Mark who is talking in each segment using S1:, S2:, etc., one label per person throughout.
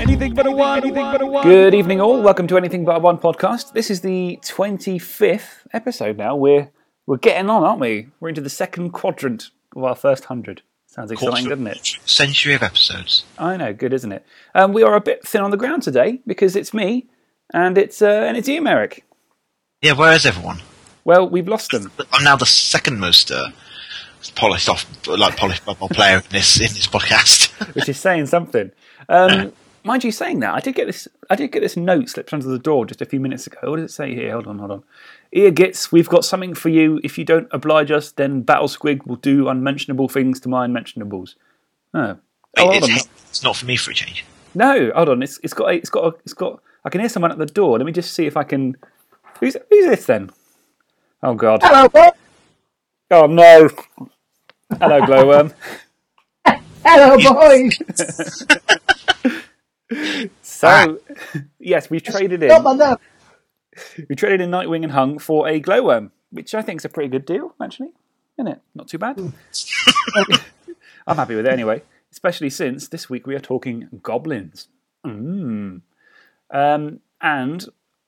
S1: anything but a one.
S2: Good evening, all. Welcome to Anything But a One podcast. This is the twenty-fifth episode now. We're we're getting on, aren't we? We're into the second quadrant of our first hundred. Sounds exciting, doesn't it?
S3: Century of episodes.
S2: I know, good, isn't it? Um, we are a bit thin on the ground today because it's me and it's uh, and it's you, Merrick.
S3: Yeah, where is everyone?
S2: Well, we've lost them.
S3: I'm now the second most uh, polished off, like polished football player in this in this podcast.
S2: which is saying something. Um, mind you, saying that, I did get this. I did get this note slipped under the door just a few minutes ago. What does it say here? Hold on, hold on. Ear gets. We've got something for you. If you don't oblige us, then Battle Squig will do unmentionable things to my unmentionables. Oh, oh hold on.
S3: it's, it's not for me for a change.
S2: No, hold on. It's it's got a, it's got a, it's got. I can hear someone at the door. Let me just see if I can. Who's who's this then? Oh God.
S4: Hello, Bob.
S2: Oh no. Hello, glowworm.
S4: Hello, boys.
S2: so, yes, we've traded in.
S4: Not my nerve.
S2: We traded in Nightwing and Hung for a Glowworm, which I think is a pretty good deal, actually. Isn't it? Not too bad. I'm happy with it anyway, especially since this week we are talking goblins. Mm. Um, and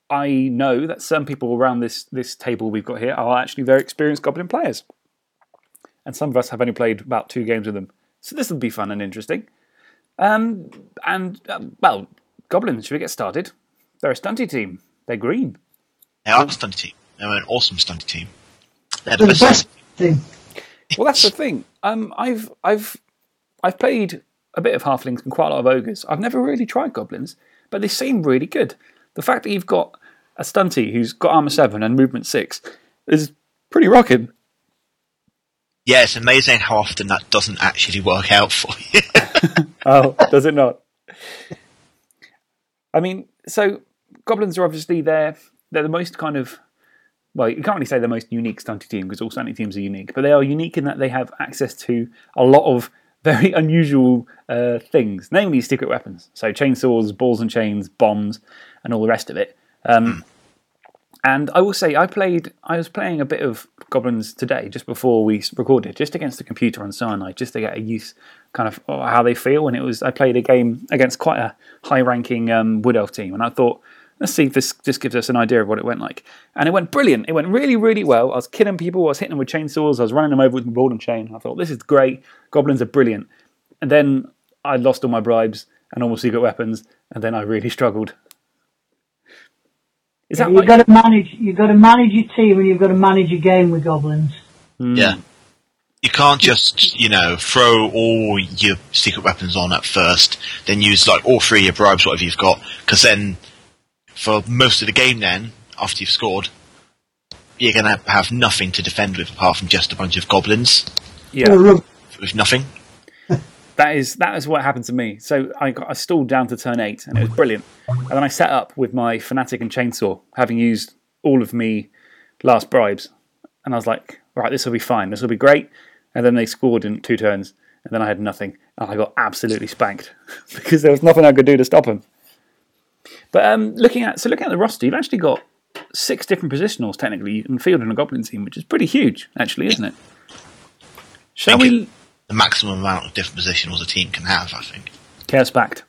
S2: I know that some people around this, this table we've got here are actually very experienced goblin players. And some of us have only played about two games with them. So this will be fun and interesting. Um, and, um, well, goblins, should we get started? They're a stunty team. They're green.
S3: They are a stunt team. They're an awesome stunt team. They're the
S4: The
S3: best.
S4: best thing.
S2: Well, that's the thing. Um, I've I've I've played a bit of halflings and quite a lot of ogres. I've never really tried goblins, but they seem really good. The fact that you've got a stunty who's got armor seven and movement six is pretty rocking.
S3: Yeah, it's amazing how often that doesn't actually work out for you.
S2: Oh, does it not? I mean, so goblins are obviously they're they're the most kind of well, you can't really say the most unique stunty team because all stunty teams are unique, but they are unique in that they have access to a lot of very unusual uh, things, namely secret weapons, so chainsaws, balls and chains, bombs, and all the rest of it. And I will say, I played. I was playing a bit of Goblins today, just before we s- recorded, just against the computer on Cyanide, just to get a use kind of of how they feel. And it was, I played a game against quite a high-ranking um, Wood Elf team, and I thought, let's see if this this gives us an idea of what it went like. And it went brilliant. It went really, really well. I was killing people. I was hitting them with chainsaws. I was running them over with ball and chain. I thought, this is great. Goblins are brilliant. And then I lost all my bribes and all my secret weapons, and then I really struggled. Is that
S4: You've
S2: what
S4: got to manage. You've got to manage your team, and you've got to manage your game with goblins.
S3: yeah. Hmm. You can't just, you know, throw all your secret weapons on at first, then use like all three of your bribes, whatever you've got, because then for most of the game, then after you've scored, you're gonna have nothing to defend with apart from just a bunch of goblins
S2: Yeah.
S4: Or rub-
S3: with nothing.
S2: That is that is what happened to me. So I got I stalled down to turn eight, and it was brilliant. And then I set up with my fanatic and chainsaw, having used all of me last bribes, and I was like, right, this will be fine, this will be great. And then they scored in two turns, and then I had nothing, and I got absolutely spanked because there was nothing I could do to stop them. But um, looking at so looking at the roster, you've actually got six different positionals technically you can field in a goblin team, which is pretty huge, actually, isn't it? Shall
S3: Okay.
S2: we?
S3: The maximum amount of different positionals a team can have, I think.
S2: Chaos Pact.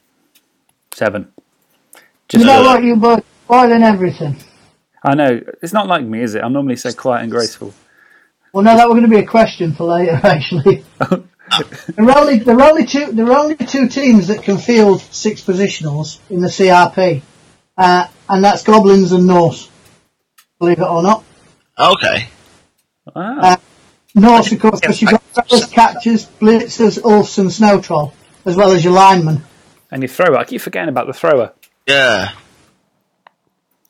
S2: Seven.
S4: You
S2: Just
S4: know what? You both spoiling everything.
S2: I know. It's not like me, is it? I'm normally so quiet and graceful.
S4: Well, no, that was going to be a question for later. Actually, there are only there are only two there are only two teams that can field six positionals in the CRP, uh, and that's goblins and Norse. Believe it or not,
S3: Okay.
S2: Ah,
S4: Norse of course because you've got fellas, catchers, blitzers, ulfs, and snow troll, as well as your linemen.
S2: and your thrower. I keep forgetting about the thrower.
S3: Yeah.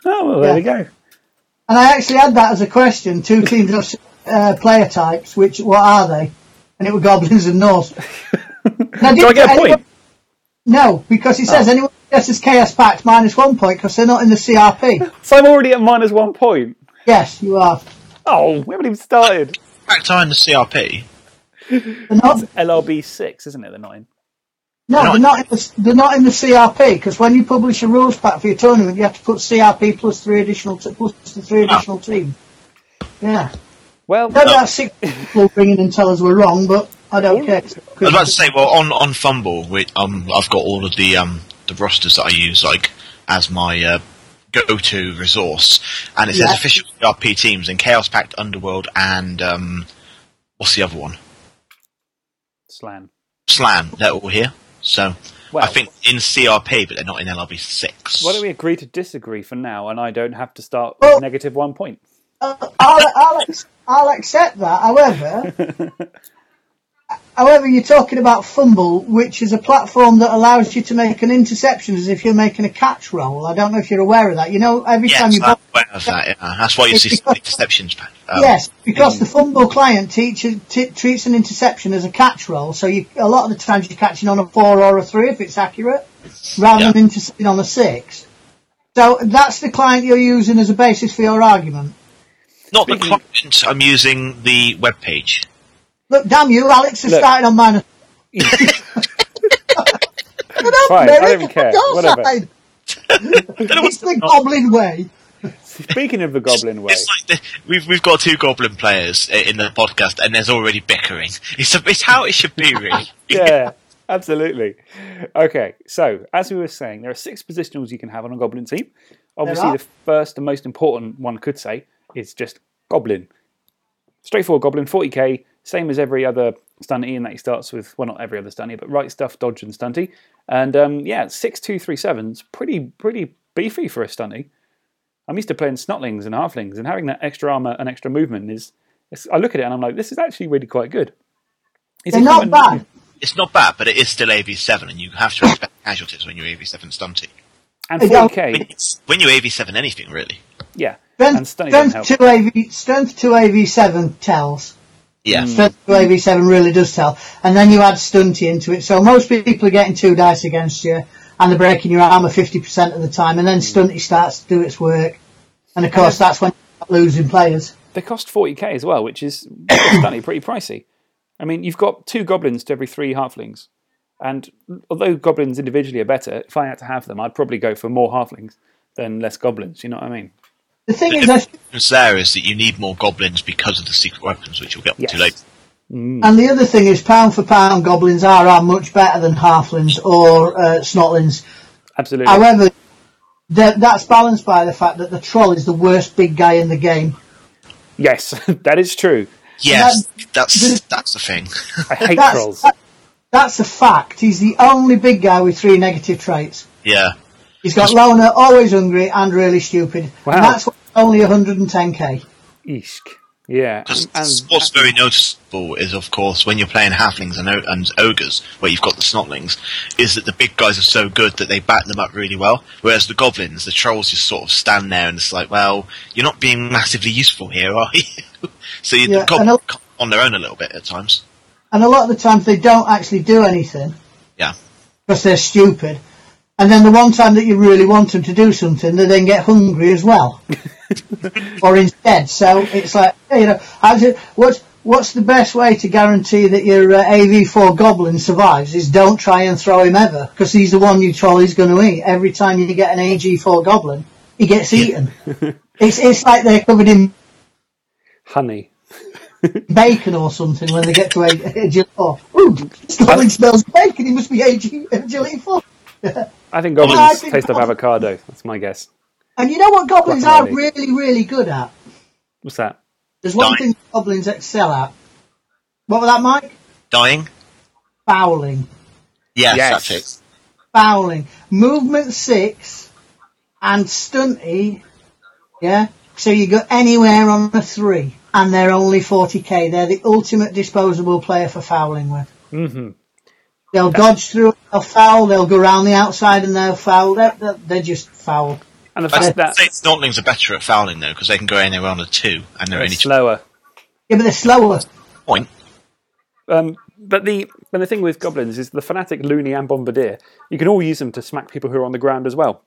S2: Oh, well, there
S4: Yeah.
S2: we go.
S4: And I actually had that as a question. Two teams of uh, player types. Which what are they? And it were goblins and Norse. And
S2: Do I
S4: didn't-
S2: get a
S4: anyone-
S2: point? Oh.
S4: No, because he says anyone who guesses Chaos Pact minus one point because they're not in the CRP.
S2: So I'm already at minus one point.
S4: yes, you are.
S2: Oh, we haven't even started.
S3: Back time the CRP.
S4: They're not.
S2: LRB six, isn't it? The nine.
S4: No,
S3: No.
S4: they're not. In the, they're not in the CRP because when you publish a rules pack for your tournament, you have to put CRP plus three additional t- plus the three additional team. Yeah.
S2: Well,
S4: Don't have six people ring in and tell us we're wrong, but Oh. I don't care.
S3: I was about to say, well, on on Fumble, we, um, I've got all of the um, the rosters that I use like as my uh, go-to resource, and it says
S4: Yeah.
S3: official ERP teams in Chaos Pact, Underworld, and um, what's the other one?
S2: Slan.
S3: Slam. They're all here. So
S2: Well-
S3: I think in CRP, but they're not in LRB six.
S2: Why don't we agree to disagree for now, and I don't have to start
S4: Oh.
S2: with negative one point?
S4: I'll, I'll, ex- I'll accept that. However, however, you're talking about Fumble, which is a platform that allows you to make an interception as if you're making a catch roll. I don't know if you're aware of that. You know, every time
S3: Yes,
S4: you
S3: I'm
S4: ball-
S3: aware of that. Yeah. That's why you
S4: It's
S3: see so
S4: because-
S3: many deceptions. Um,
S4: yes, because the Fumble client teaches, t- treats an interception as a catch roll. So you, a lot of the times you're catching on a four or a three if it's accurate, rather
S3: Yeah.
S4: than intercepting on a six. So that's the client you're using as a basis for your argument.
S3: Not the
S2: Speaking-
S3: client. I'm using the web page.
S4: Look, damn you, Alex has
S2: Look.
S4: started on minus.
S2: Fine, I don't even
S4: Miracle
S2: care.
S4: Doll's
S2: Whatever.
S4: Side. it's the goblin way.
S2: Speaking of the Goblin Way,
S3: It's like the, we've we've got two goblin players i- in the podcast, and there's already bickering. It's a, it's how it should be, really.
S2: yeah, absolutely. Okay, so as we were saying, there are six positionals you can have on a goblin team. Obviously,
S4: are.
S2: the first and most important one could say is just goblin. Straightforward goblin, 40k, same as every other stunty, and that he starts with, well, not every other stunty, but right stuff, dodge, and stunty. And um, yeah, 6237's pretty, pretty beefy for a stunty. I'm used to playing snotlings and halflings, and having that extra armor and extra movement is. it's- I look at it and I'm like, this is actually really quite good. Is
S4: They're
S2: it
S4: not
S2: common-
S4: bad.
S3: It's not bad, but it is still AV7, and you have to expect casualties when you're AV7 stunty.
S2: And
S4: They don't-
S2: 40k,
S3: When you're AV7 anything, really.
S2: yeah. and
S4: Strength,
S2: stunning doesn't help.
S4: strength two AV, strength two AV seven tells.
S3: Yeah.
S2: Mm.
S4: Strength two AV seven really does tell. And then you add stunty into it. So most people are getting two dice against you, and they're breaking your armor fifty percent of the time. And then
S2: Hmm.
S4: stunty starts to do its work. And of course, that's when you start losing players.
S2: They cost 40k as well, which is stunning, pretty pricey. I mean, you've got two goblins to every three halflings. And although goblins individually are better, if I had to have them, I'd probably go for more halflings than less goblins. You know what I mean?
S4: The thing is,
S3: The
S4: I
S3: difference there is that you need more goblins because of the secret weapons, which we'll get
S2: Yes.
S3: to later.
S4: And the other thing is, pound for pound, goblins are, are much better than halflings or uh, snotlings.
S2: Absolutely.
S4: However, that, that's balanced by the fact that the troll is the worst big guy in the game.
S2: yes, that is true.
S3: Yes, that's
S4: this-
S3: that's the thing.
S2: I hate
S4: That's-
S2: trolls.
S4: That's a fact. He's the only big guy with three negative traits.
S3: yeah.
S4: He's got loner, always hungry, and really stupid.
S2: Wow.
S4: And that's only 110k.
S2: Ishk. Yeah.
S3: Because
S2: and-
S3: what's very noticeable is, of course, when you're playing halflings and, o- and ogres, where you've got the snotlings, is that the big guys are so good that they back them up really well. Whereas the goblins, the trolls, just sort of stand there and it's like, well, you're not being massively useful here, are you? so you
S4: Yeah,
S3: the
S4: and
S3: goblins
S4: I'll-
S3: come on their own a little bit at times.
S4: And a lot of the times they don't actually do anything
S3: Yeah,
S4: because they're stupid. And then the one time that you really want them to do something, they then get hungry as well, or instead. So it's like you know, how's it, what's what's the best way to guarantee that your uh, AV4 goblin survives? Is don't try and throw him ever because he's the one you troll is going to eat. Every time you get an AG4 goblin, he gets eaten. it's it's like they're covered in
S2: honey.
S4: bacon or something when they get to AG4. Ooh, this goblin smells bacon. He must be AG AG4.
S2: I think
S4: I
S2: goblins
S4: think
S2: taste of
S4: goblins-
S2: avocado. That's my guess.
S4: And you know what goblins are
S2: Guacamole.
S4: really, really good at?
S2: What's that?
S4: There's one
S3: Dying.
S4: thing goblins excel at. What was that, Mike?
S3: dying.
S4: Fouling.
S3: Yes,
S2: Yes.
S3: that's it.
S4: Fouling. Movement six and stunty. Yeah? So you go anywhere on a three. And they're only 40k. They're the ultimate disposable player for fouling with. Mm-hmm. They'll dodge through, they'll foul, they'll go around the outside and they'll foul. They're, they're, they're just foul.
S2: And the
S3: I'd
S2: fact that
S3: say snotlings are better at fouling though, because they can go anywhere on a two, and they're only
S2: it's
S3: two
S2: slower.
S4: Yeah, but they're slower.
S3: point.
S2: Um, but the but the thing with goblins is the fanatic, loony, and bombardier. You can all use them to smack people who are on the ground as well.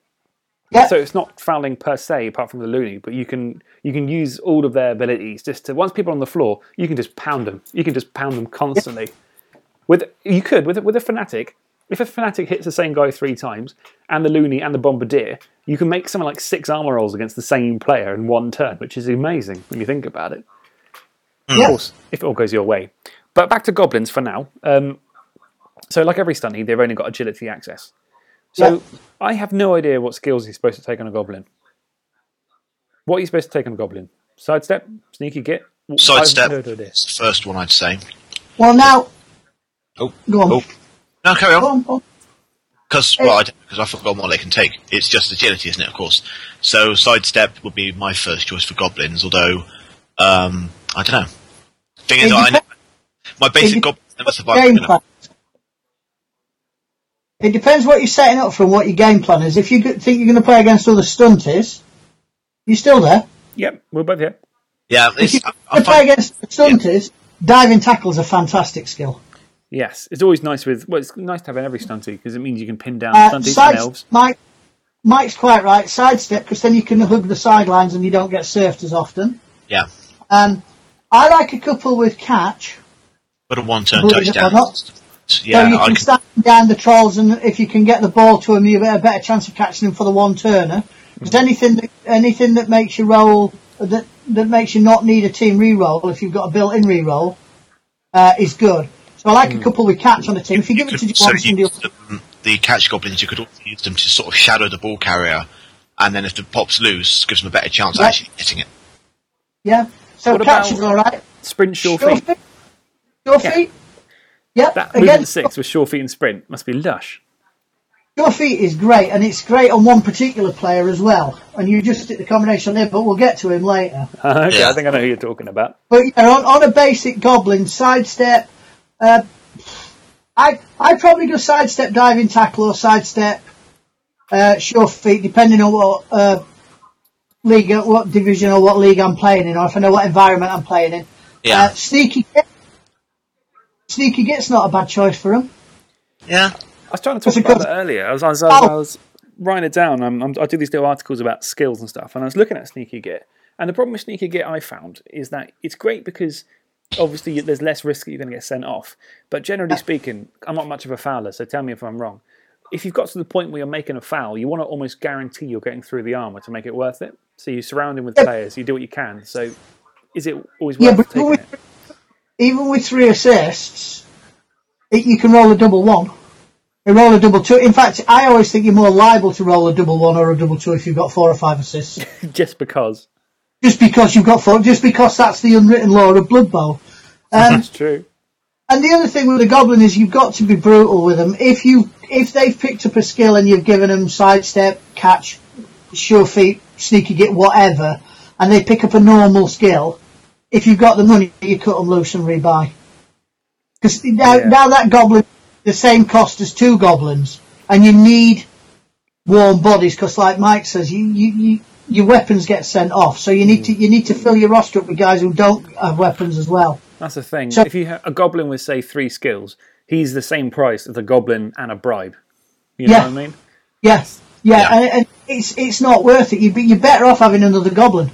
S4: Yeah.
S2: So it's not fouling per se, apart from the loony. But you can you can use all of their abilities just to once people are on the floor, you can just pound them. You can just pound them constantly. With you could with a- with a fanatic. If a fanatic hits the same guy three times, and the loony and the bombardier, you can make something like six armor rolls against the same player in one turn, which is amazing when you think about it
S4: Yeah.
S2: of course, if it all goes your way. But back to goblins for now. Um, so, like every stunty, they've only got agility access. So I have no idea what skills he's supposed to take on a goblin. What are you supposed to take on a goblin? Sidestep, sneaky git. W-
S3: Sidestep.
S2: I've heard of this.
S3: It's the first one I'd say.
S4: Well, now,
S3: Oh,
S4: go on.
S3: oh. No, carry
S4: Go
S3: on.
S4: on, go on.
S3: Because well, I, cause I forgot what they can take. It's just agility, isn't it? Of course. So sidestep would be my first choice for goblins. Although, um, I don't know. Thing is,
S4: It
S3: I
S4: depends-
S3: my basic
S4: it depends
S3: goblins never
S4: game
S3: survived.
S4: plan. It depends what you're setting up for and what your game plan is. If you g- think you're going to play against other stunties, you're still there.
S2: Yep, we're both here.
S3: Yeah, it's,
S4: If
S3: I,
S4: you
S3: I
S4: play
S3: find,
S4: against the stunties, diving tackle's a fantastic skill.
S2: Yes, it's always nice with. Well, it's nice to have in every stunty because it means you can pin down
S4: Uh,
S2: stunties
S4: side-
S2: and elves.
S4: Mike, Mike's quite right. Sidestep, because then you can hug the sidelines and you don't get surfed as often.
S3: yeah,
S4: Um, I like a couple with catch.
S3: but a one-turn
S4: Believe it or
S3: touchdown.
S4: not.
S3: Yeah,
S4: so you
S3: I can,
S4: can stand down the trolls, and if you can get the ball to him, you have a better chance of catching him for the one turner. Because
S3: Mm-hmm.
S4: anything that anything that makes you roll that that makes you not need a team re-roll if you've got a built-in re-roll uh, is good. So I like a couple with catch on the team. If you give it to
S3: could- Mm. so
S4: Jawan,
S3: you
S4: somebody
S3: use
S4: else-
S3: them, the catch goblins. You could also use them to sort of shadow the ball carrier, and then if the pops loose, gives them a better chance of
S4: Yeah.
S3: actually hitting it.
S4: yeah. So
S2: What
S4: catch
S2: about-
S4: is all right.
S2: Sprint, sure
S4: Sure
S2: feet.
S4: feet. Sure feet. Yep.
S2: That
S4: Again,
S2: movement six with sure feet and sprint must be lush.
S4: Your feet is great, and it's great on one particular player as well. And you just stick the combination there, but we'll get to him later.
S2: okay,
S3: Yeah.
S2: I think I know who you're talking about.
S4: But yeah, on, on a basic goblin sidestep, uh, I I probably go sidestep diving tackle or sidestep uh, sure feet, depending on what uh, league, what division or what league I'm playing in, or if I know what environment I'm playing in.
S3: Yeah,
S4: Uh, sneaky, Git- sneaky gets not a bad choice for him.
S3: yeah.
S2: I was trying to talk
S4: That's
S2: about
S4: because-
S2: that earlier. I was, I was, I was,
S4: Oh.
S2: I was writing it down. I'm, I'm, I do these little articles about skills and stuff, and I was looking at Sneaky Git. And the problem with Sneaky Git I found is that it's great because obviously there's less risk that you're going to get sent off. But generally speaking, I'm not much of a fouler, so tell me if I'm wrong. If you've got to the point where you're making a foul, you want to almost guarantee you're getting through the armour to make it worth it. So you surround him with players, you do what you can. So is it always worth
S4: Yeah, but
S2: taking
S4: even
S2: it?
S4: with, even with three assists, it, you can roll a double one. You roll a double two. In fact, I always think you're more liable to roll a double one or a double two if you've got four or five assists.
S2: Just because.
S4: just because you've got four, just because that's the unwritten law of Blood Bowl. Um,
S2: That's true.
S4: and the other thing with the Goblin is you've got to be brutal with them. If you if they've picked up a skill and you've given them sidestep, catch, sure feet, sneaky get whatever, and they pick up a normal skill, if you've got the money, you cut them loose and rebuy. Because now,
S2: Yeah.
S4: now that Goblin the same cost as two Goblins, and you need warm bodies because, like Mike says, you, you, you your weapons get sent off, so you need to you need to fill your roster up with guys who don't have weapons as well.
S2: That's the thing.
S4: So-
S2: if you have a goblin with say three skills, he's the same price as a goblin and a bribe. You know
S4: Yeah.
S2: what I mean?
S4: Yeah, yeah,
S3: Yeah.
S4: And, and it's it's not worth it. You'd be, you're better off having another goblin.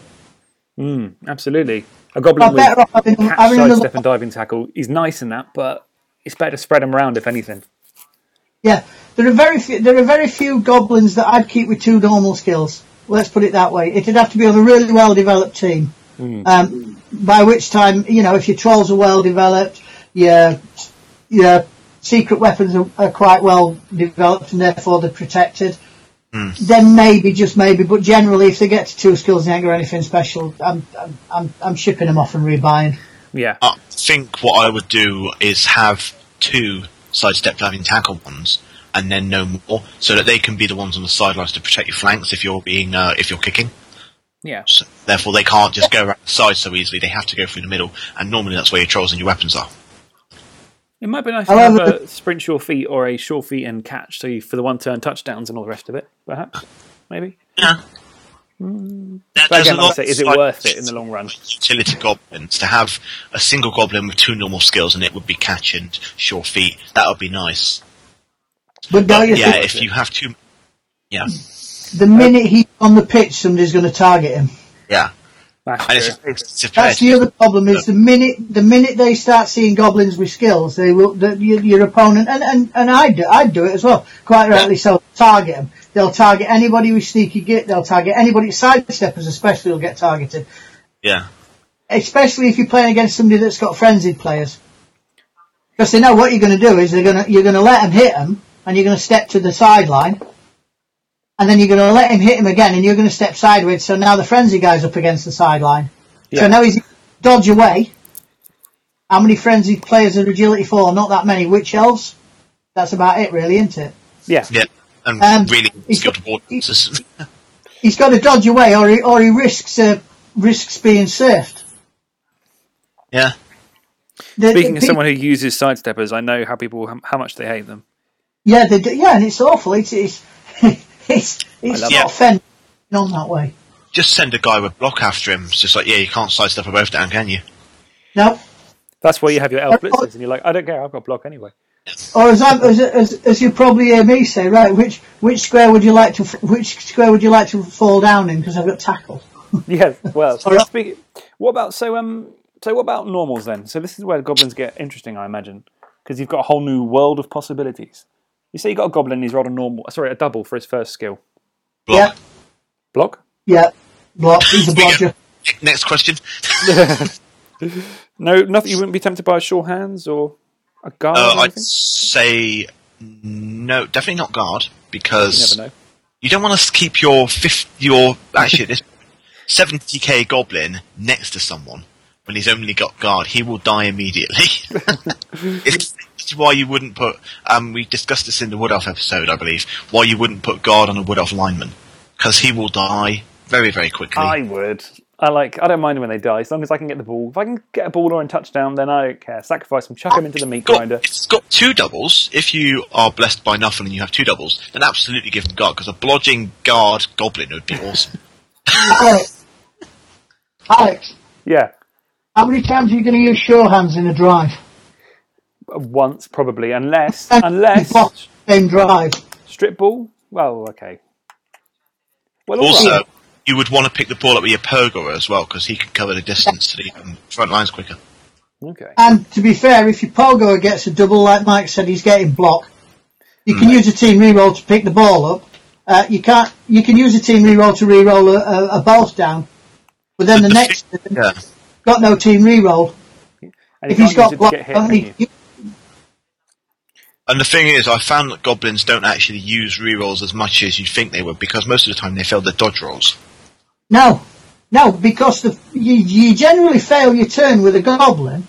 S2: Absolutely. A
S4: Well,
S2: goblin with
S4: better off having,
S2: catch,
S4: having another.
S2: sidestep, and diving tackle is nice in that, but it's better to spread them around if anything.
S4: Yeah, there are very few, there are very few goblins that I'd keep with two normal skills. Let's put it that way. It'd have to be on a really well developed team. Um, by which time, you know, if your trolls are well developed, your your secret weapons are, are quite well developed, and therefore they're protected. Then maybe, just maybe, but generally, if they get to two skills and they ain't got anything special, I'm I'm I'm, I'm shipping them off and rebuying.
S2: Yeah.
S3: I think what I would do is have two sidestep diving tackle ones, and then no more, so that they can be the ones on the sidelines to protect your flanks if you're being uh, if you're kicking.
S2: Yeah.
S3: So, therefore, they can't just go around the side so easily. They have to go through the middle, and normally that's where your trolls and your weapons are.
S2: It might be nice
S4: I
S2: to have
S4: love
S2: a sprint short feet or a short feet and catch, so you, for the one turn touchdowns and all the rest of it, perhaps. Maybe.
S3: Yeah.
S2: But again, like I say, is it worth it in the long run?
S3: utility goblins to have a single goblin with two normal skills and it would be catch and sure feet. That would be nice.
S4: But now you
S3: yeah,
S4: think
S3: if you have two, yeah,
S4: the minute he's on the pitch, somebody's going to target him.
S3: yeah,
S2: That's
S3: and it's,
S2: true.
S3: it's, it's
S4: That's the other problem is the minute the minute they start seeing goblins with skills, they will the, your, your opponent and and and I do I do it as well. Quite rightly so. Target them. They'll target anybody with sneaky git. They'll target anybody. Sidesteppers especially will get targeted,
S3: yeah,
S4: especially if you're playing against somebody that's got frenzied players. Because they know what you're going to do is they're going to you're going to let them hit them, and you're going to step to the sideline, and then you're going to let him hit him again, and you're going to step sideways. So now the frenzy guy's up against the sideline.
S5: Yeah.
S4: So now he's dodge away. How many frenzy players are agility for? Not that many. Witch elves. That's about it, really, isn't it?
S5: Yeah.
S3: Yeah, and
S4: Um,
S3: really
S4: he's
S3: skilled
S4: got-
S3: warriors.
S4: He's got to dodge away, or he or he risks uh, risks being surfed.
S3: yeah,
S4: The-
S2: Speaking
S4: the
S2: as
S4: pe-
S2: someone who uses sidesteppers, I know how people how, how much they hate them.
S4: yeah, they do- yeah, and it's awful. It's it's it's, it's
S2: love
S4: not
S3: it.
S4: offending on that way.
S3: just send a guy with block after him. It's just like, yeah, you can't sidestep them both down, can you?
S4: No,
S5: That's why you have your elf blitzers, and you're like, I don't care, I've got block anyway.
S4: or as, I, as as as you probably hear me say, right? Which which square would you like to f- which square would you like to fall down in? Because I've got tackle.
S5: Yeah, well,
S4: Sorry.
S5: speak- what about so um so what about normals then? So this is where goblins get interesting, I imagine, because you've got a whole new world of possibilities. You say you got a goblin, he's rolled a normal, sorry, a double for his first skill
S3: Block.
S5: block.
S4: Yeah, block. He's a blocker.
S3: Next question.
S5: No, nothing. You wouldn't be tempted by a sure hands or a guard.
S3: Uh,
S5: or
S3: I'd
S5: anything?
S3: say no, definitely not guard
S5: You
S3: because
S5: never know.
S3: you don't want to keep your fifth, your actually this seventy k goblin next to someone when he's only got guard. He will die immediately. it's, it's why you wouldn't put. Um, we discussed this in the Wood Elf episode, I believe. Why you wouldn't put guard on a Wood Elf lineman because he will die very very quickly.
S5: I would. I like. I don't mind when they die, as long as I can get the ball. If I can get a ball or a touchdown, then I don't care. Sacrifice them, chuck them into the meat
S3: got-
S5: grinder.
S3: it's got two doubles. If you are blessed by nothing and you have two doubles, then absolutely give them guard because a blodging guard goblin would be awesome.
S4: Alex, Alex,
S5: Yeah,
S4: how many times are you going to use sure hands in a drive?
S5: once probably, unless unless
S4: Block, same drive.
S5: strip ball. Well, okay. Well, all
S3: also,
S5: right.
S3: you would want to pick the ball up with your pogo as well because he can cover the distance to the um, front lines quicker.
S5: okay.
S4: And to be fair, if your pogo gets a double, like Mike said, he's getting blocked. You can use a team reroll to pick the ball up. Uh, you can't. You can use a team reroll to reroll a, a, a bolt down, but then the next
S3: Yeah.
S4: got no team reroll.
S5: And
S4: If
S5: you
S4: he's
S5: can't
S4: got
S5: use it to
S4: blocked,
S5: get hit,
S4: only-
S5: can you?
S3: And the thing is, I found that goblins don't actually use rerolls as much as you think they would because most of the time they fail their dodge rolls.
S4: No, no, because the you, you generally fail your turn with a goblin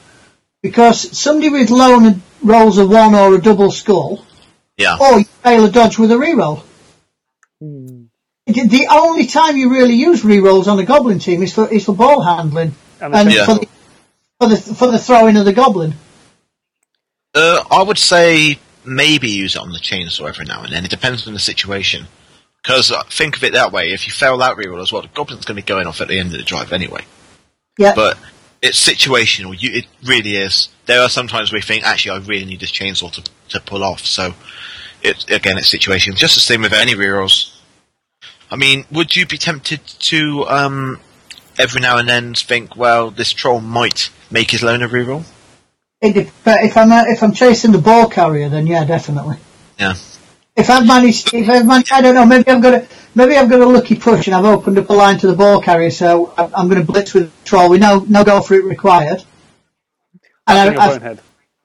S4: because somebody with low and rolls a one or a double skull,
S3: Yeah.
S4: or you fail a dodge with a reroll. Hmm. The- The only time you really use rerolls on a goblin team is for is for ball handling
S5: And
S4: and,
S5: the
S3: second
S4: for, the, for the for the throwing of the goblin.
S3: Uh, I would say maybe use it on the chainsaw every now and then. It depends on the situation. Because uh, think of it that way: if you fail that reroll as well, the goblin's going to be going off at the end of the drive anyway.
S4: Yeah,
S3: But it's situational. You, it really is. There are sometimes we think, actually, I really need this chainsaw to to pull off. So, it's again, it's situational. Just the same with any rerolls. I mean, would you be tempted to um, every now and then think, well, this troll might make his loner reroll?
S4: it dep- but if I'm uh, if I'm chasing the ball carrier, then yeah, definitely.
S3: Yeah.
S4: If I've managed, if I've managed, I don't know, maybe I've got a, maybe I've got a lucky push and I've opened up a line to the ball carrier, so I'm, I'm going to blitz with troll. We know no go for it required.
S5: Bang
S4: And
S5: your
S4: I,
S5: bone
S4: I,
S5: head.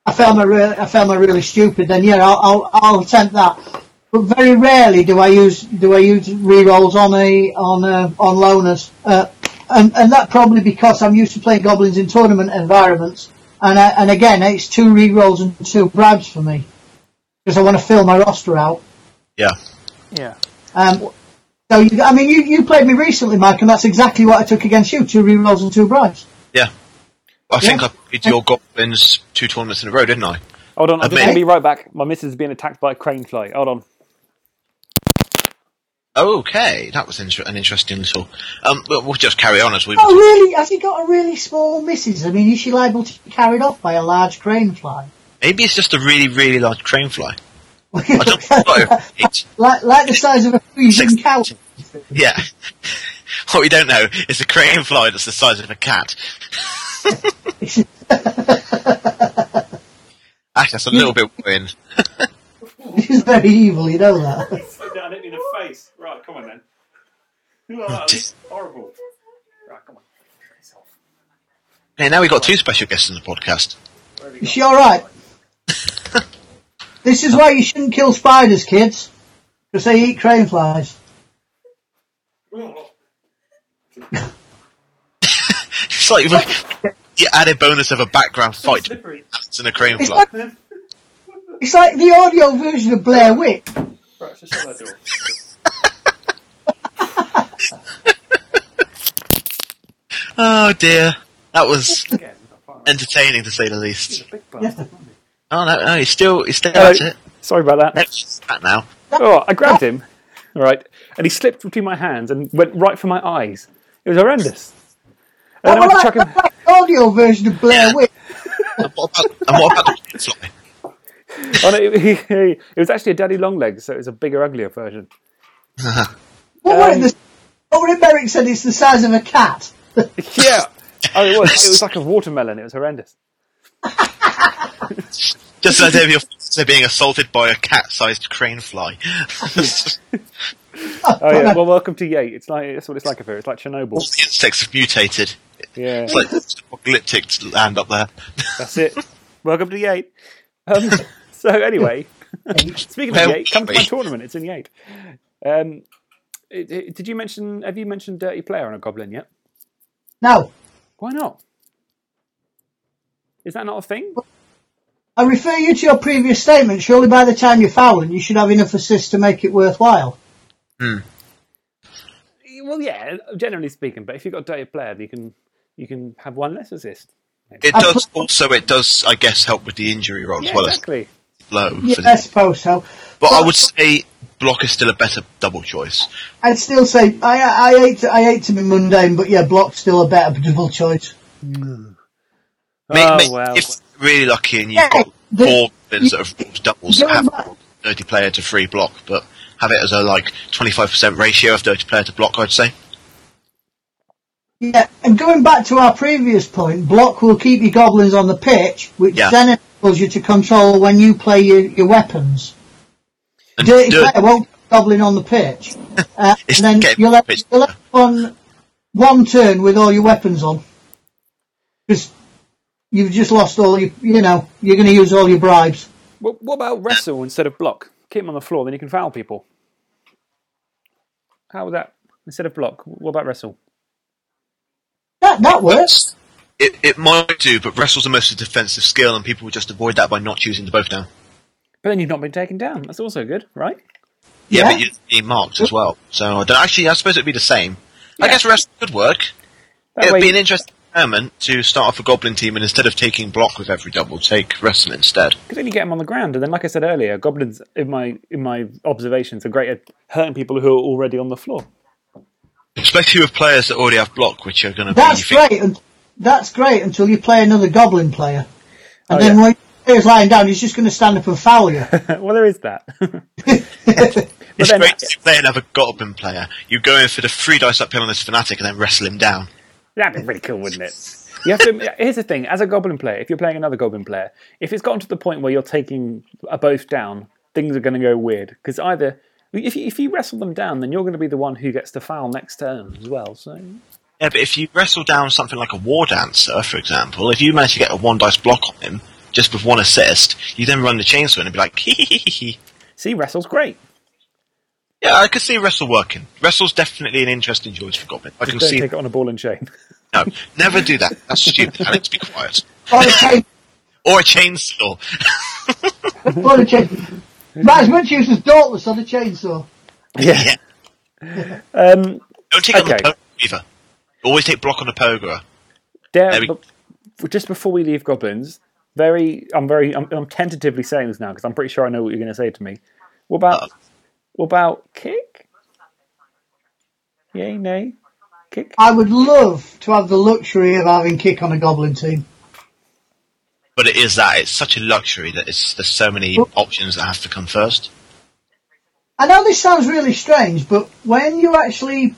S4: I felt my really, I felt my really stupid. Then yeah, I'll, I'll, I'll attempt that. But very rarely do I use do I use rerolls on a on uh on loners, uh, and and that probably because I'm used to playing goblins in tournament environments, and I, and again it's two rerolls and two bribes for me, because I want to fill my roster out.
S3: Yeah.
S5: Yeah.
S4: Um, so you, I mean, you, you played me recently, Mike, and that's exactly what I took against you: two rerolls and two bribes.
S3: Yeah. I think I played
S4: Yeah.
S3: your goblins two tournaments in a row, didn't I?
S5: Hold on, I'm just
S3: Admit-
S5: going to be right back. My missus is being attacked by a crane fly. Hold on.
S3: Okay, that was inter- an interesting little. Um, but we'll just carry on as we.
S4: Oh, really? Has he got a really small missus? I mean, is she liable to be carried off by a large crane fly?
S3: Maybe it's just a really, really large crane fly. I don't know.
S4: like,
S3: It's,
S4: like the size of a Frisian
S3: Six-
S4: cow.
S3: yeah. what we don't know is a crane fly that's the size of a cat. Actually, that's a little bit worrying.
S4: She's very evil, you know that.
S5: down, hit me in the face. Right, come on then. horrible. Right, come on.
S3: Hey, now we've got two special guests in the podcast.
S4: Is she alright? this is why you shouldn't kill spiders, kids. Because they eat crane flies.
S3: It's like you've- you added bonus of a background fight
S6: Slippery.
S3: in a crane
S4: It's
S3: flight.
S4: like, it's like the audio version of Blair Witch.
S6: Right, so shut that door.
S3: Oh dear, that was
S6: Again, apart from
S3: entertaining to say the least.
S6: the big bastard, wasn't he?
S3: Oh no, no, he's still he's still
S2: Hello.
S3: at it.
S2: Sorry about that.
S3: Let's just that now.
S2: Oh, I grabbed him, all right, and he slipped between my hands and went right for my eyes. It was horrendous. And then I
S4: Well,
S2: had to
S4: like,
S2: chuck him.
S4: like the audio version of Blair Witch.
S3: And what about, and what about the crane fly?
S2: Oh, no, it, it was actually a daddy long legs, so it was a bigger, uglier version.
S4: What
S2: Um,
S4: was it? The, over in Merrick said it's the size of a cat.
S2: Yeah. Oh, it was. It was like a watermelon. It was horrendous.
S3: Just the idea of your they're being assaulted by a cat-sized crane fly. the
S2: Oh yeah. Well, welcome to Yate. It's like that's what it's like up here. It's like Chernobyl.
S3: insects have mutated.
S2: Yeah.
S3: It's like it's apocalyptic land up there.
S2: That's it. Welcome to Yate. Um, so anyway, speaking of
S3: Well,
S2: Yate, come to my
S3: we-
S2: tournament. It's in Yate. Um, it- it- did you mention? Have you mentioned Dirty Player on a Goblin yet?
S4: No,
S2: Why not? Is that not a thing?
S4: I refer you to your previous statement. Surely by the time you're fouling, you should have enough assists to make it worthwhile.
S2: Well, yeah. Generally speaking, but if you've got Dirty Player, you can you can have one less assist.
S3: It does also it does I guess help with the injury roll
S2: Yeah,
S3: as well
S2: exactly.
S3: as blow. for
S4: Yeah,
S3: the-
S4: I suppose so.
S3: But I would say block is still a better double choice.
S4: I'd still say I, I hate to, I hate to be mundane, but yeah, block's still a better double choice.
S3: Ma-
S2: Oh,
S3: ma-
S2: well.
S3: If you're really lucky and you've
S4: Yeah,
S3: got
S4: the-
S3: four bins that have rolled doubles,
S4: Yeah,
S3: have
S4: but-
S3: dirty player to free block, but have it as a like 25% ratio of dirty player to block. I'd say.
S4: Yeah, and going back to our previous point, block will keep your goblins on the pitch, which
S3: Yeah.
S4: then enables you to control when you play your, your weapons.
S3: And
S4: Dirty
S3: dirt-
S4: player won't keep the goblin on the pitch, uh,
S3: It's
S4: and then
S3: getting
S4: you'll have,
S3: pitch.
S4: you'll have one, one turn with all your weapons on, because you've just lost all your, you know, you're going to use all your bribes.
S2: Well, what about wrestle instead of block? Keep them on the floor, then you can foul people. How would that instead of block? What about wrestle?
S4: That that works.
S3: It, it might do, but wrestle's a mostly defensive skill, and people would just avoid that by not choosing to both down.
S2: But then you've not been taken down. That's also good, right?
S3: Yeah,
S4: Yeah.
S3: but you're being marked as well. So I don't, actually, I suppose it'd be the same. I guess wrestle could work.
S2: That
S3: It'd
S2: way,
S3: be an interesting experiment to start off a goblin team, and instead of taking block with every double, take wrestle instead.
S2: because then you get them on the ground, and then, like I said earlier, goblins in my in my observations are great at hurting people who are already on the floor.
S3: Especially with players that already have block, which are going to be.
S4: That's great. And that's great until you play another goblin player,
S2: Oh,
S4: and then
S2: yeah.
S4: when the player's lying down, he's just going to stand up and foul you.
S2: well, there is that.
S3: It's
S2: then-
S3: great to play another goblin player. You go in for the three dice uphill on this fanatic and then wrestle him down.
S2: That'd be pretty cool, wouldn't it? You have to. Here's the thing: as a goblin player, if you're playing another goblin player, if it's gotten to the point where you're taking a both down, things are going to go weird. Because either if you, if you wrestle them down, then you're going to be the one who gets to foul next turn as well. So
S3: Yeah, but if you wrestle down something like a war dancer, for example, if you manage to get a one dice block on him just with one assist, you then run the chainsaw in and be like, hee hee hee hee.
S2: see, wrestle's great.
S3: Yeah, I could see wrestle working. Wrestle's definitely an interesting choice for Goblin. I can
S2: Don't
S3: see.
S2: take it on a ball and chain.
S3: No, never do that. That's stupid. Alex, be quiet.
S4: Or a chain-
S3: Or a chainsaw.
S4: or a chain- Not as much use as Dauntless on a chainsaw.
S3: Yeah.
S2: Um,
S3: Don't take it on
S2: Okay.
S3: the pogo either. Always take block on the pogo.
S2: Dare,
S3: There we-
S2: but just before we leave goblins, very, I'm very, I'm, I'm tentatively saying this now because I'm pretty sure I know what you're going to say to me. What about,
S3: Uh-oh.
S2: what about kick? Yay, nay, kick.
S4: I would love to have the luxury of having kick on a goblin team.
S3: But it is that. It's such a luxury that it's, there's so many options that have to come first.
S4: I know this sounds really strange, but when you actually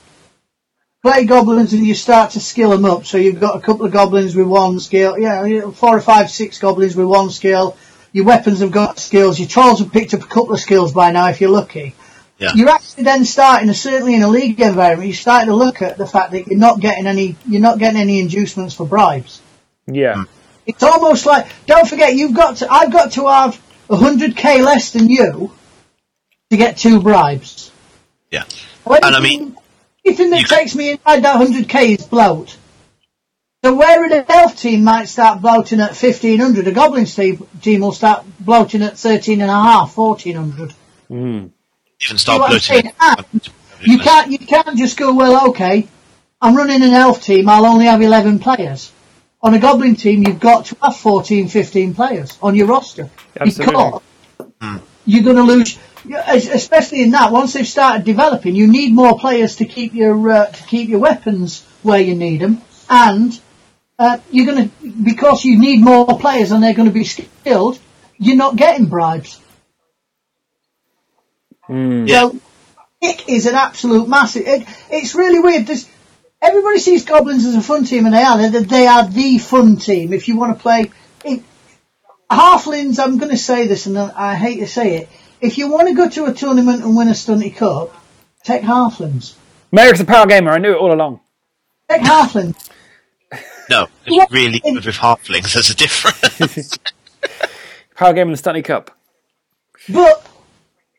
S4: play goblins and you start to skill them up, so you've got a couple of goblins with one skill, yeah, you know, four or five, six goblins with one skill, your weapons have got skills, your trolls have picked up a couple of skills by now if you're lucky.
S3: Yeah.
S4: You're actually then starting, certainly in a league environment, you start to look at the fact that you're not getting any, you're not getting any inducements for bribes.
S2: Yeah.
S3: Hmm.
S4: It's almost like don't forget you've got to I've got to have hundred K less than you to get two bribes.
S3: Yeah.
S4: When
S3: And I
S4: you-
S3: mean-
S4: Anything that
S3: You-
S4: takes me inside that 100k is bloat. So where an elf team might start bloating at 1500, a goblins team, team will start bloating at 13 and a half, 1400.
S3: Even start
S4: what I'm
S3: bloating.
S4: saying? Ah, You can't, you can't just go, well, okay, I'm running an elf team, I'll only have 11 players. On a goblin team, you've got to have 14, 15 players on your roster.
S2: Absolutely.
S4: Because you're going to lose, yeah, es- especially in that, once they've started developing, you need more players to keep your, uh, to keep your weapons where you need them. And, uh, you're going to, because you need more players and they're going to be skilled, you're not getting bribes.
S3: Yeah.
S4: So, Nick is an absolute massive. It, it's really weird. There's, everybody sees goblins as a fun team, and they are. They, they are the fun team. If you want to play, it, halflings. I'm going to say this, and I I hate to say it. If you want to go to a tournament and win a Stunty Cup, take halflings.
S2: Merrick's a power gamer. I knew it all along.
S4: Take halflings.
S3: No,
S4: Yeah.
S3: it's really good with halflings. There's a difference.
S2: Power gamer and the Stanley Cup.
S4: But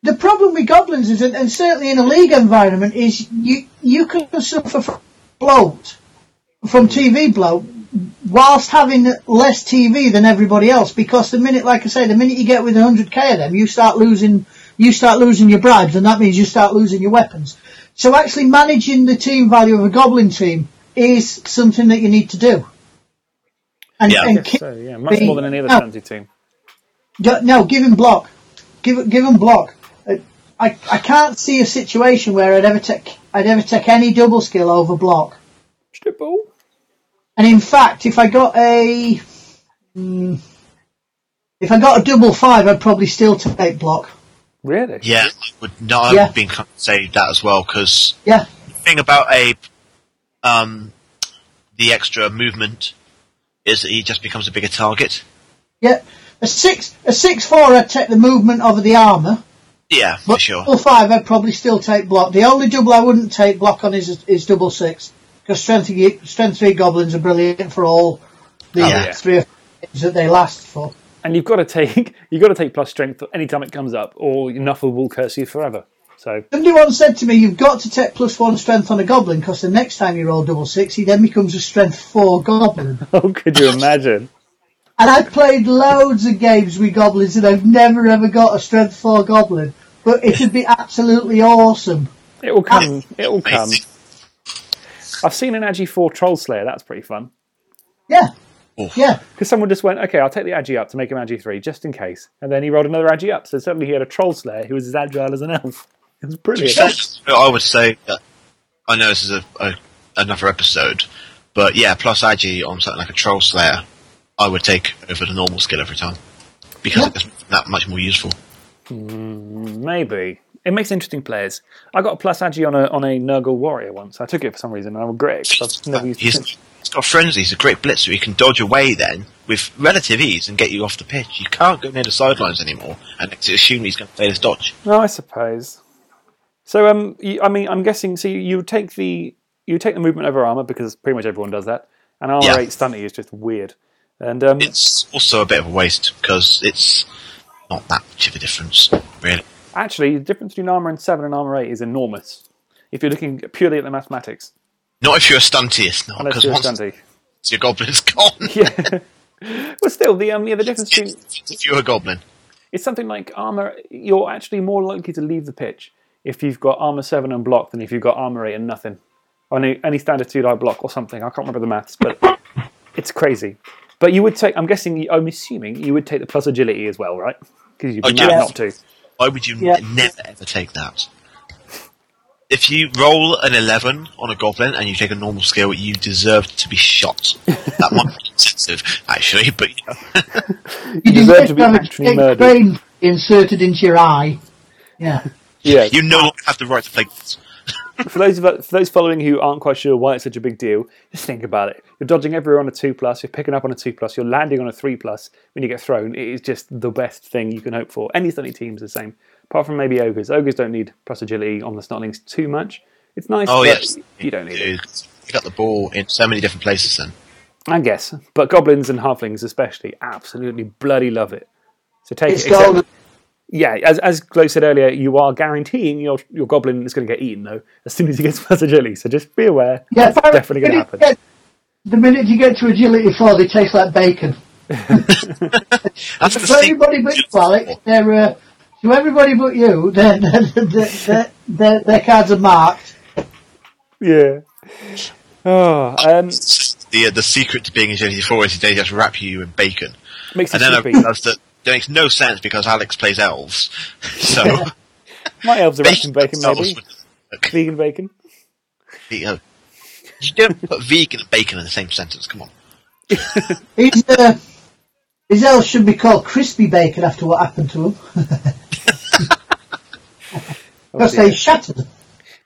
S4: the problem with goblins is, and- and certainly in a league environment, is you you can suffer from bloat, from TV bloat, whilst having less TV than everybody else. Because the minute, like I say, the minute you get within 100k of them, you start losing you start losing your bribes, and that means you start losing your weapons. So actually, managing the team value of a goblin team is something that you need to do. And,
S3: Yeah.
S4: and keep
S2: So yeah, much more than any other
S4: Oh.
S2: fantasy team.
S4: Ju- No, give him block. Give give him block. I I can't see a situation where I'd ever take I'd ever take any double skill over block.
S2: Strip ball.
S4: And in fact, if I got a mm, if I got a double five, I'd probably still take block.
S2: Really?
S3: yeah, I would not
S4: Yeah.
S3: have been kind of say that as well because
S4: Yeah,
S3: thing about Abe, um, the extra movement is that he just becomes a bigger target.
S4: yeah. A six a six four, I'd take the movement over the armor.
S3: Yeah,
S4: But
S3: for sure.
S4: double five, I'd probably still take block. The only double I wouldn't take block on is is double six because strength three- strength three goblins are brilliant for all the
S3: yeah.
S4: three or four things that they last for.
S2: And you've got to take you've got to take plus strength anytime it comes up, or Nuffle will curse you forever. So
S4: Somebody once said to me, "You've got to take plus one strength on a goblin because the next time you roll double six, he then becomes a strength four goblin."
S2: oh, could you imagine?
S4: and I played loads of games with goblins, and I've never ever got a strength four goblin. But it'd be absolutely awesome.
S2: It will come. It will
S4: um,
S2: come.
S3: Amazing.
S2: I've seen an Agi four Troll Slayer. That's pretty fun.
S4: Yeah,
S3: Oof.
S4: yeah.
S2: Because someone just went, okay, I'll take the Agi up to make him Agi three, just in case. And then he rolled another Agi up, so suddenly he had a Troll Slayer who was as agile as an elf. It was brilliant.
S3: I would say that I know this is a, a another episode, but yeah, plus Agi on something like a troll slayer, I would take over the normal skill every time because
S4: Yeah.
S3: it's that much more useful.
S2: Maybe it makes interesting players. I got a plus Agi on a on a Nurgle warrior once. I took it for some reason, and I regret it 'cause I've never used it.
S3: He's,
S2: since.
S3: he's got frenzy. He's a great blitzer. He can dodge away then with relative ease and get you off the pitch. You can't go near the sidelines anymore and assume he's going to play his dodge.
S2: No, Oh, I suppose. So, um, you, I mean, I'm guessing. So you, you take the you take the movement over armor because pretty much everyone does that, and armor
S3: Yeah.
S2: eight stunty is just weird. And um,
S3: It's also a bit of a waste because it's not that much of a difference, really.
S2: actually, the difference between armor and seven and armor eight is enormous. If you're looking purely at the mathematics,
S3: Not if you're a stunty, it's not
S2: unless
S3: because
S2: you're a
S3: once
S2: stunty.
S3: your goblin's gone,
S2: Yeah. Well, still, the um, yeah, the difference between
S3: if you're a goblin.
S2: it's something like armor. You're actually more likely to leave the pitch if you've got armor seven and block than if you've got armor eight and nothing. Or any, any standard two die block or something. I can't remember the maths, but it's crazy. But you would take. I'm guessing. I'm assuming you would take the plus agility as well, right? Because you'd be
S3: I
S2: mad
S3: do.
S2: not to.
S3: Why would you
S4: Yeah.
S3: never ever take that? If you roll an 11 on a goblin and you take a normal skill, you deserve to be shot. That might be sensitive, actually, but you know,
S4: You
S2: deserve
S4: deserve
S2: to be
S4: have a
S2: actually
S4: big
S2: murdered.
S4: brain inserted into your eye. Yeah.
S2: Yeah.
S3: you no longer have the right to play this.
S2: for those of, for those following who aren't quite sure why it's such a big deal, just think about it. You're dodging everywhere on a two plus. You're picking up on a two plus. You're landing on a three plus when you get thrown. It is just the best thing you can hope for. Any Stunty team's the same, apart from maybe ogres. Ogres don't need plus agility on the snotlings too much. It's nice,
S3: Oh,
S2: but
S3: yes.
S2: you don't need it,
S3: Pick up the ball in so many different places then.
S2: I guess. But goblins and halflings especially absolutely bloody love it. So take
S4: It's
S2: it. except-
S4: golden.
S2: yeah, as, as Glow said earlier, you are guaranteeing your, your goblin is going to get eaten, though, as soon as he gets past agility. So just be aware.
S4: Yeah,
S2: that's definitely going to
S4: to
S2: happen.
S4: the minute you get to agility four, they taste like bacon.
S3: That's
S4: To everybody but you, Alex, they're, uh, to everybody but you, their their their- their- their- their cards are marked.
S2: Yeah. Oh, um,
S3: The, uh, the secret to being agility four is they just wrap you in bacon.
S2: makes you
S3: And then I
S2: sleepy.
S3: realised that that makes no sense because Alex plays elves. So
S2: My elves are wrapped in bacon,
S3: elves
S2: maybe.
S3: would-
S2: Vegan bacon.
S3: you know, you don't put vegan and bacon in the same sentence. Come on.
S4: His, uh, his elf should be called crispy bacon after what happened to him.
S2: Oh,
S4: Because they shattered.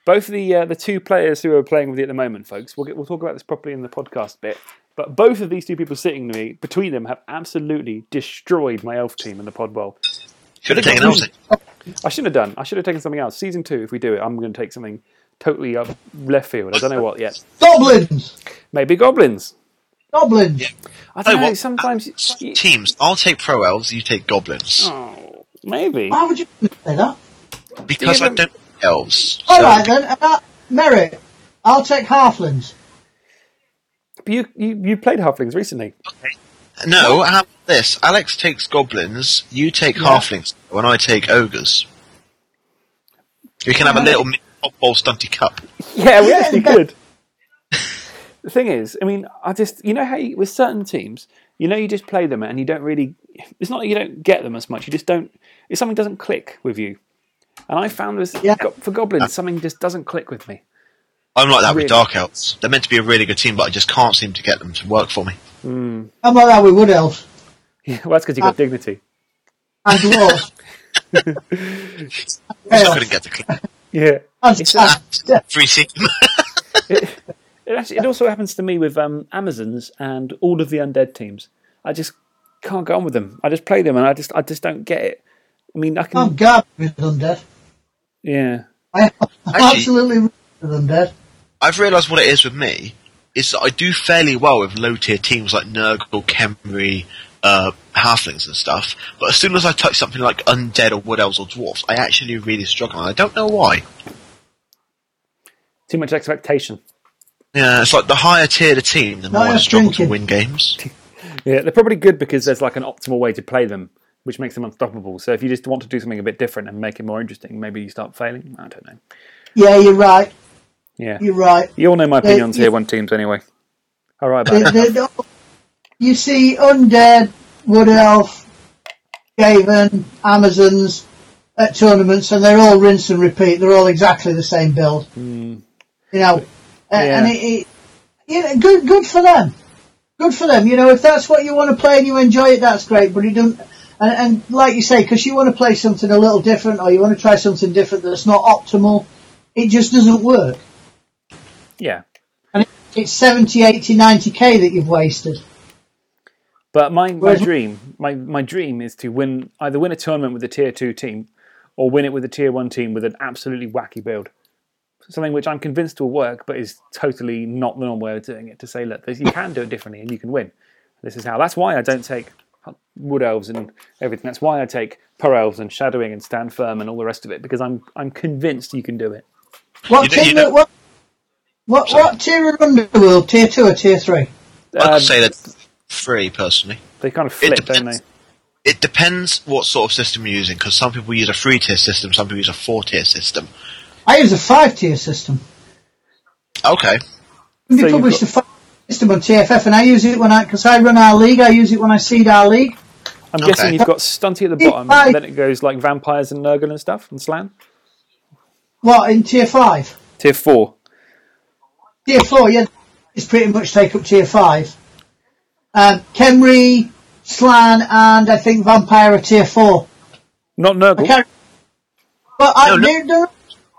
S2: Both the uh, the two players who are playing with you at the moment, folks. We'll get, we'll talk about this properly in the podcast bit. But both of these two people sitting to me between them have absolutely destroyed my elf team in the pod bowl.
S3: Should have taken elves. in.
S2: I should have done. I should have taken something else. Season two, if we do it, I'm going to take something totally up left field. I don't know what yet.
S4: Goblins!
S2: Maybe goblins.
S4: Goblins!
S2: I don't
S3: Oh,
S2: know.
S3: what-
S2: Sometimes you-
S3: Teams. I'll take pro elves. You take goblins
S2: oh, maybe.
S4: Why would you say that?
S3: because
S2: do you
S3: I don't like elves. so-
S4: Alright then, uh, Merrick, I'll take halflings.
S2: But you, you you played halflings recently.
S3: No, how about this? Alex takes goblins. You take halflings. When I take ogres, we can have a little mini hot bowl stunty cup.
S2: Yeah, we actually could. the thing is, I mean, I just you know how you, with certain teams, you know, you just play them and you don't really. It's not that you don't get them as much. You just don't. If something doesn't click with you, and I found this
S4: Yeah.
S2: go- for goblins, something just doesn't click with me.
S3: I'm like that
S2: Really?
S3: with dark elves. They're meant to be a really good team, but I just can't seem to get them to work for me.
S4: How about that with wood elves?
S2: Yeah, well, that's because you got dignity.
S4: And dwarves.
S3: I just couldn't get the clip.
S2: Yeah.
S4: and stags. Yeah.
S3: Three C.
S2: It, actually, it also happens to me with um, Amazons and all of the undead teams. I just can't go on with them. I just play them and I just I just don't get it. I mean, I can.
S4: I'm garbage with undead.
S2: Yeah.
S4: I am
S3: Actually-
S4: absolutely rubbish with undead.
S3: I've realised what it is with me is that I do fairly well with low tier teams like Nurgle, Kemri, uh, Halflings and stuff. But as soon as I touch something like Undead or Wood Elves or Dwarfs, I actually really struggle. and I don't know why.
S2: Too much expectation.
S3: Yeah, it's like the higher tier the team, the more
S4: No,
S3: I
S4: I'm
S3: struggle
S4: thinking.
S3: to win games.
S2: Yeah, they're probably good because there's like an optimal way to play them, which makes them unstoppable. So if you just want to do something a bit different and make it more interesting, maybe you start failing. I don't know.
S4: Yeah, you're right.
S2: Yeah.
S4: You're right.
S2: You all know my opinion on
S4: Yeah,
S2: tier one teams anyway. All right,
S4: The-
S2: bud.
S4: the- the- you see undead, wood elf, Gaven, Amazons at tournaments, and they're all rinse and repeat. They're all exactly the same build. You know, A- and it, it, you know, good good for them. Good for them. You know, if that's what you want to play and you enjoy it, that's great. But it doesn't. And, and like you say, because you want to play something a little different, or you want to try something different that's not optimal, it just doesn't work.
S2: Yeah.
S4: And it's 70, 80, 90k that you've wasted.
S2: But my, my
S4: Whereas-
S2: dream, my, my dream is to win either win a tournament with a tier two team, or win it with a tier one team with an absolutely wacky build. Something which I'm convinced will work, but is totally not the normal way of doing it. To say, look, this- you can do it differently and you can win. This is how. That's why I don't take wood elves and everything. That's why I take per elves and shadowing and stand firm and all the rest of it because I'm I'm convinced you can do it.
S4: What
S3: You don't- you
S4: tier?
S3: don't-
S4: what, what, what tier of Underworld? Tier two or tier three?
S3: I
S2: Um,
S3: could say that three personally.
S2: They kind of
S3: It
S2: flip, don't they?
S3: depends. It depends what sort of system you're using, because some people use a three tier system, some people use a four tier system.
S4: I use a five tier system.
S3: Okay.
S4: They
S2: So you've
S4: published
S2: got-
S4: a five system on TFF, and I use it when I because I run our league. I use it when I seed our league.
S2: I'm
S3: Okay.
S2: guessing you've got stunty at the bottom,
S4: I-
S2: and then it goes like vampires and Nurgle and stuff and slan.
S4: What in tier five?
S2: Tier four.
S4: Tier four, yeah, it's pretty much take up tier five. Um, Kemri, Slan, and I think Vampire are tier four.
S2: Not Nurgle.
S4: Okay. But
S3: No,
S4: I,
S3: no.
S4: The, the,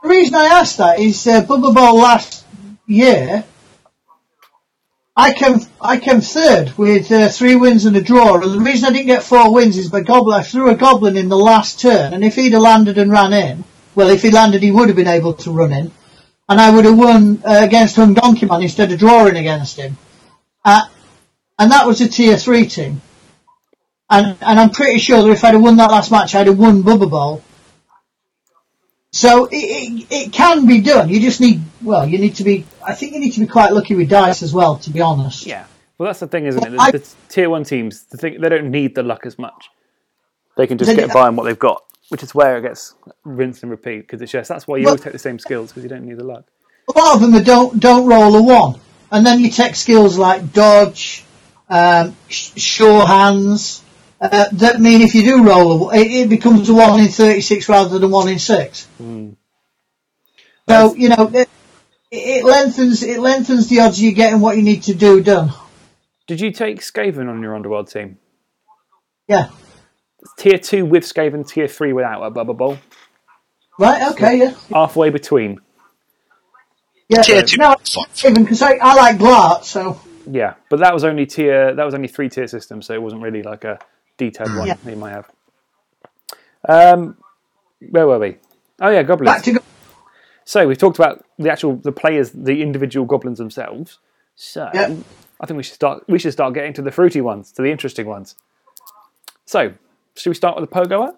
S4: the reason I asked that is uh, Bubba Ball last year, I came I came third with uh, three wins and a draw. And the reason I didn't get four wins is my goblin. I threw a goblin in the last turn, and if he'd have landed and ran in, well, if he landed, he would have been able to run in, and I would have won uh, against Hung Donkey Man instead of drawing against him. Uh, and that was a tier three team. And and I'm pretty sure that if I'd have won that last match, I'd have won Bubba Bowl. So it, it, it can be done. You just need well, you need to be. I think you need to be quite lucky with dice as well, to be honest.
S2: Yeah. Well, that's the thing, isn't it? The,
S4: Well, I-
S2: the tier one teams, the thing, they don't need the luck as much. They can just
S4: They-
S2: get by on what they've got, which is where it gets rinse and repeat because it's just that's why you
S4: Well-
S2: always take the same skills because you don't need the luck.
S4: a lot of them are don't don't roll a one, and then you take skills like dodge, um, sh- sure hands. Uh, that mean if you do roll, a, it, it becomes a one in thirty six rather than a one in six. So you know it, it lengthens it lengthens the odds of you getting what you need to do done.
S2: Did you take Skaven on your underworld team?
S4: Yeah.
S2: It's tier two with Skaven, tier three without a Bubba Bowl,
S4: Right. Okay. Yeah.
S2: halfway between.
S4: Yeah.
S3: Tier two.
S4: No, even because I, I like Glart, so
S2: Yeah, but that was only tier. That was only three tier system, so it wasn't really like a detailed one
S4: Yeah.
S2: that you might have. Um, where were we? Oh yeah, goblins.
S4: back to go.
S2: So we've talked about the actual the players, the individual goblins themselves. So
S4: Yeah.
S2: I think we should start. We should start getting to the fruity ones, to the interesting ones. So should we start with the pogoer?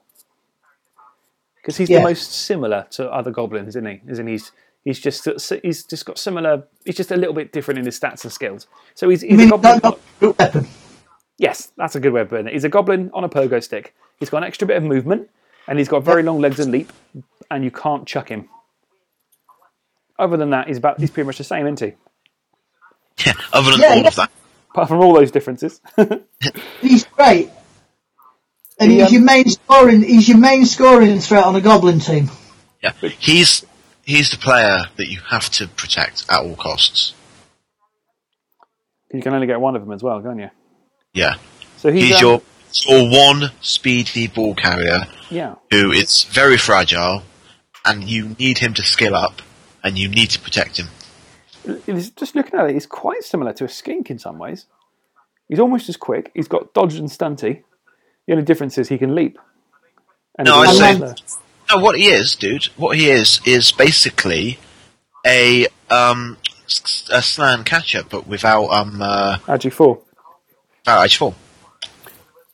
S2: Because he's
S4: Yeah.
S2: the most similar to other goblins, isn't he? Isn't he? He's, he's just he's just got similar. He's just a little bit different in his stats and skills. So he's,
S4: I
S2: he's a
S4: mean,
S2: goblin.
S4: not, not group weapon.
S2: Yes, that's a good way of putting it. He's a goblin on a pogo stick. He's got an extra bit of movement, and he's got very long legs and leap, and you can't chuck him. Other than that, he's about he's pretty much the same, isn't he?
S3: Yeah, other than
S4: Yeah,
S3: all
S4: yeah.
S3: of that.
S2: Apart from all those differences.
S4: He's great. And
S2: He,
S4: he's
S2: um,
S4: your main scoring. He's your main scoring threat on a goblin team.
S3: Yeah, he's he's the player that you have to protect at all costs.
S2: you can only get one of them as well, can't you?
S3: Yeah,
S2: So he's,
S3: he's
S2: um,
S3: your your one speedy ball carrier
S2: yeah.
S3: who is very fragile, and you need him to skill up, and you need to protect him.
S2: He's- just looking at it, he's quite similar to a skink in some ways. He's almost as quick. He's got dodge and stunty. The only difference is he can leap. And
S3: No,
S2: he's
S3: I
S2: a
S4: say-
S2: little slow.
S3: No, what he is, dude. What he is is basically a um s- a slam catcher, but without um uh,
S2: Agi four.
S3: without edge four.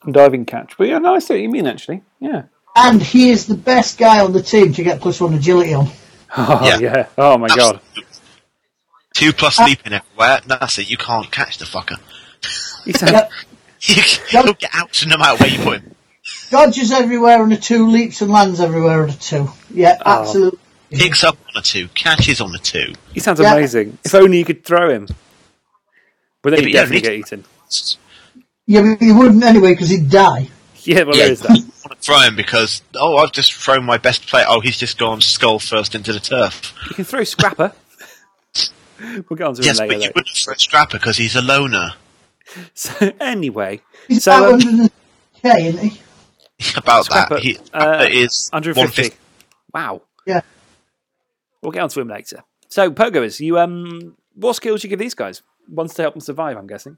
S2: and diving catch. But yeah, no, I see what you mean actually. Yeah.
S4: And he is the best guy on the team to get plus one agility on.
S2: Oh yeah.
S3: Yeah.
S2: Oh my god.
S3: Two plus leaping everywhere. That's it. You can't catch the fucker.
S2: He sounds-
S4: Yep.
S3: He'll get out no matter where you put him.
S4: Dodges everywhere on a two, leaps and lands everywhere on a two. Yeah,
S2: Oh.
S4: absolutely.
S3: Picks up on a two, catches on a two.
S2: He sounds
S4: Yeah.
S2: amazing. If only you could throw him. But then
S3: Yeah,
S2: you
S3: but yeah,
S2: definitely
S3: but
S2: get
S3: he-
S2: eaten.
S4: Yeah, but he wouldn't anyway because he'd die.
S2: Yeah, well,
S3: Yeah.
S2: there is that.
S3: I want to throw him because oh, I've just thrown my best player. Oh, he's just gone skull first into the turf.
S2: You can throw Scrapper. we'll get on to him
S3: yes,
S2: later.
S3: but you
S2: though.
S3: wouldn't throw Strapper because he's a loner.
S2: So, anyway,
S4: He's
S2: so
S4: about
S2: um,
S4: 100 k, isn't he?
S3: About
S2: Scrapper,
S3: that, he
S2: uh,
S3: Scrapper is
S2: 150. Wow.
S4: Yeah.
S2: We'll get on to him later. So pogoers, you um, what skills you give these guys? Ones to help them survive, I'm guessing.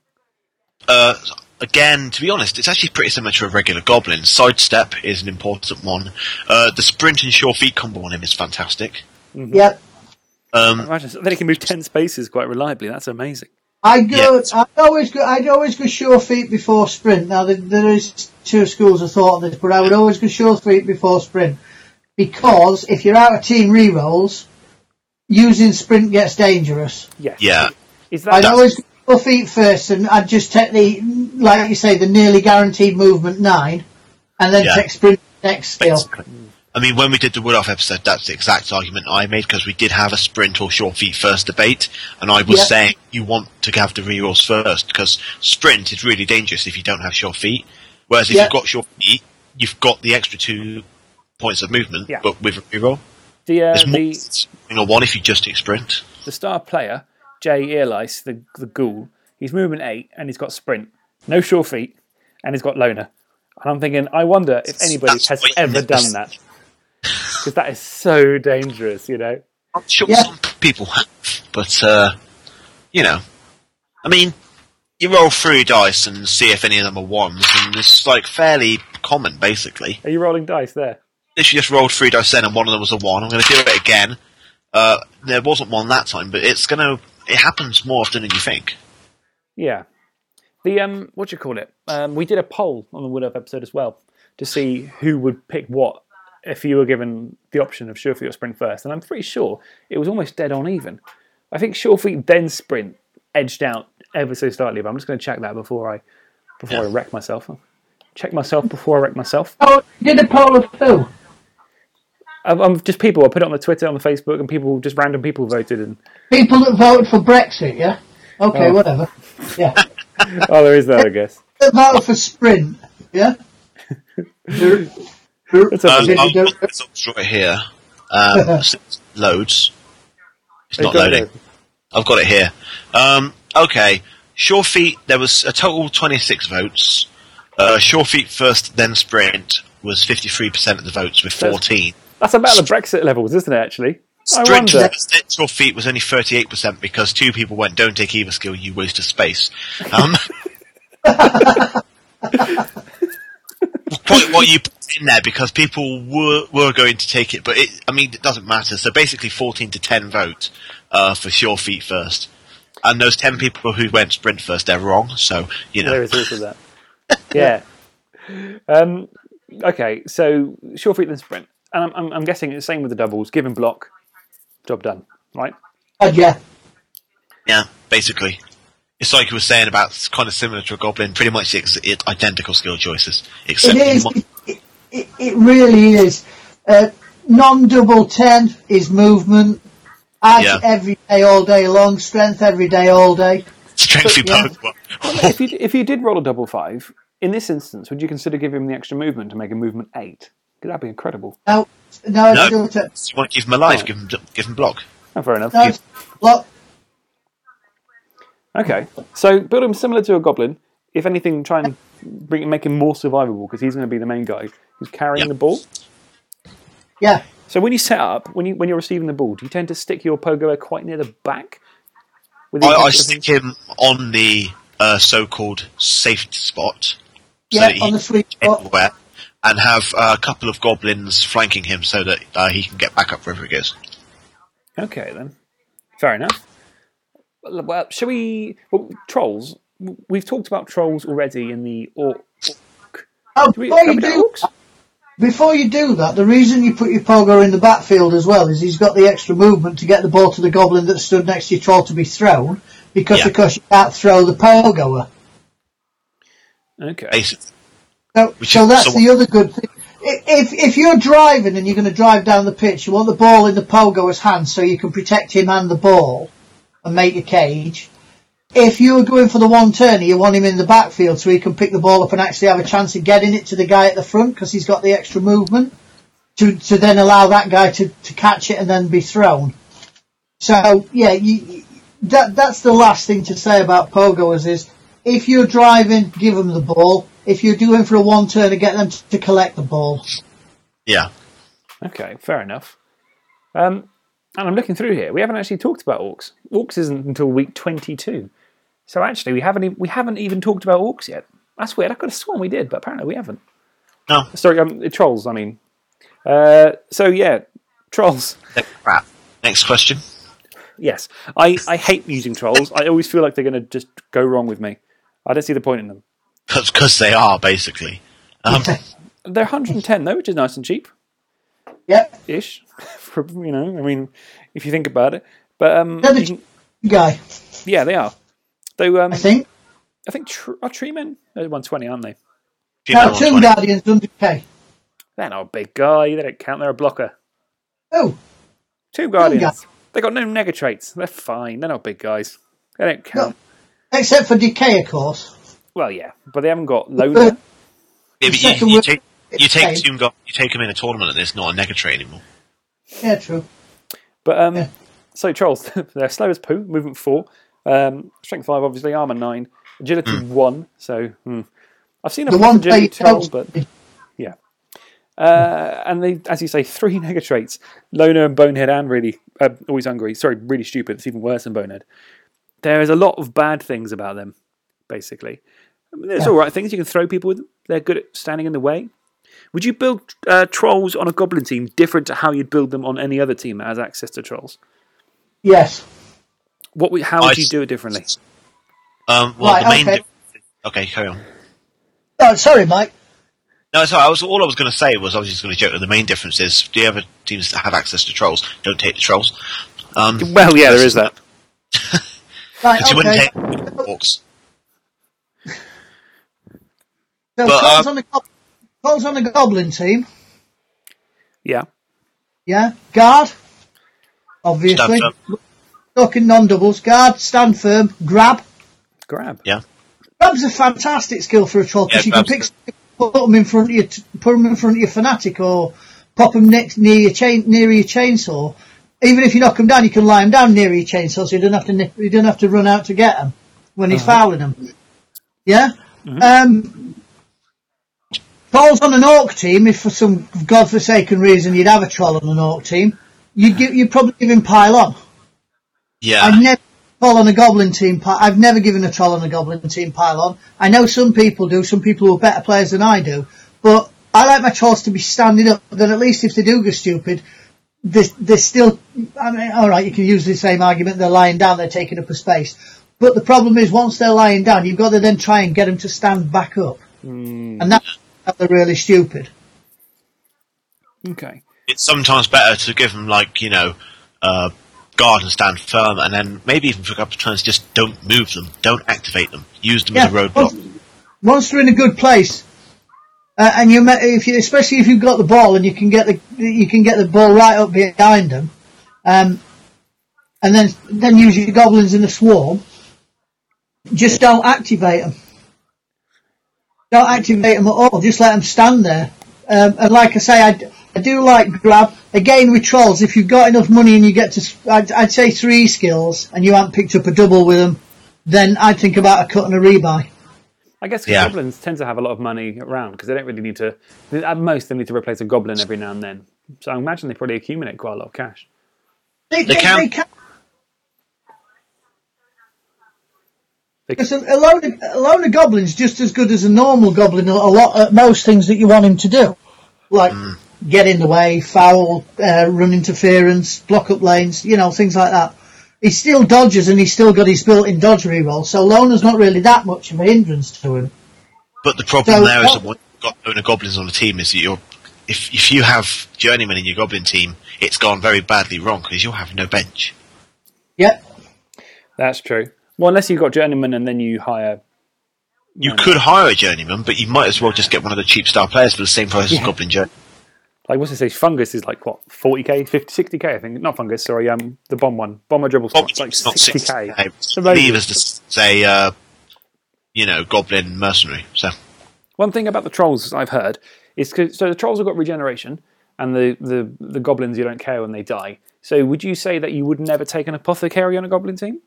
S3: Uh, again, to be honest, it's actually pretty similar to a regular goblin. Sidestep is an important one. Uh, the sprint and sure feet combo on him is fantastic.
S2: Mm-hmm.
S4: Yep.
S3: Um,
S2: Imagine so then he can move ten spaces quite reliably. That's amazing.
S4: I go.
S3: Yeah.
S4: I'd always go. I'd always go sure feet before sprint. Now there, there is two schools of thought on this, but I would always go sure feet before sprint because if you're out of team re-rolls, using sprint gets dangerous.
S2: Yes.
S3: yeah,
S2: Is that
S4: I'd always go feet first, and I'd just take the, like you say, the nearly guaranteed movement nine, and then
S3: Yeah.
S4: take sprint next skill.
S3: basically. I mean, when we did the Wood Off episode, that's the exact argument I made because we did have a sprint or short feet first debate, and I was
S4: Yeah.
S3: saying you want to have the rerolls first because sprint is really dangerous if you don't have short feet. Whereas if
S4: Yeah.
S3: you've got short feet, you've got the extra two points of movement,
S2: Yeah.
S3: but with a reroll.
S2: the, uh,
S3: There's more
S2: the
S3: than a one if you just do sprint.
S2: the star player, Jay Earlice, the, the ghoul, he's movement eight and he's got sprint, no sure feet, and he's got loner. And I'm thinking, I wonder if anybody
S3: That's
S2: has
S3: what you
S2: ever
S3: meant.
S2: done that. Because that is so dangerous, you know?
S3: I'm sure
S4: Yeah.
S3: some people have, but uh, you know, I mean, you roll three dice and see if any of them are ones, and it's like fairly common, basically.
S2: Are you rolling dice there?
S3: Literally just rolled three dice then, and one of them was a one. I'm going to do it again. Uh, there wasn't one that time, but it's going to. It happens more often than you think.
S2: Yeah. The um, what do you call it? Um, we did a poll on the Wood Up episode as well to see who would pick what if you were given the option of Surefeet or Sprint first, and I'm pretty sure it was almost dead on even. I think Surefeet then Sprint edged out ever so slightly, but I'm just going to check that before I before I wreck myself. Check myself before I wreck myself.
S4: Oh, did a poll of who?
S2: I'm, I'm just people. I put it on the Twitter, on the Facebook, and people just random people voted. And
S4: People that voted for Brexit, yeah? Okay,
S2: Oh.
S4: whatever. Yeah.
S2: oh, there is that, I guess.
S4: that voted for Sprint, yeah? Dur- dur-
S2: That's a-
S4: dur-
S3: Um, I've
S4: dur-
S3: got the results right here. Um, so it's loads. It's not
S2: got it.
S3: loading. I've got it here. Um, okay. Sure Feet, there was a total 26 votes. Uh, sure Feet first, then Sprint was 53% of the votes with 14.
S2: That's about the Brexit levels, isn't it? Actually, I
S3: Sprint
S2: wonder.
S3: first, then Sure Feet was only 38% because two people went, don't take either skill, you waste of space. Um, point what you put in there because people were, were going to take it, but it, I mean, it doesn't matter. So basically 14 to 10 vote uh, for Sure Feet first. And those 10 people who went sprint first, they're wrong. So, you know.
S2: There is also that. Yeah. Um, okay, so short feet then sprint, and I'm, I'm, I'm guessing it's the same with the doubles. Give and block, job done. Right?
S4: Oh, yeah.
S3: Yeah, basically. It's like you were saying about it's kind of similar to a goblin, pretty much it's, it's identical skill choices, except
S4: It
S3: you
S4: is.
S3: might-
S4: It, it, it really is. Uh, non-double ten is movement. Add
S3: Yeah.
S4: every day, all day long. Strength every day, all day.
S3: strength
S4: yeah.
S3: power.
S2: if you if you did roll a double five in this instance, would you consider giving him the extra movement to make a movement eight? Could that be incredible?
S4: No, no,
S3: No.
S4: it's double ten.
S3: You want to give him a life, give him give him block.
S2: Oh, fair enough.
S4: No, it's block.
S2: Okay, so build him similar to a goblin. If anything, try and bring, make him more survivable because he's going to be the main guy who's carrying
S3: Yeah.
S2: the ball.
S4: Yeah.
S2: So when you set up, when you when you're receiving the ball, do you tend to stick your pogoer quite near the back? With the
S3: I, I
S2: intention of-
S3: stick him on the uh, so-called safe spot,
S4: Yeah,
S3: that
S4: on
S3: he-
S4: the sweet spot.
S3: anywhere, and have uh, a couple of goblins flanking him so that uh, he can get back up wherever he goes.
S2: Okay, then. Fair enough. Well, well, shall we. Well, trolls. W- We've talked about trolls already in the. Or,
S4: Oh,
S2: do we,
S4: before
S2: have
S4: you
S2: we done
S4: do,
S2: orcs?
S4: before you do that, the reason you put your pogo in the backfield as well is he's got the extra movement to get the ball to the goblin that stood next to your troll to be thrown. Because
S3: Yeah.
S4: of course you can't throw the pogoer.
S2: Okay.
S3: Basically.
S4: So,
S3: Which
S4: so
S3: is
S4: that's
S3: somewhat-
S4: the other good thing. I- If if you're driving and you're going to drive down the pitch, you want the ball in the pogoer's hand so you can protect him and the ball and make a cage. If you were going for the one turner, you want him in the backfield so he can pick the ball up and actually have a chance of getting it to the guy at the front because he's got the extra movement to, to then allow that guy to, to catch it and then be thrown. So yeah, you, you- that that's the last thing to say about pogoers is if you're driving, give them the ball. If you're doing for a one turner, get them to collect the ball.
S3: Yeah.
S2: Okay, fair enough. Um, and I'm looking through here. We haven't actually talked about orcs. Orcs isn't until week 22. So actually, we haven't, e- we haven't even talked about orcs yet. That's weird. I could have sworn we did, but apparently we haven't.
S3: No,
S2: Sorry, um, trolls, I mean. Uh, so yeah, trolls.
S3: they're crap. Next question.
S2: Yes, I, I hate using trolls. I always feel like they're going to just go wrong with me. I don't see the point in them.
S3: Because they are, basically. Um,
S2: They're 110 though, which is nice and cheap
S4: Yep,
S2: ish. you know, I mean, if you think about it. But um,
S4: They're the
S2: you can-
S4: guy.
S2: yeah, they are. Though um,
S4: I think
S2: I think tr- are tree men they're 120, aren't they?
S4: now
S3: female
S4: Tomb
S3: 120.
S4: Guardians under K.
S2: They're not a big guy. They don't count. They're a blocker.
S4: Oh,
S2: Two guardians.
S4: guy.
S2: They got no nega traits. They're fine. They're not big guys. They don't count.
S4: except for Decay, of course.
S2: Well, yeah, but they haven't got loner.
S3: Yeah, but
S4: second
S3: you, you
S4: word-
S3: take you
S4: Okay.
S3: take Tomb Gu- you take him in a tournament, and it's not a negative anymore.
S4: Yeah, true.
S2: But um,
S4: Yeah.
S2: so trolls, they're slow as poo. Movement four, um, strength five, obviously armor nine, agility one. So hmm. I've seen a
S4: Mm. The
S2: plus
S4: one
S2: agility
S4: play
S2: troll, but uh, and they, as you say, three nega traits: loner and bonehead, and really uh, always hungry. Sorry, really stupid. It's even worse than bonehead. There is a lot of bad things about them. Basically, I mean, there's all right things you can throw people with. Them. They're good at standing in the way. Would you build uh, trolls on a goblin team different to how you'd build them on any other team that has access to trolls?
S4: yes.
S2: What? would- How would
S3: I
S2: you
S3: s-
S2: do it differently?
S3: Um, well,
S4: Right,
S3: the main
S4: okay.
S3: difference Okay, carry on.
S4: Oh, sorry, Mike.
S3: No, sorry. I was all I was going to say was I was just going to joke that the main difference is the other teams that have access to trolls don't take the trolls. Um,
S2: Well, yeah, there is that.
S4: Right,
S3: 'cause you wouldn't
S4: okay.
S3: take orcs.
S4: So
S3: but,
S4: Cole's,
S3: uh,
S4: on the, gob- Cole's on the Goblin team.
S2: Yeah.
S4: Yeah. Guard. Obviously.
S3: Stand
S4: Talking non doubles. Guard, stand firm, grab.
S2: Grab.
S3: Yeah,
S4: Grab's a fantastic skill for a troll because
S3: Yeah,
S4: you can pick,
S3: grab's
S4: put them in front of your, put 'em in front of your fanatic or pop them next near your chain, near your chainsaw. Even if you knock them down, you can lie them down near your chainsaw, so you don't have to, nip- you don't have to run out to get them when he's fouling them. Yeah. Um, Paul's on an orc team. If for some godforsaken reason you'd have a troll on an orc team, you'd give, you'd probably give him pile on.
S3: yeah.
S4: I've never pile on a goblin team. pi- I've never given a troll on a goblin team pile on. I know some people do. Some people who are better players than I do, but I like my trolls to be standing up. Then at least if they do go stupid, they they still. I mean, all right, you can use the same argument. They're lying down. They're taking up a space. But the problem is, once they're lying down, you've got to then try and get them to stand back up, and that's how they're really stupid.
S5: Okay.
S3: it's sometimes better to give them like you know uh, guard and stand firm, and then maybe even for a couple of turns, just don't move them, don't activate them, use them as a roadblock.
S4: Once, once they're in a good place, uh, and you, ma- if you, especially if you've got the ball and you can get the you can get the ball right up behind them, um, and then then use your goblins in a swarm. Just don't activate them. Don't activate them at all. Just let them stand there. Um, and like I say, I, d- I do like grab. Again, with trolls, if you've got enough money and you get to, s- I'd, I'd say three skills, and you haven't picked up a double with them, then I'd think about a cut and a rebuy.
S5: I guess 'cause
S3: Yeah.
S5: goblins tend to have a lot of money around because they don't really need to. At most, they need to replace a goblin every now and then. So I imagine they probably accumulate quite a lot of cash.
S4: They,
S3: They
S4: they,
S3: can-
S4: they can.
S5: They-
S4: Because a, a, load of, a load of goblins just as good as a normal goblin. A lot at most things that you want him to do, like get in the way, foul, uh, run interference, block up lanes, you know, things like that. He still dodges and he's still got his built-in dodge reroll. So Lona's not really that much of a hindrance to him.
S3: But the problem
S4: So-
S3: there is that when you've got owner goblins on the team is that you're if if you have journeymen in your goblin team, it's gone very badly wrong because you'll have no bench.
S4: Yep.
S5: That's true. Well, unless you've got journeyman and then you hire.
S3: You could hire a journeyman, but you might as well just get one of the cheap star players for the same price as goblin journey.
S5: Like, what's it say? Fungus is like, what, 40k? 50, 60k, I think. Not fungus, sorry, um, the bomb one. Bomber dribble
S3: Well,
S5: spot. It's like
S3: it's not 60k.
S5: 60k.
S3: It's
S5: The road-
S3: Leavers to say, uh, you know, goblin mercenary. So
S5: One thing about the trolls I've heard is 'cause- so the trolls have got regeneration, and the, the, the goblins you don't care when they die. So would you say that you would never take an apothecary on a goblin team?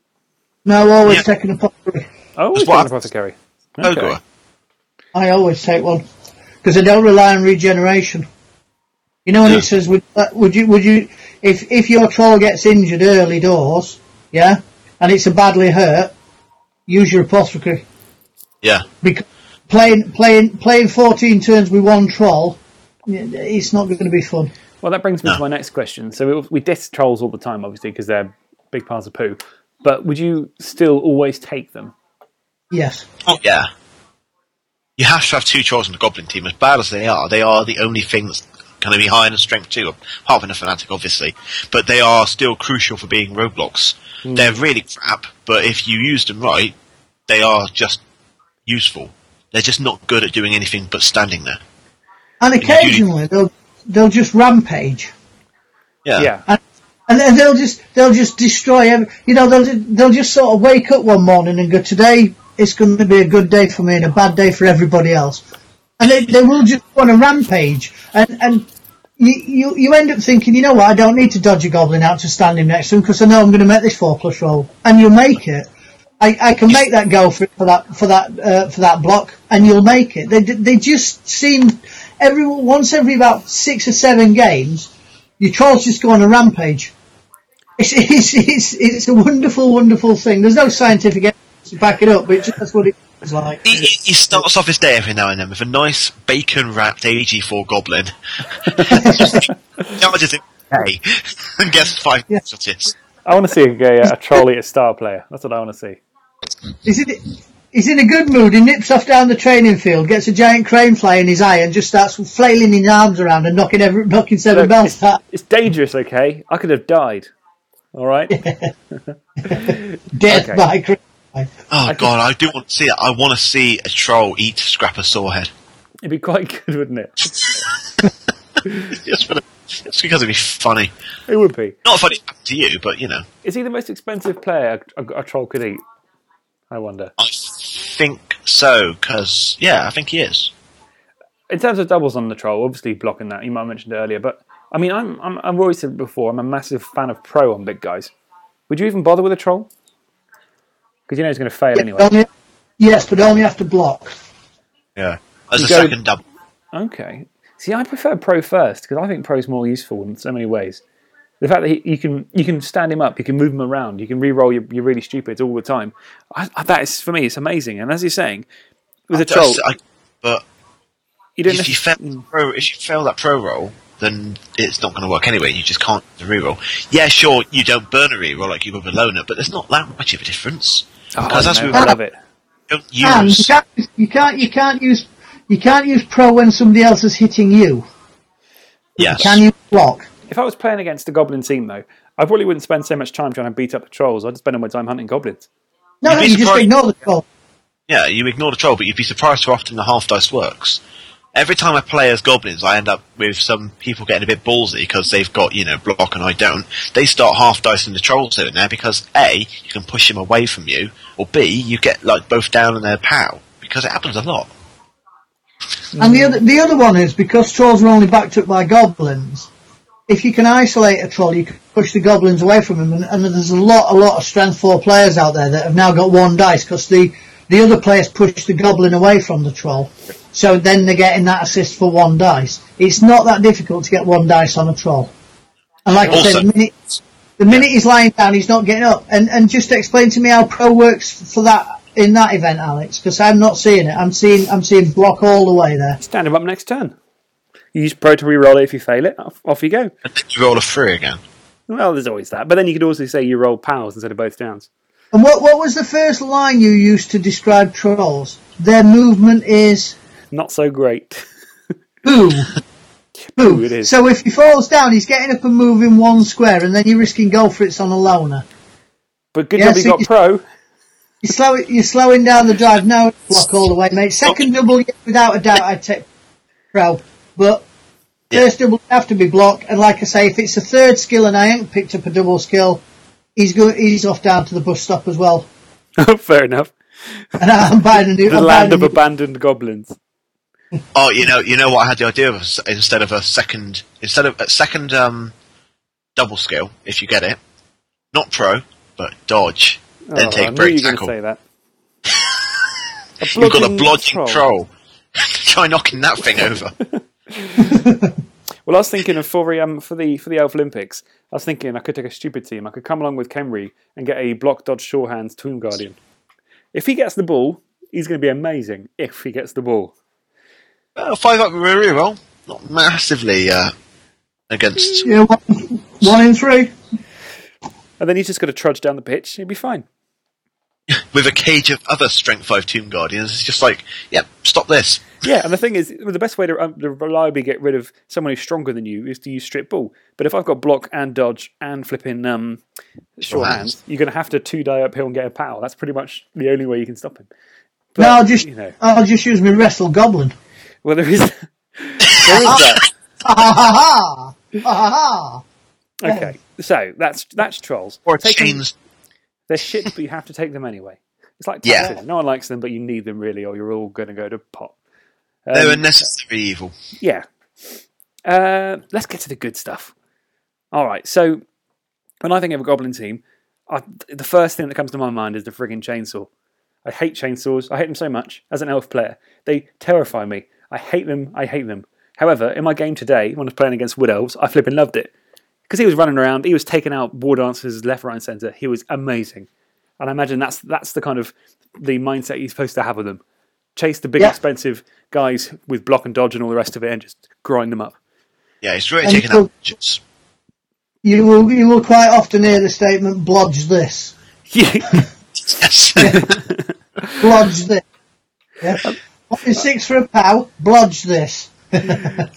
S4: No, always
S3: Yeah.
S4: taking a pottery.
S5: I always take
S3: what
S5: an
S3: I've-
S5: apothecary.
S3: Ogre.
S4: I always take one because I don't rely on regeneration. You know when
S3: Yeah.
S4: it says would uh, would you would you if if your troll gets injured early doors, yeah, and it's a badly hurt, use your apothecary
S3: Yeah.
S4: because playing playing playing fourteen turns with one troll, y- it's not going to be fun.
S5: Well, that brings me
S3: No.
S5: to my next question. So we, we diss trolls all the time, obviously, because they're big piles of poo. But would you still always take them?
S4: Yes,
S3: Oh yeah. You have to have two trolls in the goblin team. As bad as they are, they are the only thing that's going to be high in strength too, apart from the fanatic, obviously. But they are still crucial for being roadblocks. They're really crap, but if you use them right, they are just useful. They're just not good at doing anything but standing there.
S4: and occasionally they'll they'll just rampage.
S3: Yeah.
S5: Yeah.
S4: and then they'll just they'll just destroy every, you know they'll ju- they'll just sort of wake up one morning and go today it's going to be a good day for me and a bad day for everybody else and they, they will just go on a rampage and and you, you you end up thinking you know what I don't need to dodge a goblin out to stand him next to him because I know I'm going to make this four plus roll and you'll make it I, I can make that go for for that for that uh, for that block, and you'll make it. They they just seem every once every about six or seven games, your trolls just go on a rampage. It's it's it's, it's a wonderful wonderful thing. There's no scientific evidence to back it up, but it's- that's what it feels like.
S3: He, he- he starts off his day every now and then with a nice bacon wrapped AG4 goblin. Charges it hey, and gets five
S4: Yeah.
S3: shots.
S5: I want to see a, a, a troll eat a star player. That's what I want to see.
S4: Is it? He's in a good mood. He nips off down the training field, gets a giant crane fly in his eye, and just starts flailing his arms around and knocking every, knocking seven
S2: Look,
S4: bells
S2: it's,
S4: out.
S2: it's dangerous, okay? I could have died. All right?
S4: Death
S2: okay.
S4: by crane fly.
S3: Oh god, I do want to see it. I want to see a troll eat Scrapper Sawhead.
S2: It'd be quite good, wouldn't it?
S3: Just, for the, just because it'd be funny.
S2: It would be.
S3: Not funny to you, but you know.
S2: Is he the most expensive player a, a, a troll could eat? I wonder.
S3: I think so, because, yeah, I think he is.
S2: In terms of doubles on the troll, obviously blocking that, you might have mentioned it earlier, but I mean, I'm, I'm, I've always said before, I'm a massive fan of pro on big guys. Would you even bother with a troll? Because you know he's going to fail anyway.
S4: Only- yes, but only after block.
S3: Yeah. As a
S2: go-
S3: second double.
S2: Okay. See, I prefer pro first because I think pro's more useful in so many ways. The fact that he, you can you can stand him up, you can move him around, you can re-roll your, your really stupids all the time. I, I, that is for me, it's amazing. And as you're saying, with a troll,
S3: I- but
S2: you don't.
S3: if you, fail
S2: necess-
S3: pro, if you fail that pro roll, then it's not going to work anyway. You just can't do the reroll. Yeah, sure, you don't burn a reroll like you would with Loner, but there's not that much of a difference.
S2: Oh,
S3: Because
S2: I
S3: as we
S2: know, I love it.
S3: don't
S4: And you
S3: use.
S4: can't, you can't you can't use you can't use pro when somebody else is hitting you.
S3: Yes.
S4: Can you block?
S2: If I was playing against a goblin team, though, I probably wouldn't spend so much time trying to beat up the trolls. I'd spend all my time hunting goblins.
S4: No,
S3: You'd
S4: no,
S3: be
S4: you just
S3: surprised-
S4: ignore the troll.
S3: Yeah, you ignore the troll, but you'd be surprised how often the half dice works. Every time I play as goblins, I end up with some people getting a bit ballsy because they've got, you know, block and I don't. They start half dicing the trolls in there because A, you can push him away from you, or B, you get like both down and they're pow. Because it happens a lot.
S4: And the other the other one is because trolls are only backed up by goblins. If you can isolate a troll, you can push the goblins away from him, and, and there's a lot, a lot of strength four players out there that have now got one dice because the the other players push the goblin away from the troll. So then they're getting that assist for one dice. It's not that difficult to get one dice on a troll. And like I said,
S3: Also-
S4: the minute, the minute he's lying down, he's not getting up. And and just explain to me how pro works for that in that event, Alex, because I'm not seeing it. I'm seeing I'm seeing block all the way there.
S2: Stand him up next turn. You use pro to re-roll it if you fail it. Off, off you go.
S3: And then you roll a three again.
S2: Well, there's always that. But then you could also say you roll pals instead of both downs.
S4: And what what was the first line you used to describe trolls? Their movement is
S2: Not so great.
S4: boo.
S2: Boo it
S4: Boo.
S2: is.
S4: So if he falls down, he's getting up and moving one square, and then you're risking goal for it's on a loner.
S2: But good
S4: Yeah,
S2: job you
S4: so
S2: got
S4: you-
S2: pro.
S4: You're, slow, you're slowing down the drive now, block all the way, mate. Second double, yes, without a doubt, I take pro. But first double have to be block, and like I say, if it's a third skill and I ain't picked up a double skill, he's go, he's off down to the bus stop as well.
S2: Fair enough.
S4: And I'm buying a new.
S2: The
S4: I'm
S2: land
S4: buying a
S2: of
S4: new-
S2: abandoned goblins.
S3: Oh, you know, you know what I had the idea of S- instead of a second, instead of a second um, double skill, if you get it, not pro, but dodge, then
S2: Oh, I
S3: take
S2: knew
S3: break
S2: you were going to
S3: tackle.
S2: say that. A
S3: You've got a
S2: bludgeoning
S3: blodging troll. Try knocking that thing over.
S2: Well, I was thinking of for um for the for the Elf Olympics. I was thinking I could take a stupid team. I could come along with Kenry and get a block dodge shorthands Tomb Guardian. If he gets the ball, he's going to be amazing. If he gets the ball,
S3: Well, Uh, five up with a reroll, not massively uh, against.
S4: Yeah, one, one in three.
S2: and then he's just got to trudge down the pitch. He'll be fine.
S3: With a cage of other strength five tomb guardians, it's just like, yep, stop this.
S2: Yeah, and the thing is, the best way to, um, to reliably get rid of someone who's stronger than you is to use strip ball. But if I've got block and dodge and flipping um, shorthands,
S3: hands.
S2: you're going to have to two die uphill and get a pal. That's pretty much the only way you can stop him. But,
S4: No, I'll just
S2: you know,
S4: I'll just use my wrestle goblin.
S2: well there is there is that.
S4: Ha ha ha ha ha ha.
S2: Okay, so that's that's trolls.
S3: Or
S2: Take them-
S3: chains.
S2: they're shit, but you have to take them anyway. It's like
S3: Yeah.
S2: taxes. No one likes them, but you need them really, or you're all going to go to pot. Um,
S3: They're a necessary evil.
S2: yeah. Uh, let's get to the good stuff. All right. So when I think of a goblin team, I, the first thing that comes to my mind is the frigging chainsaw. I hate chainsaws. I hate them so much as an elf player. They terrify me. I hate them. I hate them. However, in my game today, when I was playing against wood elves, I flipping loved it because he was running around. He was taking out war dancers left, right, and centre. He was amazing. And I imagine that's that's the kind of the mindset you're supposed to have with them. Chase the big,
S4: Yeah.
S2: expensive guys with block and dodge and all the rest of it, and just grind them up.
S3: Yeah, it's really
S4: And
S3: taking
S4: so-
S3: out. just-
S4: You will you will quite often hear the statement "blodge this."
S2: Yeah.
S3: Yes.
S4: blodge this. Yeah.
S2: Um,
S4: What is six for a pow? Blodge this.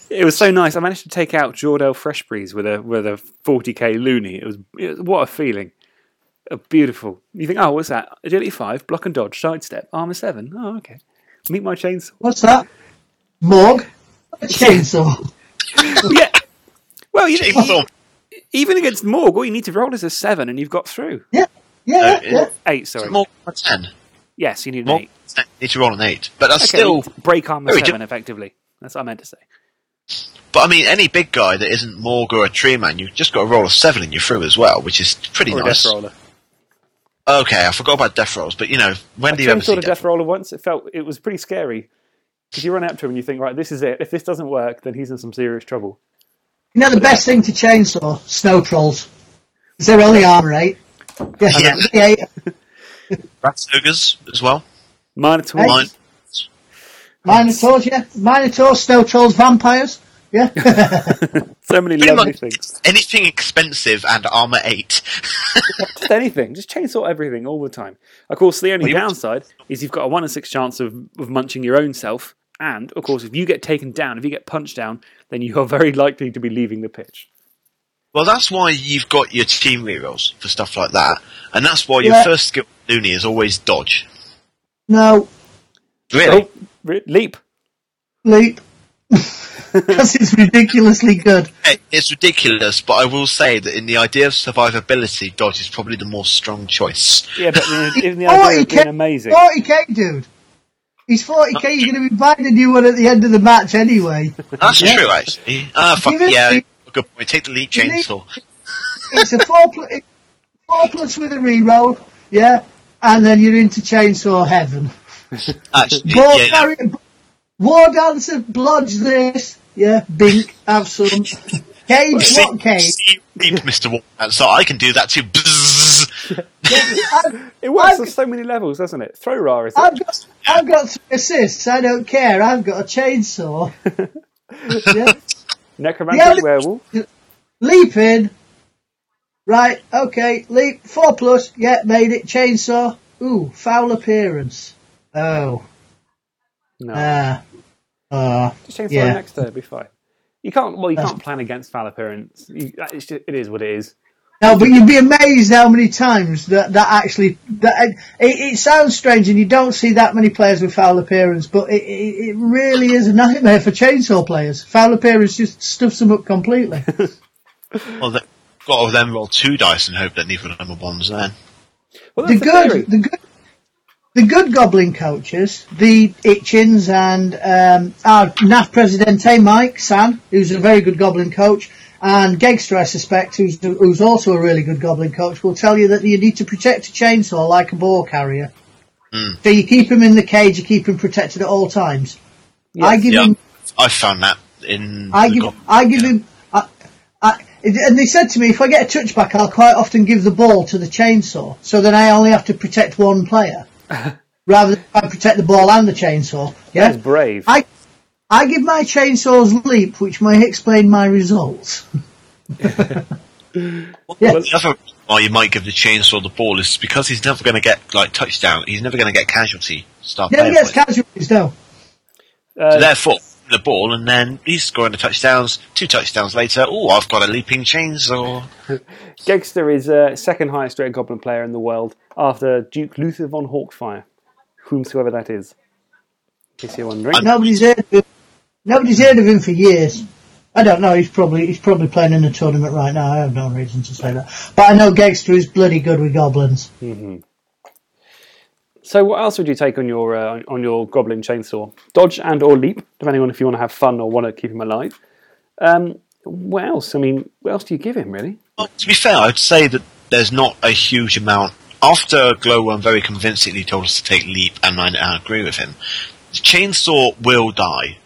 S2: It was so nice. I managed to take out Jordel Freshbreeze with a with a 40k loony. It was, it was what a feeling. Uh, beautiful. You think, oh, what's that? Agility five, block and dodge, sidestep, armor seven. Oh, okay. Meet my chainsaw.
S4: What's that? Morg? A chainsaw.
S2: yeah. Well, you, e-,
S3: Chainsaw.
S2: even against Morg, all you need to roll is a seven, and you've got through.
S4: Yeah,
S3: Uh,
S4: yeah, yeah.
S2: Eight, sorry.
S3: More than a ten.
S2: Yes, you need an
S3: More
S2: eight.
S3: than a 10. Need to roll an eight, but that's
S2: Okay,
S3: still.
S2: break armor
S3: Very
S2: seven
S3: di-
S2: effectively. That's what I meant to say.
S3: But I mean, any big guy that isn't Morg or a tree man, you've just got to roll a seven and you're through as well, which is pretty
S2: Or a
S3: nice.
S2: death roller.
S3: Okay, I forgot about death rolls, but you know, when
S2: I
S3: do you ever see
S2: chainsawed a
S3: death?
S2: death roller once. It felt it was pretty scary because you run up to him and you think, right, this is it. If this doesn't work, then he's in some serious trouble.
S4: You know the best thing to chainsaw? Snow trolls. Is there only armor eight? Yeah,
S3: Yeah.
S4: yeah.
S3: Rats ogres as well.
S2: Minotaur.
S3: Mine,
S4: Minotaurs, yeah. Minotaurs, snow trolls, vampires. Yeah.
S2: So many
S3: Pretty
S2: lovely
S3: much.
S2: things.
S3: anything expensive and armor eight.
S2: Just anything. Just chainsaw everything all the time. Of course, the only
S3: Well, you-
S2: downside is you've got a one in six chance of, of munching your own self. And of course, if you get taken down, if you get punched down, then you are very likely to be leaving the pitch.
S3: Well, that's why you've got your team rerolls for stuff like that, and that's why your
S4: Yeah.
S3: first skill loony is always dodge.
S4: no,
S3: Really?
S2: Oh, re- leap.
S4: leap. Because it's ridiculously good.
S3: It- It's ridiculous, but I will say that in the idea of survivability, dodge is probably the more strong choice.
S2: Yeah, but in, in the
S4: Oh,
S2: idea
S4: he
S2: of being
S4: can-
S2: amazing.
S4: 40k, dude. He's 40k. You're going to be buying a new one at the end of the match anyway.
S3: That's true, actually. Ah, fuck
S4: Even if
S3: yeah.
S4: you-
S3: Good point. Take the lead
S4: Even if-
S3: chainsaw.
S4: It's a four, pl- four plus with a reroll, yeah, and then you're into chainsaw heaven.
S3: Actually,
S4: War,
S3: yeah,
S4: Barry- War dancer, blodge this, yeah. Bink, have some. Cage,
S3: See-
S4: what cage?
S3: see you leap, Mr. Walker. So I can do that too. Bzzz.
S4: I've,
S2: It works
S4: I've-
S2: on so many levels, doesn't it? Throw Ra is
S4: I've got, I've got three assists. I don't care. I've got a chainsaw. yeah.
S2: necromantic
S4: the only-
S2: werewolf.
S4: Leap in. Right, okay, leap, four plus, yeah, made it, chainsaw. Ooh, foul appearance. Oh,
S2: No,
S4: ah, ah.
S2: just change
S4: yeah.
S2: the next to it, it'll be fine. You can't. Well, you can't plan against foul appearance. You, that- it's just, it is what it is.
S4: No, but you'd be amazed how many times that, that actually, that, it, it sounds strange and you don't see that many players with foul appearance, but it, it, it really is a nightmare for chainsaw players. Foul appearance just stuffs them up completely.
S3: Well, they've got to then roll two dice and hope that neither of them are ones then.
S2: Well,
S4: the
S2: that's the, theory.
S4: good, the good, the good goblin coaches, the Itchins and um, our NAF Presidente Mike San, who's a very good goblin coach, and Gegster, I suspect, who's who's also a really good goblin coach, will tell you that you need to protect a chainsaw like a ball carrier. So you keep him in the cage, you keep him protected at all times. I give
S3: Yeah,
S4: him
S3: I found that in.
S4: I
S3: the
S4: give,
S3: Goblin.
S4: I give him. I, I, and they said to me, if I get a touchback, I'll quite often give the ball to the chainsaw. So then I only have to protect one player, rather than I protect the ball and the chainsaw.
S2: That's
S4: Yeah,
S2: brave.
S4: I, I give my chainsaws leap, which may explain my results. yeah.
S3: The other why you might give the chainsaw the ball is because he's never going to get like touchdown. He's never going to get casualty. Start
S4: Never
S3: player
S4: gets
S3: points.
S4: casualties though.
S3: So therefore, the ball, and then he's scoring the touchdowns. Two touchdowns later, oh, I've got a leaping chainsaw.
S2: Gegster is uh, second highest rated goblin player in the world after Duke Luther von Hawkfire, whomsoever that is. In case you're wondering.
S3: I'm-
S4: Nobody's heard of him. Nobody's heard of him for years. I don't know. He's probably he's probably playing in the tournament right now. I have no reason to say that, but I know Gegster is bloody good with goblins.
S2: So, what else would you take on your uh, on your goblin chainsaw? Dodge and or leap, depending on if you want to have fun or want to keep him alive. Um, what else? I mean, what else do you give him really?
S3: Well, to be fair, I'd say that there's not a huge amount. After Glowworm very convincingly told us to take Leap, and I now agree with him, Chainsaw will die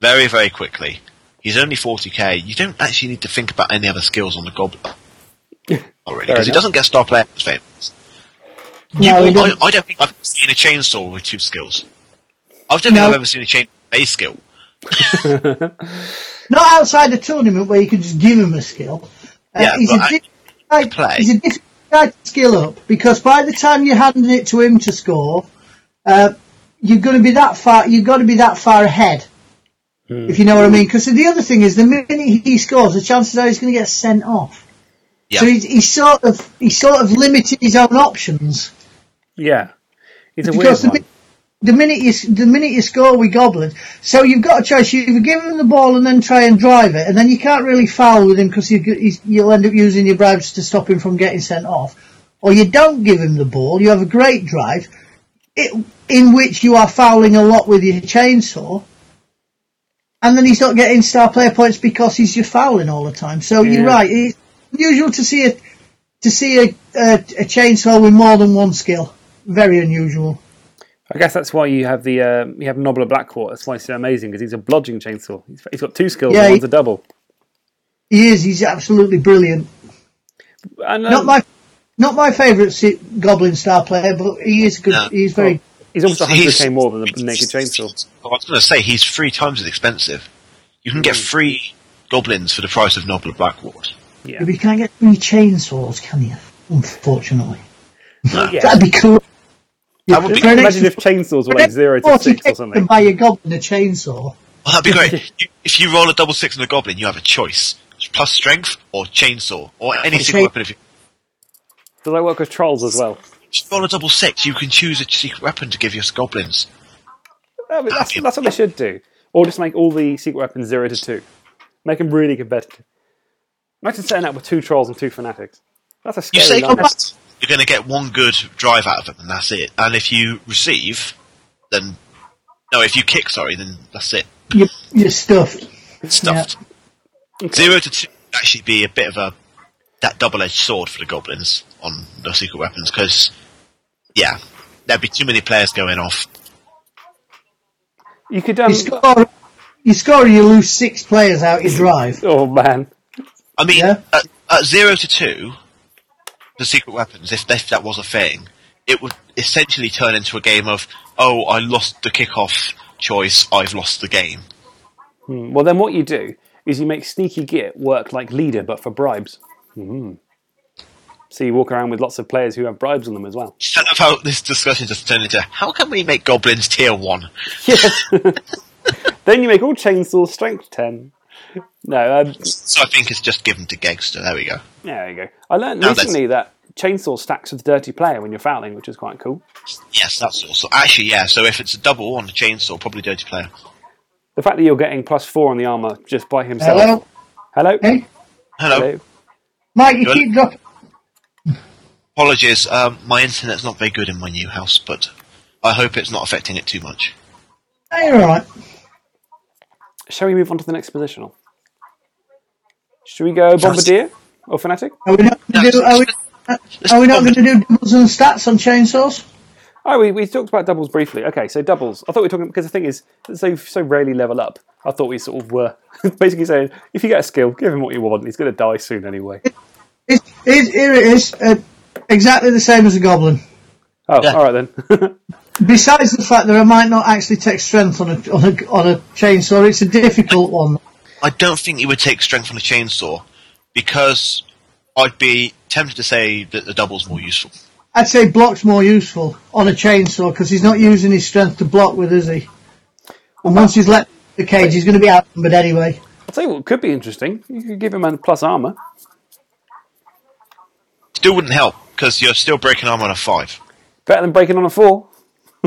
S3: very, very quickly. He's only 40k. You don't actually need to think about any other skills on the Goblin. Already, because he
S2: enough.
S3: doesn't get star player famous.
S4: No, he
S3: I,
S4: doesn't.
S3: I don't think I've seen a chainsaw with two skills. I don't
S4: No.
S3: think I've ever seen a chainsaw with a skill.
S4: not outside the tournament where you can just give him a skill. Uh,
S3: Yeah,
S4: he's,
S3: but
S4: a
S3: I-
S4: different guy,
S3: play.
S4: he's a different guy to skill up because by the time you're handing it to him to score, uh, you've got to be that far. You've got to be that far ahead, if you know what I mean. Because the other thing is, the minute he scores, the chances are he's going to get sent off.
S3: Yeah.
S4: So he's, he's sort of he's sort of limited his own options
S2: Yeah. It's a weird
S4: because the,
S2: one.
S4: mi- the minute you s- the minute you score with goblins, so you've got a choice. You either give him the ball and then try and drive it, and then you can't really foul with him because you, he's- you'll end up using your bribes to stop him from getting sent off, or you don't give him the ball. You have a great drive, it, in which you are fouling a lot with your chainsaw. And then he's not getting star player points because he's just fouling all the time. So you're
S2: Yeah.
S4: right. It's unusual to see a to see a, a, a chainsaw with more than one skill. Very unusual.
S2: I guess that's why you have the uh, you have Nobler Blackcourt. That's why he's so amazing because he's a blodging chainsaw. He's, he's got two skills.
S4: Yeah,
S2: and
S4: he-
S2: one's a double.
S4: He is. He's absolutely brilliant.
S2: And, um,
S4: Not my, not my favourite se- Goblin star player, but he is good.
S3: No.
S4: He's very.
S2: he's almost
S3: He's-
S2: 100k more than the naked chainsaw.
S3: I was going to say he's three times as expensive. You can
S2: Hmm.
S3: get three goblins for the price of Nobler Blackwood.
S2: Oh.
S4: But you can't get three chainsaws, can you? Unfortunately,
S2: Yeah.
S4: that'd be cool.
S3: That would be-
S4: For an
S2: Imagine
S4: extra-
S2: if chainsaws were
S4: for an
S2: like zero to
S4: extra
S2: six
S4: 40K
S2: or
S4: to
S2: something.
S4: Buy a goblin a chainsaw.
S3: Well, that'd be great. You- if you roll a double six on a goblin, you have a choice: plus strength or chainsaw or any single
S4: chain-
S3: weapon. If you
S2: Does that work with trolls as well?
S3: just roll a double six, you can choose a secret weapon to give your goblins.
S2: I mean, that's, that's what they should do. Or just make all the secret weapons zero to two. Make them really competitive. Imagine setting up with two trolls and two fanatics. That's a
S3: You
S2: scary
S3: say
S2: number.
S3: goblins, you're going to get one good drive out of them, and that's it. And if you receive, then no, if you kick, sorry, then that's it.
S4: You're, you're stuffed.
S3: Stuffed. Zero to two would actually be a bit of a that double-edged sword for the goblins on the secret weapons because yeah, there'd be too many players going off.
S2: You could um,
S4: You score, you score, and you lose six players out your drive.
S2: Oh man,
S3: I mean,
S4: Yeah.
S3: at, at zero to two, the secret weapons, if, if that was a thing, it would essentially turn into a game of, oh, I lost the kickoff choice, I've lost the game.
S2: Well, then what you do is you make sneaky git work like leader, but for bribes. Mm-hmm. So you walk around with lots of players who have bribes on them as well.
S3: I love how this discussion just turned into, how can we make goblins tier one?
S2: then you make all chainsaws strength ten. No, um,
S3: So I think it's just given to Gegster, there we go.
S2: there you go. I learned
S3: No, that's-
S2: recently that chainsaw stacks with dirty player when you're fouling, which is quite cool.
S3: Yes, that's also, actually, yeah, so if it's a double on a chainsaw, probably dirty player.
S2: The fact that you're getting plus four on the armor just by himself.
S4: Hello,
S2: Hello.
S4: hey,
S3: Hello,
S2: Hello?
S4: Mike. You
S3: Good.
S4: keep dropping.
S3: apologies, um, my internet's not very good in my new house, but I hope it's not affecting it too much.
S4: Oh, you're all right.
S2: Shall we move on to the next positional? Should we go bombardier or fanatic?
S4: Are we not going to do? Are we, are we not going to do doubles and stats on chainsaws?
S2: Oh, we, we talked about doubles briefly. Okay, so doubles. I thought we were talking because the thing is, so so rarely level up. I thought we sort of were basically saying if you get a skill, give him what you want. He's going to die soon anyway.
S4: It, it, here it is. Uh, exactly the same as a goblin.
S2: Oh,
S3: Yeah.
S2: all right then.
S4: Besides the fact that I might not actually take strength on a, on a, on a chainsaw, it's a difficult one.
S3: I don't think he would take strength on a chainsaw because I'd be tempted to say that the double's more useful.
S4: I'd say block's more useful on a chainsaw because he's not using his strength to block with, is he? And once he's let the cage, he's going to be outnumbered anyway.
S2: I'll tell you what could be interesting. You could give him a plus armor.
S3: Still wouldn't help because you're still breaking arm on a five.
S2: Better than breaking on a four.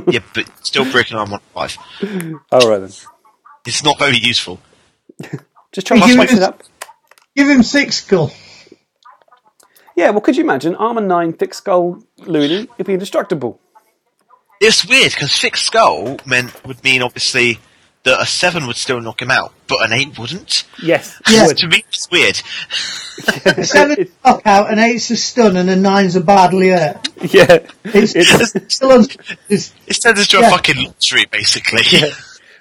S3: yeah, but still breaking arm on a five.
S2: All right then.
S3: It's not very useful.
S2: Just try and
S4: Plus
S2: spice
S4: my-
S2: it up.
S4: Give him six skull.
S2: Yeah. Well, could you imagine armor nine, thick skull, Looney? He'd be indestructible.
S3: It's weird because thick skull meant would mean obviously that a seven would still knock him out, but an eight wouldn't.
S2: Yes.
S4: Yeah.
S3: To me, it's weird.
S4: Seven's a knockout, an eight's a stun, and a nine's a badly hurt.
S2: Yeah.
S4: It's, still un- it's,
S3: It turns into a
S4: Yeah.
S3: fucking lottery, basically.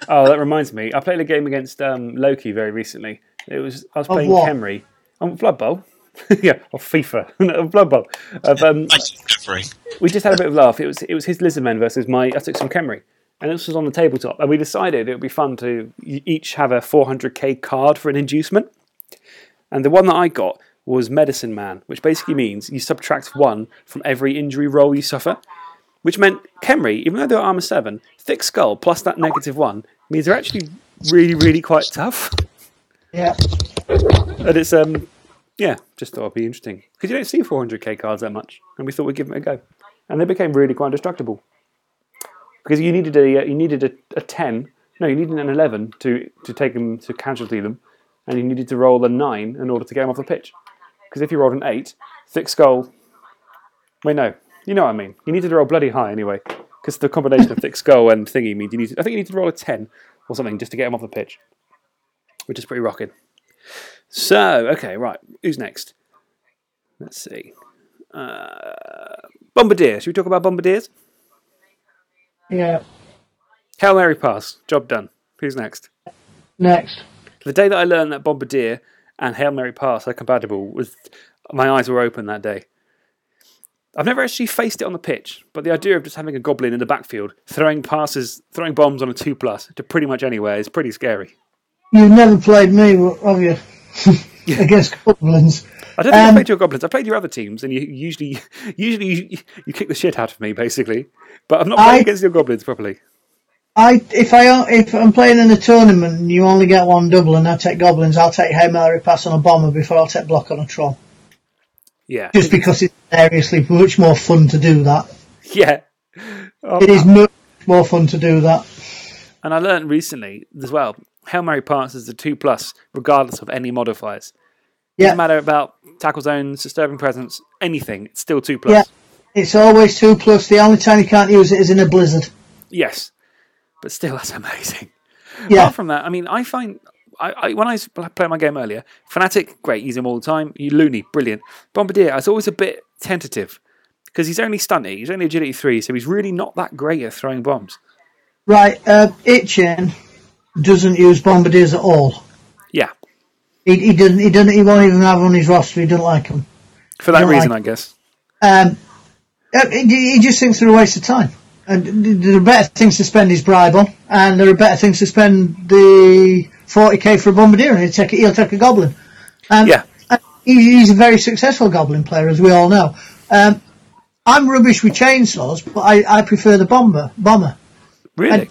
S2: Oh, that reminds me. I played a game against um, Loki very recently. It was I was playing
S4: what?
S2: Camry on Blood Bowl. yeah, or FIFA, No, Blood Bowl. Of, um,
S3: I just covering.
S2: we just had a bit of laugh. It was it was his Lizardman versus my I took some Camry, and this was on the tabletop. And we decided it would be fun to y- each have a 400k card for an inducement. And the one that I got was Medicine Man, which basically means you subtract one from every injury roll you suffer. which meant Kemri, even though they were armor seven, thick skull plus that negative one means they're actually really, really quite tough.
S4: Yeah.
S2: And it's um, yeah, just thought it'd be interesting because you don't see 400k cards that much, and we thought we'd give them a go, and they became really quite destructible because you needed a uh, you needed a, a ten, no, you needed an eleven to to take them to casualty them, and you needed to roll a nine in order to get them off the pitch, because if you rolled an eight, thick skull. Wait, no, you know what I mean. You needed to roll bloody high anyway, because the combination of thick skull and thingy means you need. To, I think you need to roll a ten or something just to get them off the pitch, which is pretty rocking. So, okay, right. Who's next? Let's see. Uh, Bombardier. Should we talk about Bombardiers?
S4: Yeah.
S2: Hail Mary pass. Job done. Who's next?
S4: Next.
S2: The day that I learned that Bombardier and Hail Mary pass are compatible was my eyes were open that day. I've never actually faced it on the pitch, but the idea of just having a goblin in the backfield throwing passes, throwing bombs on a two plus to pretty much anywhere is pretty scary.
S4: You've never played me, have you? Against goblins.
S2: I don't think I
S4: Um,
S2: played your goblins. I played your other teams, and you usually, usually you, you kick the shit out of me, basically. But I've not played
S4: I-
S2: against your goblins properly.
S4: I if I o- if I'm playing in a tournament and you only get one double and I take goblins, I'll take Hail Mary pass on a bomber before I'll take block on a troll.
S2: Yeah,
S4: Just because it's seriously much more fun to do that.
S2: yeah. Oh,
S4: It is much more fun to do that.
S2: And I learned recently as well, Hail Mary pass is a two plus regardless of any modifiers.
S4: Yeah.
S2: Doesn't matter about tackle zones, disturbing presence, anything. It's still two plus.
S4: Yeah. It's always two plus. The only time you can't use it is in a blizzard.
S2: Yes, but still, that's amazing.
S4: Yeah.
S2: Apart from that, I mean, I find I, I when I was pl- playing my game earlier, Fnatic, great, use him all the time. You loony, brilliant. Bombardier, I was always a bit tentative because he's only stunty, he's only agility three, so he's really not that great at throwing bombs.
S4: Right, uh, Itchin doesn't use bombardiers at all.
S2: Yeah,
S4: He, he doesn't. He doesn't. He won't even have one on his roster. He doesn't like them.
S2: for that
S4: don't
S2: reason,
S4: like-
S2: I guess.
S4: Um, uh, he, he just thinks they're a waste of time. And th- there are better things to spend his bribe on, and there are better things to spend the forty k for a bombardier, and he'll take a, he'll take a goblin. And
S2: Yeah,
S4: and he- he's a very successful goblin player, as we all know. Um, I'm rubbish with chainsaws, but I, I prefer the bomber. Bomber.
S2: really.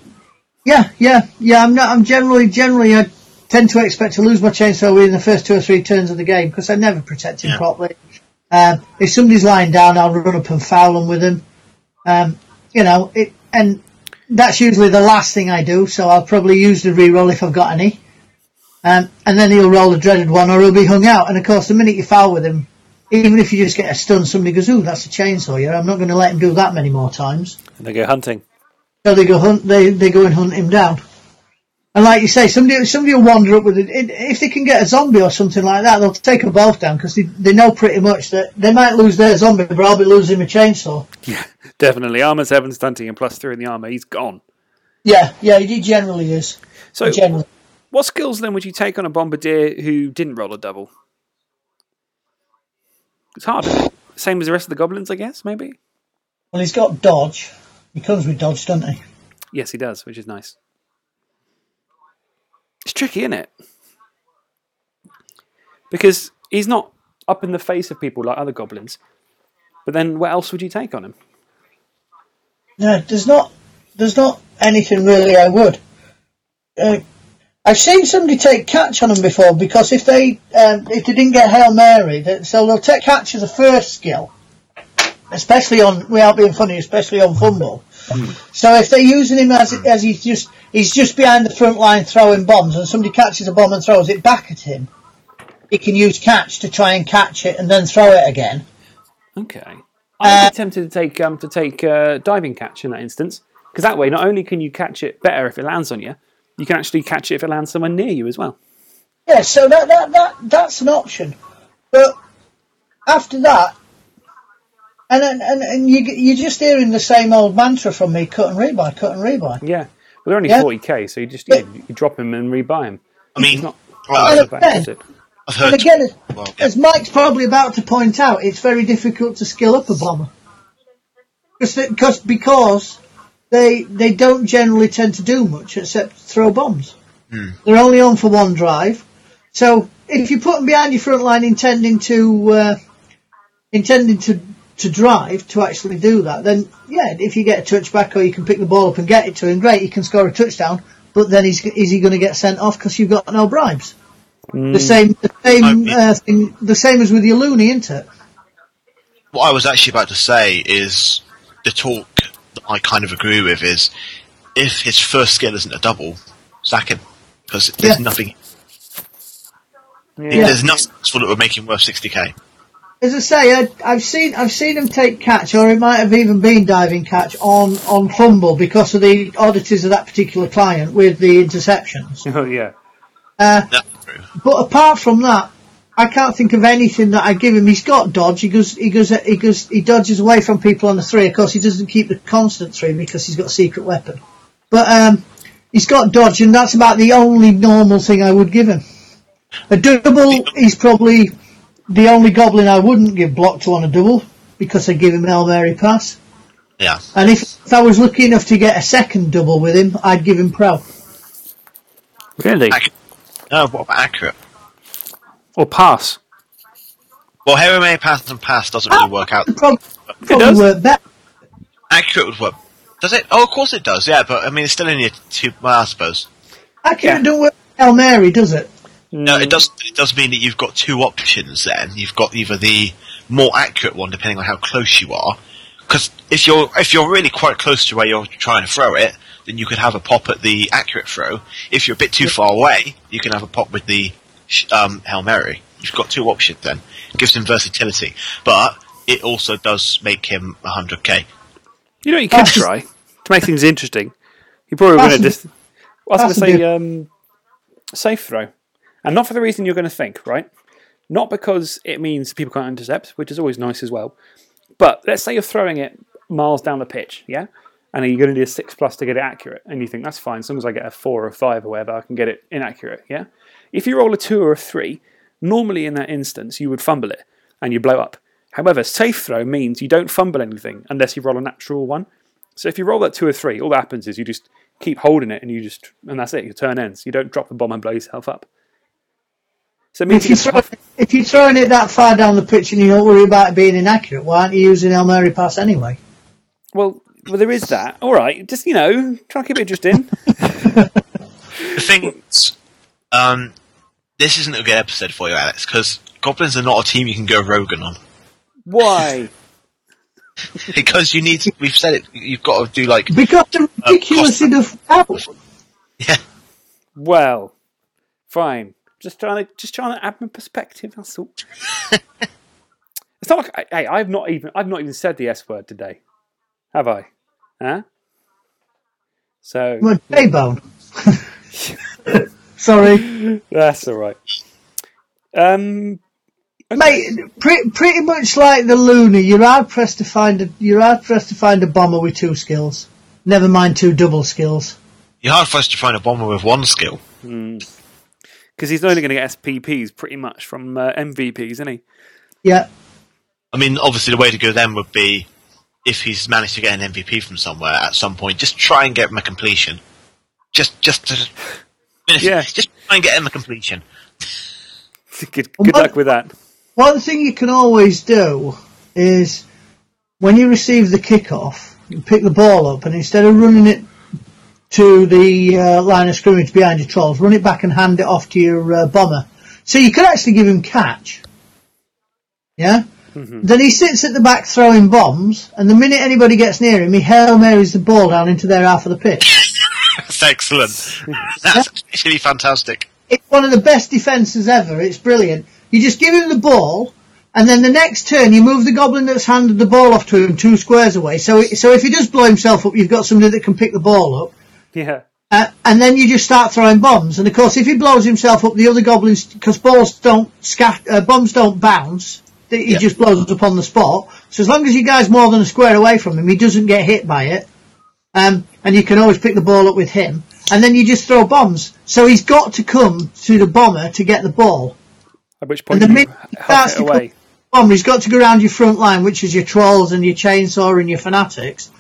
S4: Yeah, yeah, yeah. I'm not. I'm generally generally I tend to expect to lose my chainsaw within the first two or three turns of the game because I never protect him
S3: Yeah.
S4: properly. Um, if somebody's lying down, I'll run up and foul them with him. Um, you know, it, and that's usually the last thing I do. So I'll probably use the reroll if I've got any. Um, and then he'll roll the dreaded one, or he'll be hung out. And of course, the minute you foul with him, even if you just get a stun, somebody goes, "Ooh, that's a chainsaw." Yeah, I'm not going to let him do that many more times.
S2: and they go hunting.
S4: So they go hunt. They they go and hunt him down. And like you say, somebody somebody will wander up with it. It- If they can get a zombie or something like that, they'll take them both down because they, they know pretty much that they might lose their zombie, but I'll be losing my chainsaw.
S2: Definitely. Armor 7 stunting and plus 3 in the armor. He's gone.
S4: Yeah, yeah, he generally is.
S2: So,
S4: Generally,
S2: what skills then would you take on a bombardier who didn't roll a double? It's hard. isn't it? Same as the rest of the goblins, I guess, maybe?
S4: well, he's got dodge. He comes with dodge, doesn't he?
S2: Yes, he does, which is nice. It's tricky, isn't it? Because he's not up in the face of people like other goblins. But then, what else would you take on him?
S4: No, there's not. There's not anything really. I would. Uh, I've seen somebody take catch on them before because if they um, if they didn't get hail mary, that so they'll take catch as a first skill, especially on without being funny, especially on fumble. So if they're using him as as he's just he's just behind the front line throwing bombs, and somebody catches a bomb and throws it back at him, he can use catch to try and catch it and then throw it again.
S2: Okay.
S4: Uh,
S2: I'd be tempted to take um, to take uh, diving catch in that instance because that way not only can you catch it better if it lands on you, you can actually catch it if it lands somewhere near you as well.
S4: Yeah, so that, that, that that's an option, but after that, and and, and, and you you're just hearing the same old mantra from me: cut and rebuy, cut and
S3: Mm.
S4: rebuy.
S2: Yeah, but they're only
S4: Yeah.
S2: forty k, so you just yeah, you drop him and rebuy him.
S3: I mean,
S2: not-
S3: well,
S4: Look, Ben,
S2: That's it.
S3: I've
S4: And
S3: heard.
S4: again,
S3: well, yeah.
S4: as Mike's probably about to point out, it's very difficult to skill up a bomber because because they they don't generally tend to do much except throw bombs.
S3: Hmm.
S4: They're only on for one drive, so if you put them behind your front line intending to uh, intending to to drive to actually do that, then yeah, if you get a touchback or you can pick the ball up and get it to him, great, he can score a touchdown. But then he's, is he going to get sent off because you've got no bribes? The same, the same
S3: Might be.
S4: uh, thing, the same as with your loony, isn't it?
S3: what I was actually about to say is the talk that I kind of agree with is if his first skill isn't a double, sack him because there's
S4: Yeah.
S3: nothing.
S2: Yeah.
S3: There's nothing useful that would make him worth 60k.
S4: As I say, I, I've seen I've seen him take catch, or it might have even been diving catch on on fumble because of the oddities of that particular client with the interceptions.
S2: Oh, yeah.
S3: That's true.
S4: But apart from that, I can't think of anything that I give him. He's got dodge. He goes he goes he goes he dodges away from people on the three. Of course, he doesn't keep the constant three because he's got a secret weapon. But um, he's got dodge, and that's about the only normal thing I would give him. A double, he's probably the only goblin I wouldn't give block to on a double because I give him Hail Mary pass.
S3: Yeah.
S4: And if, if I was lucky enough to get a second double with him, I'd give him pro.
S2: Really?
S3: Ac- No, what about accurate?
S2: Or pass.
S3: Well, Harry May pass and pass doesn't really work out.
S4: Probably, probably
S2: does.
S4: work better.
S3: Accurate would work. Does it? Oh, of course it does. Yeah, but I mean, it's still only a two. Well, I suppose.
S4: Accurate
S2: Yeah.
S4: don't work with Hail Mary, does it?
S3: No, it does. It does mean that you've got two options. Then you've got either the more accurate one, depending on how close you are. Because if you're if you're really quite close to where you're trying to throw it, then you could have a pop at the accurate throw. If you're a bit too far away, you can have a pop with the sh- um, hail mary. You've got two options. Then gives him versatility, but it also does make him 100k.
S2: You know what you could try Oh, to make things interesting? You probably
S4: Pass
S2: want to
S4: and-
S2: just. I was
S4: pass
S2: going to
S4: and
S2: say
S4: do-
S2: um, safe throw. And not for the reason you're going to think, right? Not because it means people can't intercept, which is always nice as well. But let's say you're throwing it miles down the pitch, yeah? And you're going to need a six plus to get it accurate. And you think, that's fine, as long as I get a four or a five or whatever, I can get it inaccurate, yeah? If you roll a two or a three, normally in that instance, you would fumble it and you blow up. However, safe throw means you don't fumble anything unless you roll a natural one. So if you roll that two or three, all that happens is you just keep holding it and you just, and that's it, your turn ends. You don't drop the bomb and blow yourself up. So it means
S4: If
S2: you
S4: you
S2: can
S4: throw, if you're throwing it that far down the pitch and you don't worry about it being inaccurate, why aren't you using El Mary pass anyway?
S2: Well, well, there is that. All right, just you know, try and keep it interesting.
S3: the thing is, um, this isn't a good episode for you, Alex, because goblins are not a team you can go Rogan on.
S2: Why?
S3: Because you need, to, we've said it, you've got to do like,
S4: Because the ridiculous enough out.
S3: yeah,
S2: Well, fine. Just trying to just trying to add my perspective. That's all. it's not like hey, I've not even I've not even said the S word today, have I? Huh? So
S4: Well, J-Bone. Sorry.
S2: that's all right. Um,
S4: Mate, pre- pretty much like the Looney, you're hard pressed to find a, you're hard pressed to find a bomber with two skills. Never mind two double skills.
S3: you're hard for us to find a bomber with one skill.
S2: because he's only going to get SPPs pretty much from uh, MVPs, isn't he?
S4: Yeah.
S3: I mean, obviously, the way to go then would be if he's managed to get an MVP from somewhere at some point, just try and get him a completion. Just, just, to,
S2: Yeah.
S3: just try and get him a completion.
S2: good good luck with that.
S4: One thing you can always do is when you receive the kickoff, you pick the ball up and instead of running it to the uh, line of scrimmage behind your 12, run it back and hand it off to your uh, bomber. So you could actually give him catch. Yeah? Then he sits at the back throwing bombs, and the minute anybody gets near him, he Hail Marys the ball down into their half of the pitch.
S3: That's excellent. That's actually fantastic.
S4: It's one of the best defences ever. It's brilliant. You just give him the ball, and then the next turn you move the goblin that's handed the ball off to him two squares away. So, so if he does blow himself up, you've got somebody that can pick the ball up.
S2: Yeah.
S4: Uh, and then you just start throwing bombs. And of course, if he blows himself up, the other goblins, because balls don't scat, uh, bombs don't bounce. th- He just blows up on the spot. So as long as you guys more than a square away from him, he doesn't get hit by it. Um, and you can always pick the ball up with him. And then you just throw bombs. So he's got to come to the bomber to get the ball.
S2: At which
S4: And
S2: point
S4: the
S2: you
S4: minute he
S2: huff
S4: starts
S2: it
S4: to come
S2: away.
S4: to the bomber, he's got to go around your front line, which is your trolls and your chainsaw and your fanatics.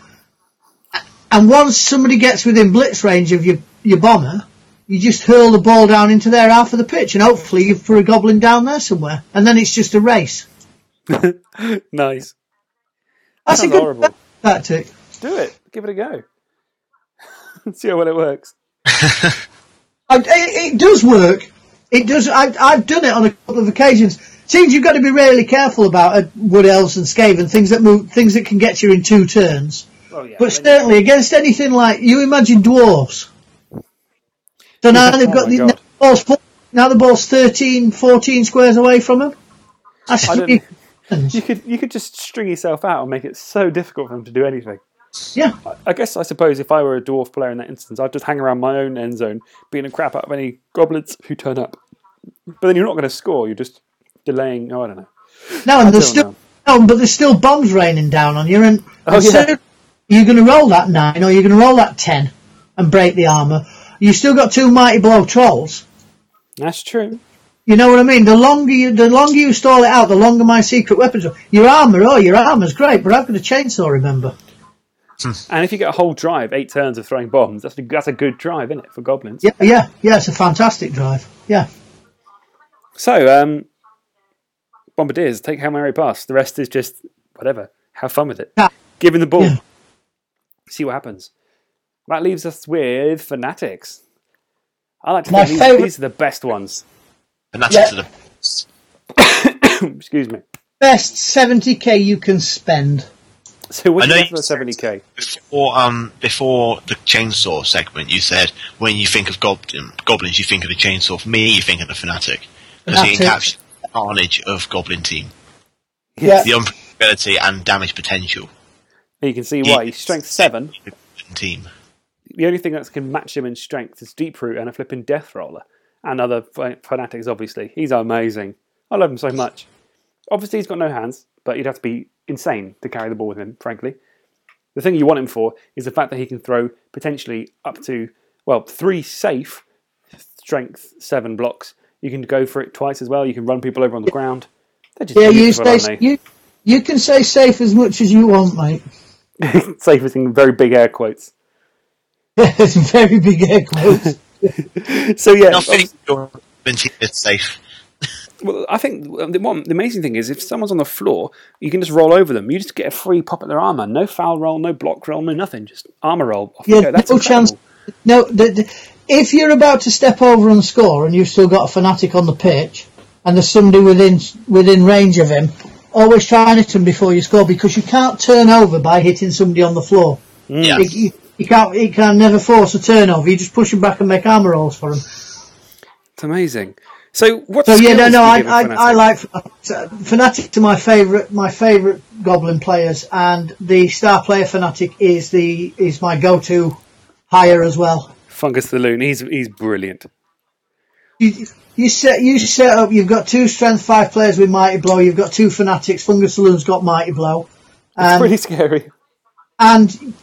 S4: A- And once somebody gets within blitz range of your, your bomber, you just hurl the ball down into their half of the pitch, and hopefully you for a goblin down there somewhere. And then it's just a race.
S2: Nice.
S4: That's a
S5: Sounds
S4: good
S5: horrible.
S4: tactic.
S5: Do it. Give it a go. See how well it works.
S4: I, it, it does work. It does. I, I've done it on a couple of occasions. Things you've got to be really careful about are wood elves and skaven things that move, things that can get you in two turns.
S5: Oh yeah.
S4: But certainly against anything like you imagine dwarves. So now they've
S5: Oh
S4: got
S5: my
S4: the, now
S5: God.
S4: the ball's four- now the ball's 13, 14 squares away from them. That's
S5: I don't-
S4: three
S2: You
S4: turns.
S2: could you could just string yourself out and make it so difficult for them to do anything.
S4: Yeah.
S2: I guess I suppose if I were a dwarf player in that instance, I'd just hang around my own end zone, being a crap out of any goblins who turn up. But then you're not going to score. You're just delaying. Oh, I don't know.
S4: No, and there's
S2: don't
S4: still no, but there's still bombs raining down on you, and,
S5: Oh,
S4: and
S2: yeah.
S4: so you're going to roll that nine or you're going to roll that ten and break the armor. You have still got two mighty blow trolls.
S2: That's true.
S4: You know what I mean? The longer you the longer you stall it out, the longer my secret weapons. Are. Your armor, oh, your armor's great, but I've got a chainsaw. Remember?
S2: And if you get a whole drive, eight turns of throwing bombs, that's a, that's a good drive, isn't it, for goblins?
S4: Yeah, yeah, yeah. It's a fantastic drive. Yeah,
S2: So, um, bombardiers take Hail Mary pass. The rest is just whatever. Have fun with it.
S4: Yeah.
S2: Give him the ball.
S4: Yeah.
S2: See what happens. That leaves us with fanatics. I like to
S4: My
S2: think these,
S4: favourite-
S2: these are the best ones.
S3: And that's
S4: Yeah.
S3: to the
S2: Excuse me.
S4: best seventy k you can spend.
S2: So what
S3: I
S2: do
S3: know
S2: you have
S3: you
S2: for seventy E k?
S3: before um before the chainsaw segment. You said when you think of goblin, goblins, you think of the chainsaw. For me, you think of the fanatic because he
S4: Fanatic.
S3: encapsulates the carnage of goblin team,
S4: Yeah,
S3: the unpredictability and damage potential
S2: You can see why
S3: Yeah.
S2: he's strength seven.
S3: of the goblin team.
S2: The only thing that can match him in strength is deep root and a flipping death roller, and other fa- fanatics. Obviously, he's amazing. I love him so much. Obviously, he's got no hands, but you'd have to be insane to carry the ball with him. Frankly, the thing you want him for is the fact that he can throw potentially up to well three safe strength seven blocks. You can go for it twice as well. You can run people over on the ground. They're just
S4: yeah. You
S2: beautiful,
S4: stay,
S2: aren't they?
S4: you you can say safe as much as you want, mate.
S2: safest in very big air quotes.
S4: It's very big air quotes.
S2: So yeah,
S3: Nothing
S2: obvi-
S3: your goblin team is safe.
S2: well, I think um, the, one, the amazing thing is if someone's on the floor, you can just roll over them. You just get a free pop at their armor. No foul roll, no block roll, no nothing. Just armor roll. Off you
S4: Yeah,
S2: go. That's
S4: no
S2: incredible.
S4: chance. No, the, the, if you're about to step over and score, and you've still got a fanatic on the pitch, and there's somebody within within range of him, always try and hit him before you score because you can't turn over by hitting somebody on the floor.
S3: Yeah.
S4: You, you- you can't. You can never force a turnover. You just push him back and make armor rolls for him.
S2: It's amazing. So what?
S4: So yeah, no,
S2: skills
S4: no,
S2: do you
S4: I,
S2: give a
S4: I,
S2: fanatic?
S4: I like Fnatic to my favourite my favourite Goblin players, and the star player Fnatic is the is my go to hire as well.
S2: Fungus the Loon. He's he's brilliant.
S4: Um, you, you set you set up. You've got two strength five players with mighty blow. You've got two fanatics. Fungus Saloon's got mighty blow,
S2: It's pretty scary.
S4: and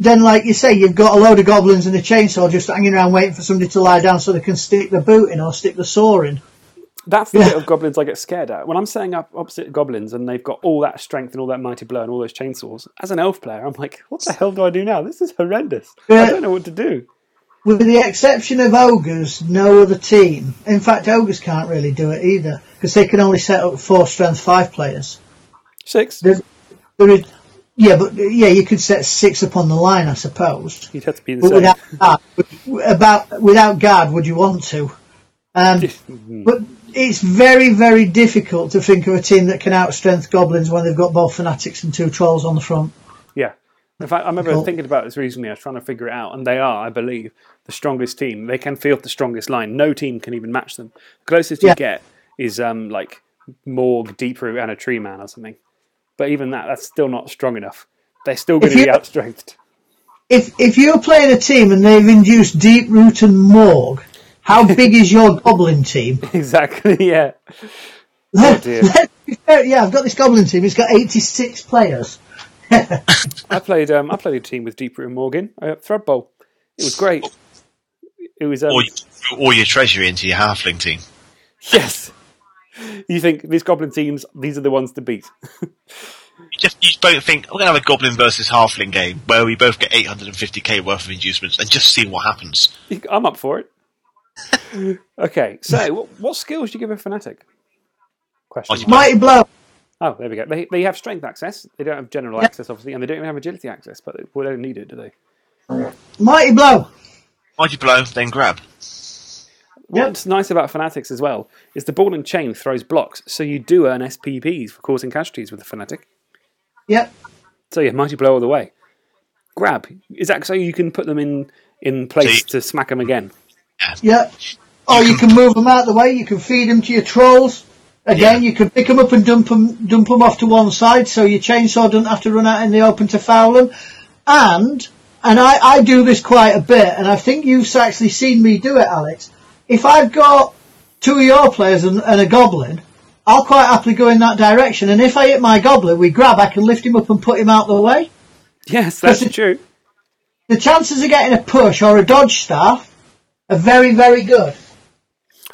S4: then like you say, you've got a load of goblins and a chainsaw just hanging around waiting for somebody to lie down so they can stick the boot in or stick the saw in.
S2: That's the bit of goblins I get scared at. When I'm setting up opposite goblins and they've got all that strength and all that mighty blow and all those chainsaws, as an elf player, I'm like, what the hell do I do now? This is horrendous. I
S4: Yeah.
S2: don't know what to do.
S4: With the exception of ogres, no other team. In fact, ogres can't really do it either because they can only set up four strength five players.
S2: Six.
S4: There, there is, yeah, but yeah, you could set six up on the line, I suppose.
S2: You'd have to be the
S4: but
S2: same.
S4: without guard, would- about without guard, would you want to? Um, but it's very, very difficult to think of a team that can outstrength goblins when they've got both fanatics and two trolls on the front.
S2: Yeah. In fact, I remember
S4: Cool.
S2: thinking about this recently. I was trying to figure it out, and they are, I believe, the strongest team. They can field the strongest line. No team can even match them. The closest you
S4: Yeah.
S2: get is um, like Morg, Deeproot, and a Tree Man or something. But even that, that's still not strong enough. They're still going
S4: If
S2: to be
S4: you-
S2: outstrengthed.
S4: If if you're playing a team and they've induced deep root and morgue, how big is your goblin team?
S2: exactly. Yeah. Oh, dear.
S4: Let's be fair- yeah, I've got this goblin team. It's got 86 players.
S2: I played. Um, I played a team with Deeproot and Morgan at Thread Bowl. It was great. It was. Um,
S3: Or you threw all your treasury into your halfling team.
S2: yes. You think these goblin teams? These are the ones to beat.
S3: You just you both think we're gonna have a goblin versus halfling game where we both get 850k worth of inducements and just see what happens.
S2: I'm up for it. okay, so what, what skills do you give a fanatic? Question.
S3: Mighty
S2: mark.
S4: Mighty blow.
S2: Oh, there we go. They, they have strength access. They don't have general access, obviously, and they don't even have agility access. But they, well, they don't need it, do they?
S4: Mighty blow.
S3: Mighty blow, then grab.
S2: What's nice about Fanatics as well is the ball and chain throws blocks, so you do earn SPBs for causing casualties with the Fanatic.
S4: Yep.
S2: So yeah, mighty blow all the way. Grab is that so you can put them in in place
S3: See.
S2: to smack them again.
S4: Yep. Or you can move them out of the way. You can feed them to your trolls. Again, you can pick them up and dump them, dump 'em off to one side so your chainsaw doesn't have to run out in the open to foul them. And, and I, I do this quite a bit, and I think you've actually seen me do it, Alex. If I've got two of your players and, and a goblin, I'll quite happily go in that direction. And if I hit my goblin, we grab, I can lift him up and put him out the way
S2: Yes, that's
S4: Does it-
S2: true.
S4: the chances of getting a push or a dodge staff are very, very good.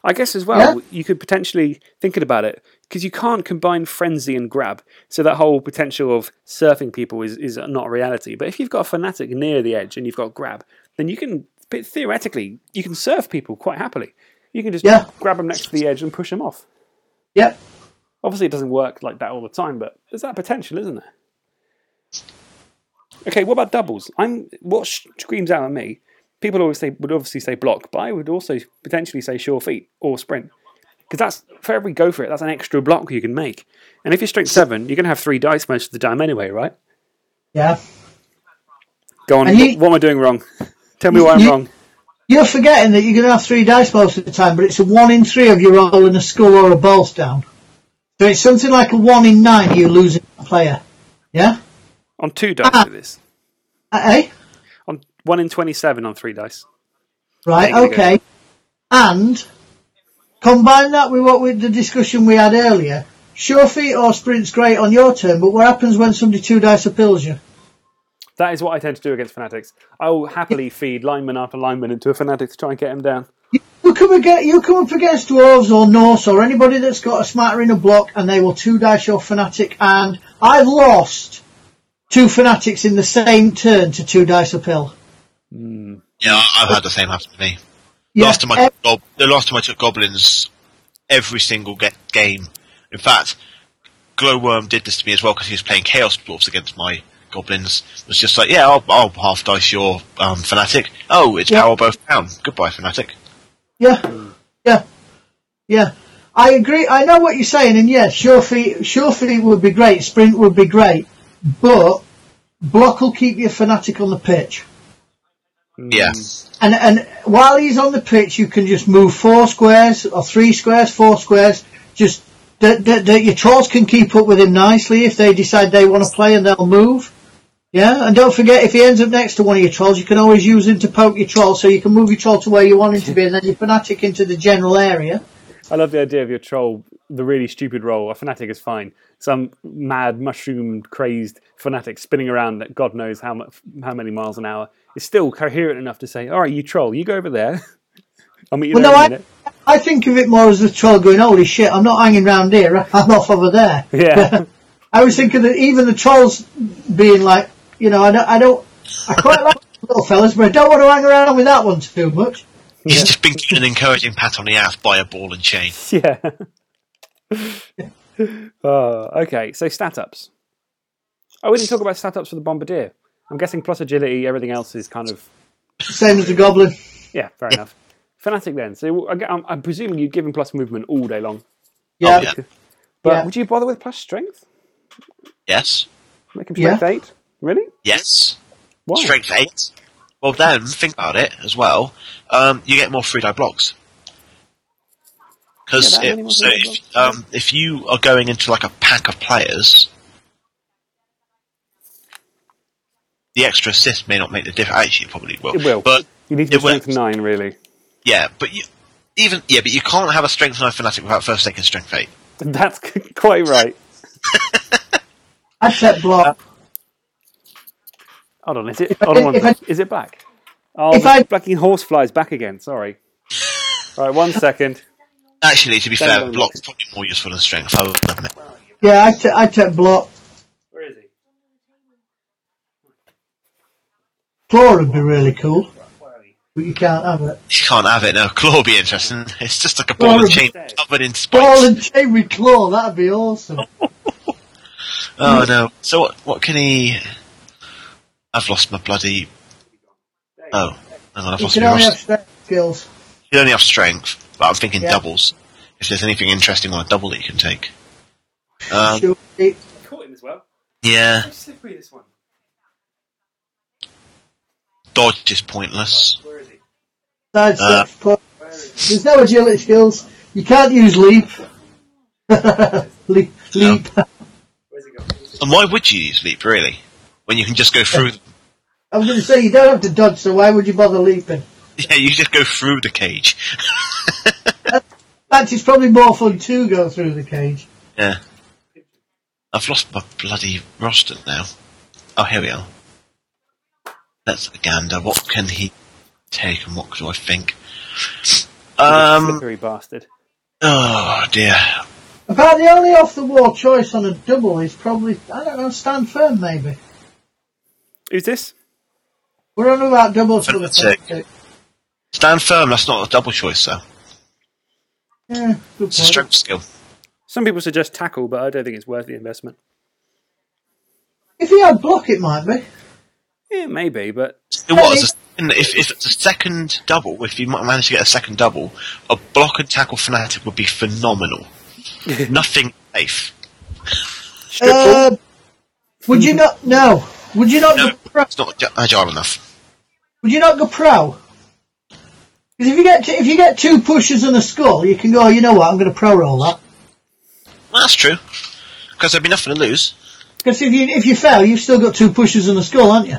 S2: I guess as well, you could potentially thinking about it because you can't combine frenzy and grab. So that whole potential of surfing people is is not a reality. But if you've got a fanatic near the edge and you've got grab, then you can but theoretically you can surf people quite happily. You can just
S4: Yeah.
S2: grab them next to the edge and push them off.
S4: Yep.
S2: Obviously, it doesn't work like that all the time, but there's that potential, isn't there? Okay, what about doubles? I'm what sh- screams out at me. People always say would obviously say block, but I would also potentially say sure feet or sprint because that's for every go for it. That's an extra block you can make, and if you're strength seven, you're going to have three dice most of the time anyway, right?
S4: Yeah.
S2: Go on.
S4: And you-
S2: what am I doing wrong? Tell me why I'm
S4: You-
S2: wrong.
S4: You're forgetting that you're going to have three dice most of the time, but it's a one in three of you rolling a skull or a bolt down. So it's something like a one in nine you losing a player. Yeah?
S2: On two dice with this.
S4: Uh, eh?
S2: On one in twenty-seven on three dice.
S4: Right,
S2: There you go.
S4: okay. And combine that with what with the discussion we had earlier. Sure feet or sprint's great on your turn, but what happens when somebody two dice appeals you?
S2: That is what I tend to do against fanatics. I will happily feed lineman after lineman into a fanatic to try and get him down.
S4: You come, against, you come up against dwarves or Norse or anybody that's got a smatter in a block and they will two dice your fanatic and I've lost two fanatics in the same turn to two dice a pill.
S3: Yeah, I- I've had the same happen to me.
S4: Yeah, Eh,
S3: last time I
S4: ev-
S3: took gob- the last time I took goblins, every single ge- game. In fact, Glowworm did this to me as well because he was playing Chaos Dwarfs against my goblins. It was just like, yeah, I'll, I'll half dice your um, fanatic. Oh, it's
S4: Yeah.
S3: power both down. Goodbye, fanatic.
S4: yeah, yeah, yeah. I agree. I know what you're saying, and yes, sure feet, sure feet would be great. Sprint would be great, but block will keep your fanatic on the pitch. Mm.
S3: Yeah,
S4: And and while he's on the pitch, you can just move four squares or three squares, four squares. Just that that that your trolls can keep up with him nicely if they decide they want to play and they'll move. Yeah, and don't forget if he ends up next to one of your trolls, you can always use him to poke your troll, so you can move your troll to where you want him to be, and then your fanatic into the general area.
S2: I love the idea of your troll, the really stupid role. A fanatic is fine. Some mad, mushroom crazed fanatic spinning around at God knows how, much, how many miles an hour is still coherent enough to say, all right, you troll, you go over there. I'll meet you
S4: Well,
S2: there
S4: no,
S2: in
S4: I
S2: a minute.
S4: I think of it more as the troll going, "Holy shit, I'm not hanging round here. I'm off over there."
S2: Yeah.
S4: I was thinking that even the trolls being like, you know, I don't, I don't, I quite like the little fellas, but I don't want to hang around with that one too much.
S3: he's just been given an encouraging pat on the ass by a ball and chain.
S2: yeah. oh, okay, so stat ups. Oh, we didn't talk about stat ups for the Bombardier. I'm guessing plus agility, everything else is kind of
S4: Same as the goblin.
S2: Yeah, fair enough. Fanatic then. So I get- I'm, I'm presuming you'd give him plus movement all day long.
S4: Yeah.
S3: Oh, yeah.
S2: But
S4: Yeah.
S2: would you bother with plus strength?
S3: Yes,
S2: Make him
S4: Yeah.
S2: strength eight? Really?
S3: yes.
S2: Why?
S3: Strength eight. Well, then think about it as well. Um, you get more three die blocks because
S2: Yeah, that many more
S3: so
S2: three-die
S3: if, um, if you are going into like a pack of players, the extra assist may not make the difference. Actually, it probably will.
S2: It will.
S3: But
S2: You need to be
S3: it will-
S2: strength nine, really.
S3: yeah, but you, even yeah, but you can't have a strength nine fanatic without first taking strength eight.
S2: That's quite right.
S4: I'd set block.
S2: Hold on, is it?
S4: I
S2: Hold on,
S4: did-
S2: one
S4: if I-
S2: sec. is it back? Oh,
S4: If
S2: the
S4: I-
S2: fucking horsefly's back again. Sorry. right, one second.
S3: Actually, to be
S2: Then
S3: fair,
S2: don't
S3: block's probably more useful than strength. I would admit.
S4: Yeah, I'd set, I'd set block.
S2: Where is he?
S4: Claw would be really cool, but you can't have it.
S3: You can't have it now. Claw would be interesting. It's just like a ball and chain covered in spikes.
S4: Ball and chain with claw, that'd be awesome.
S3: Oh no. So what? What can he? I've lost my bloody. Oh, hang on, I've
S4: You
S3: lost
S4: can
S3: my.
S4: only
S3: roster.
S4: have strength skills.
S3: You only have strength, but I'm thinking
S4: Yeah.
S3: doubles. If there's anything interesting on a double that you can take. Um,
S4: Shoot, eat.
S6: Caught him as well.
S3: Yeah,
S6: How slippery this one.
S3: dodge is pointless.
S6: Where is he?
S4: Side
S3: Uh,
S4: steps, push. There's no agility skills. You can't use leap. leap, leap.
S6: Where's he gone?
S3: And why would you use leap really? When you can just go through.
S4: I was going to say you don't have to dodge, so why would you bother leaping?
S3: Yeah, you just go through the cage.
S4: In fact, it's probably more fun to go through the cage.
S3: Yeah. I've lost my bloody roster now. Oh, here we are. That's a gander. What can he take and what do I think? Um,
S2: Slippery bastard.
S3: oh dear.
S4: About the only off-the-wall choice on a double is probably I don't know. Stand firm, maybe.
S2: Who's this?
S4: We're on about doubles for the
S3: Fanatic.
S4: fanatic.
S3: Stand firm, that's not a double choice though.
S4: Yeah, good
S3: It's a
S4: point.
S3: strength skill.
S2: Some people suggest tackle, but I don't think it's worth the investment.
S4: If he had block, it might be.
S2: Yeah, maybe, but
S3: It was. A, second- if, if it's a second double, if you ma- manage to get a second double, a block and tackle fanatic would be phenomenal. Nothing safe.
S2: strip ball?
S4: Uh, would you not? No. Would you not?
S3: No,
S4: Go pro?
S3: it's not agi- agile enough.
S4: Would you not go pro? Because if you get t- if you get two pushes and a skull, you can go. "Oh, You know what? I'm going to pro roll that.
S3: Well, that's true. Because there'd be nothing to lose.
S4: Because if you if you fail, you've still got two pushes and a skull, aren't you?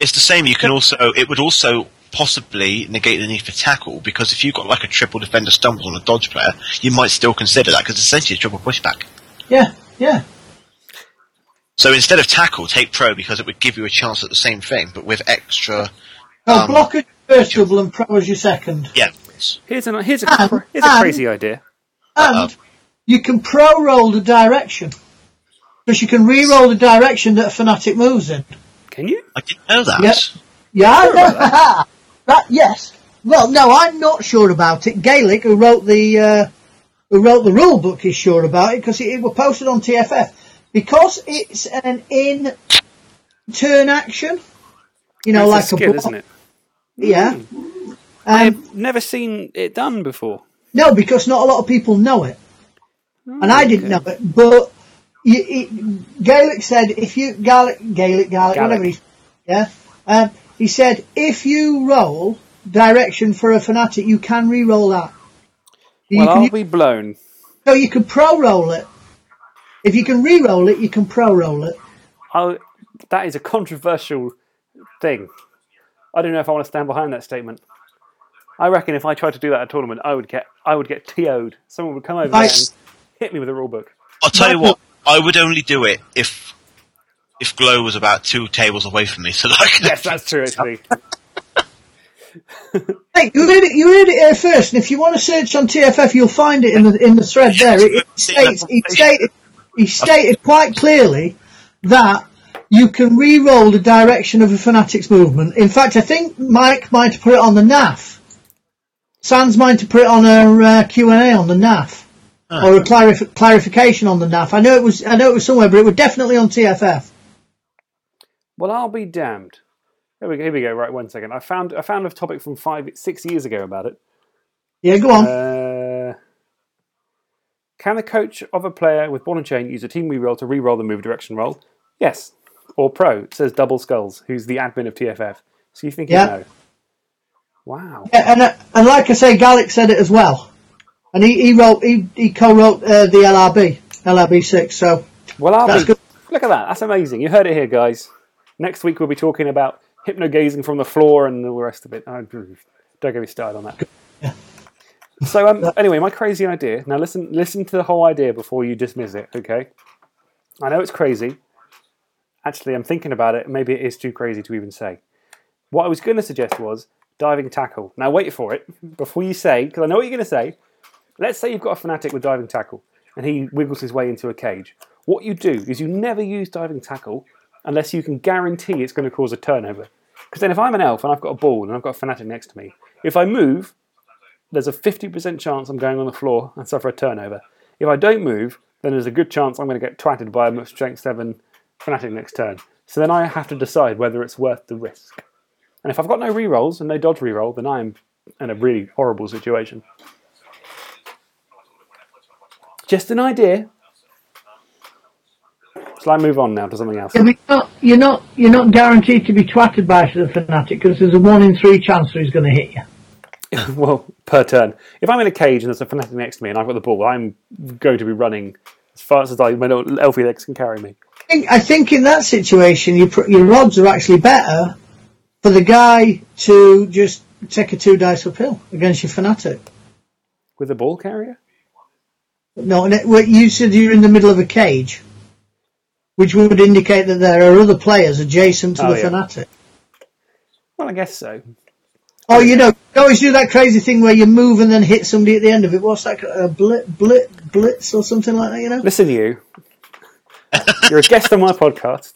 S3: It's the same. You can also. It would also possibly negate the need for tackle because if you've got like a triple defender stumble on a dodge player, you might still consider that because it's essentially a triple pushback.
S4: Yeah, yeah.
S3: So instead of tackle, take pro because it would give you a chance at the same thing, but with extra.
S4: Oh,
S3: Um,
S4: block as your first double and pro as your second.
S3: Yeah.
S2: here's a here's a cra- here's a
S4: um,
S2: crazy idea. Uh,
S4: And you can pro roll the direction. Because you can re roll the direction that a fanatic moves in.
S2: Can you?
S3: I didn't know that.
S4: Yep. Yeah, I know. that, yes. Well, no, I'm not sure about it. Gaelic, who wrote the uh, who wrote the rule book, is sure about it because it, it was posted on TFF. Because it's an in turn action, you know,
S2: it's
S4: like
S2: a skill,
S4: block.
S2: isn't it? Hmm.
S4: Yeah. Um,
S2: I've never seen it done before.
S4: No, because not a lot of people know it, and I didn't know it. But you, it, Gaelic said if you Gaelic Gaelic Gaelic, whatever he, yeah, um, he said if you roll direction for a fanatic, you can re-roll that. You
S2: Well,
S4: can
S2: I'll
S4: u-
S2: be blown.
S4: so you can pro-roll it. If you can re-roll it, you can pro-roll it.
S2: I'll, Oh, that is a controversial thing. I don't know if I want to stand behind that statement. I reckon if I tried to do that at a tournament, I would get I would get TO'd. Someone would come over
S4: I-
S2: there and hit me with a rule book.
S3: I'll tell you what. I would only do it if if Glow was about two tables away from me, so that I could
S2: Yes, that's true. Actually,
S4: Hey, you read it. You read it here first, and if you want to search on TFF, you'll find it in the in the thread there. It, it states he stated he stated quite clearly that you can re-roll the direction of a fanatic's movement. In fact, I think Mike might have put it on the NAF. Sans might have put it on her uh, Q and A on the NAF, or a clarif- clarification on the NAF. I know it was I know it was somewhere, but it was definitely on TFF.
S2: well, I'll be damned. Here we go. Here we go. Right, one second. I found I found a topic from five six years ago about it.
S4: Yeah, go on.
S2: Uh, can the coach of a player with ball and chain use a team reroll to reroll the move direction roll? Yes. Or pro it says double skulls, who's the admin of TFF. So you think
S4: Yeah.
S2: you know? Wow.
S4: Yeah, and uh, and like I say, Gallic said it as well, and he, he wrote he, he co-wrote uh, the LRB LRB six. So
S2: Well, I'll
S4: That's
S2: be,
S4: good.
S2: look at that. That's amazing. You heard it here, guys. Next week we'll be talking about hypnogazing from the floor and all the rest of it. I, don't get me started on that. So um, anyway, my crazy idea. Now listen, listen to the whole idea before you dismiss it. Okay. I know it's crazy. Actually, I'm thinking about it. Maybe it is too crazy to even say. What I was going to suggest was diving tackle. Now wait for it before you say, because I know what you're going to say. Let's say you've got a fanatic with diving tackle, and he wiggles his way into a cage. What you do is you never use diving tackle unless you can guarantee it's going to cause a turnover. Because then, if I'm an elf and I've got a ball and I've got a fanatic next to me, if I move, there's a 50% chance I'm going on the floor and suffer a turnover. If I don't move, then there's a good chance I'm going to get twatted by a strength seven fanatic next turn. So then I have to decide whether it's worth the risk. And if I've got no rerolls and no dodge reroll, then I'm in a really horrible situation. Just an idea. Shall I move on now to something else?
S4: I mean, you're not, you're not you're not guaranteed to be twatted by the fanatic because there's a one in three chance that he's going to hit you.
S2: well, per turn. If I'm in a cage and there's a fanatic next to me and I've got the ball, I'm going to be running as fast as I, my little elfie legs can carry me.
S4: I think, I think in that situation, your pr- your rods are actually better for the guy to just take a two dice uphill against your fanatic.
S2: With a ball carrier?
S4: No, and it, well, you said you're in the middle of a cage, which would indicate that there are other players adjacent to
S2: Oh,
S4: the
S2: yeah.
S4: fanatic.
S2: Well, I guess so.
S4: Oh, you know, you always do that crazy thing where you move and then hit somebody at the end of it. What's that? A blit, blit, blitz or something like that, you know?
S2: Listen, you. You're a guest on my podcast.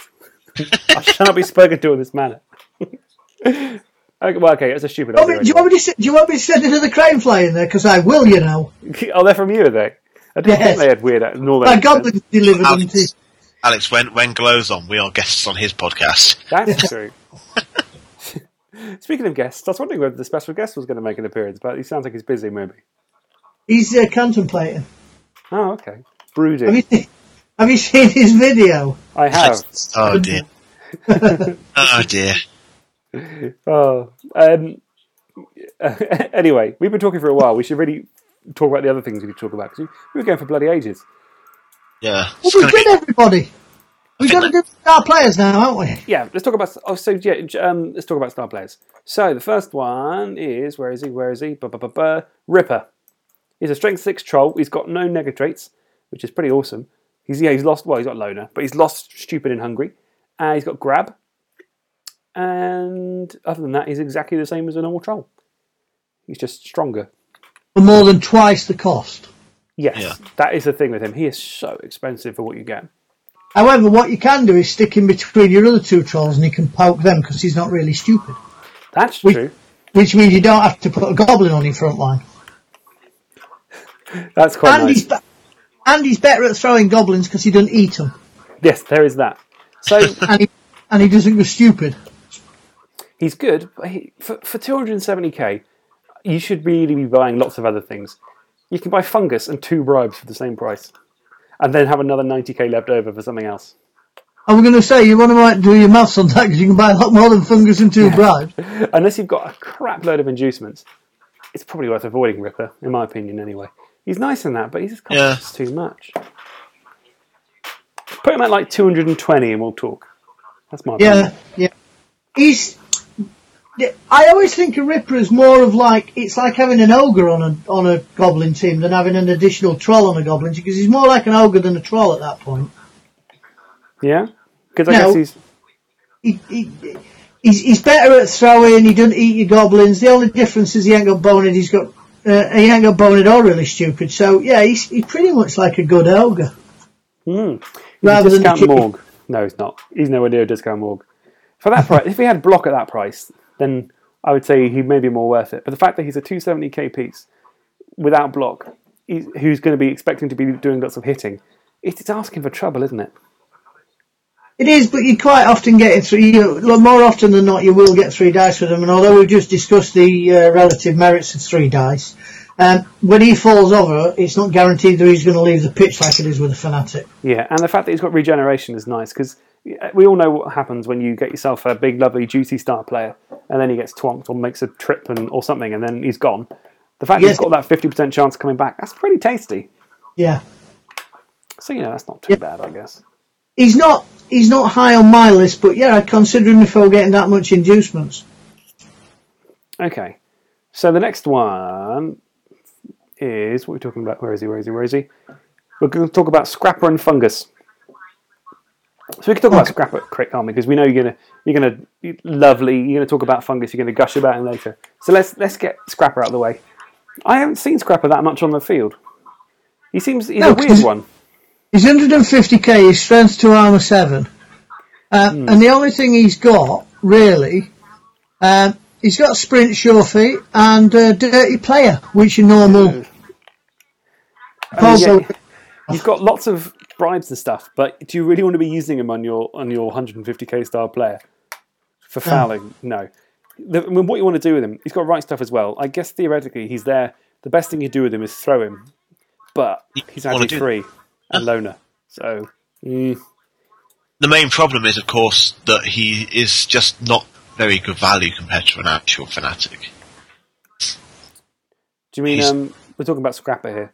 S2: I shall not be spoken to in this manner. okay, well, okay, that's a stupid
S4: Do
S2: idea.
S4: you, want me, do, Oh, you want me to, se- do you want me to send another crane fly in there? Because I will, you know.
S2: anyway. Oh, they're from you, are they? I didn't
S4: Yes.
S2: think they had weird northern
S4: My
S3: uh,
S2: accents.
S4: goblins delivered them to
S3: Alex, Alex, when when Glow's on, we are guests on his podcast.
S2: That's true. Speaking of guests, I was wondering whether the special guest was going to make an appearance, but he sounds like he's busy, maybe.
S4: He's uh, contemplating.
S2: Oh, okay.
S4: Have
S2: Brooding.
S4: you, seen- have you seen his video?
S2: I have.
S3: Oh dear. oh dear.
S2: Oh, um, anyway, we've been talking for a while. We should really talk about the other things we need to talk about because we were going for bloody ages.
S3: Yeah.
S4: Well,
S3: It's
S4: we
S3: gonna
S4: did,
S3: be,
S4: everybody. We've got to do star players now, aren't we?
S2: Yeah, let's talk about. Oh, so yeah, j- um, let's talk about star players. So the first one is where is he? Where is he? Ba ba ba ba. Ripper. He's a strength six troll. He's got no nega traits, which is pretty awesome. He's yeah, he's lost. Well, he's got loner, but he's lost, stupid, and hungry. Uh, he's got grab, and other than that, he's exactly the same as a normal troll. He's just stronger.
S4: For more than twice the cost.
S2: Yes,
S3: Yeah.
S2: that is the thing with him. He is so expensive for what you get.
S4: However, what you can do is stick him between your other two trolls and you can poke them because he's not really stupid.
S2: That's
S4: We-
S2: true.
S4: Which means you don't have to put a goblin on your front line.
S2: That's quite
S4: And
S2: nice.
S4: he's, be- and he's better at throwing goblins because he doesn't eat them.
S2: Yes, there is that. So
S4: And he, and he doesn't go stupid.
S2: he's good, but he, for, for 270k, you should really be buying lots of other things. You can buy fungus and two bribes for the same price, and then have another 90k left over for something else.
S4: I was going to say, you want to might do your maths on that because you can buy a lot more than fungus and two bribes.
S2: Unless you've got a crap load of inducements, it's probably worth avoiding Ripper, in my opinion, anyway. He's nice in that, but he's just
S3: Yeah.
S2: costs too much. Put him at like 220 and we'll talk. That's my opinion.
S4: Yeah, yeah. He's. I always think a Ripper is more of like it's like having an ogre on a on a goblin team than having an additional troll on a goblin team because he's more like an ogre than a troll at that point.
S2: Yeah? Because I
S4: No.
S2: guess he's.
S4: He, he, he's he's better at throwing. He doesn't eat your goblins. The only difference is he ain't got boned. He's got uh, he ain't got boned or really stupid. So yeah, he's he's pretty much like a good ogre.
S2: Hmm. He's a
S4: Rather than the
S2: discount
S4: kid-
S2: morgue. No, he's not. He's nowhere near a discount morgue. For that price, if he had block at that price, then I would say he may be more worth it. But the fact that he's a 270k piece without block, he's, who's going to be expecting to be doing lots of hitting, it's it's asking for trouble, isn't it?
S4: It is, but you quite often get it through. You look, more often than not, you will get three dice with them. And although we've just discussed the uh, relative merits of three dice, um, when he falls over, it's not guaranteed that he's going to leave the pitch like it is with a fanatic.
S2: Yeah, and the fact that he's got regeneration is nice because we all know what happens when you get yourself a big, lovely, juicy star player, and then he gets twonked or makes a trip and or something, and then he's gone. The fact that he's
S4: Yes.
S2: got that fifty percent chance of coming back—that's pretty tasty.
S4: Yeah,
S2: So you know that's not too bad, I guess.
S4: he's not. He's not high on my list, but yeah, I'd consider him if I were getting that much inducements.
S2: Okay, so the next one is what we're talking about. Where is he? Where is he? Where is he? We're going to talk about Scrapper and Fungus. So we can talk about Scrapper quick, can't we? Because we know you're gonna you're gonna you- lovely. You're gonna talk about Fungus. You're gonna gush about him later. So let's let's get Scrapper out of the way. I haven't seen Scrapper that much on the field. He seems he's
S4: No,
S2: a weird
S4: 'cause-
S2: one.
S4: He's 150k, his strength to armor 7. Uh, And the only thing he's got, really, um, he's got sprint, sure feet, Hmm. and uh, dirty player, which are normal.
S2: I mean,
S4: also,
S2: yeah, You've got lots of bribes and stuff, but do you really want to be using them on your on your 150k star player for fouling? No. The, I mean, what you want to do with him? He's got right stuff as well. I guess theoretically, he's there. The best thing you do with him is throw him, but he's
S3: wanna
S2: only
S3: do-
S2: three and loner. So mm,
S3: The main problem is, of course, that he is just not very good value compared to an actual fanatic.
S2: do you mean
S3: He's-
S2: um, we're talking about Scrapper here?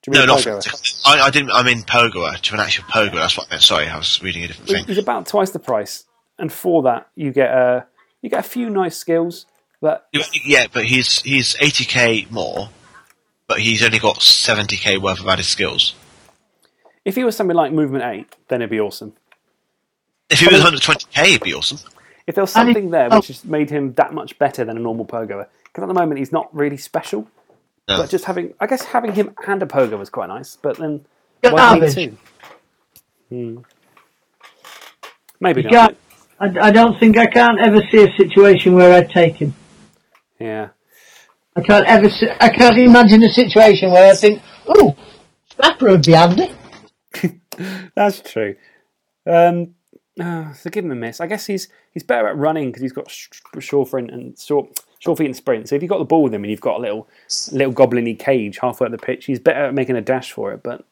S2: Do you
S3: No,
S2: mean
S3: not
S2: Pogo?
S3: fanatic. I, I didn't. I mean pogoer to an actual pogoer. That's what I meant. Sorry, I was reading a different
S2: He's
S3: thing.
S2: about twice the price, and for that you get a you get a few nice skills, but
S3: Yeah, but he's he's 80k more, but he's only got 70k worth of added skills.
S2: if he was something like Movement Eight, then it'd be awesome.
S3: If he was 120k, it'd be awesome.
S2: If there was
S4: And he-
S2: something there
S4: oh.
S2: which has made him that much better than a normal pogoer, because at the moment he's not really special.
S3: No.
S2: But just having, I guess, having him and a pogo was quite nice. But then,
S4: Got
S2: why do you need
S4: Arvish.
S2: two? Hmm. Maybe not.
S4: Can't- I, I don't think I can't ever see a situation where I'd take him.
S2: Yeah.
S4: I can't ever see, I can't imagine a situation where I think, oh, Scrapper would be handy.
S2: That's true. Um, uh, so give him a miss. I guess he's he's better at running because he's got sh- short feet and short short feet and sprint. So if you've got the ball with him and you've got a little little gobliny cage halfway up the pitch, he's better at making a dash for it. But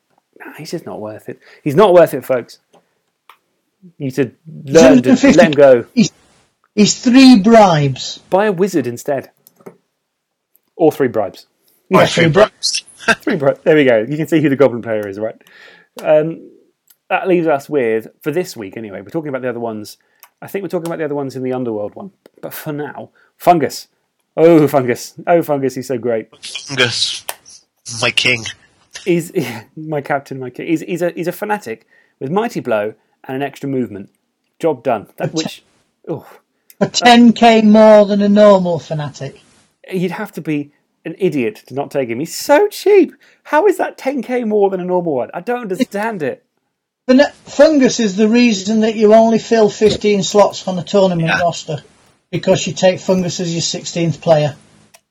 S2: nah, he's just not worth it. He's not worth it, folks. You should learn to let
S4: 150.
S2: him go.
S4: He's three bribes.
S2: Buy a wizard instead, or three bribes.
S3: Right, three bribes.
S2: Three bro- There we go. You can see who the goblin player is, right? Um, that leaves us with for this week anyway. We're talking about the other ones. I think we're talking about the other ones in the underworld one. But for now, fungus. Oh, fungus. Oh, fungus. He's so great.
S3: Fungus, my king.
S2: He's my captain. My king. He's, he's a he's a fanatic with mighty blow and an extra movement. Job done. That which. Oh,
S4: A 10k more than a normal fanatic.
S2: you'd have to be an idiot to not take him. He's so cheap. How is that 10k more than a normal one? I don't understand it.
S4: Fun- fungus is the reason that you only fill 15 slots on a tournament
S3: Yeah.
S4: roster because you take fungus as your 16th player.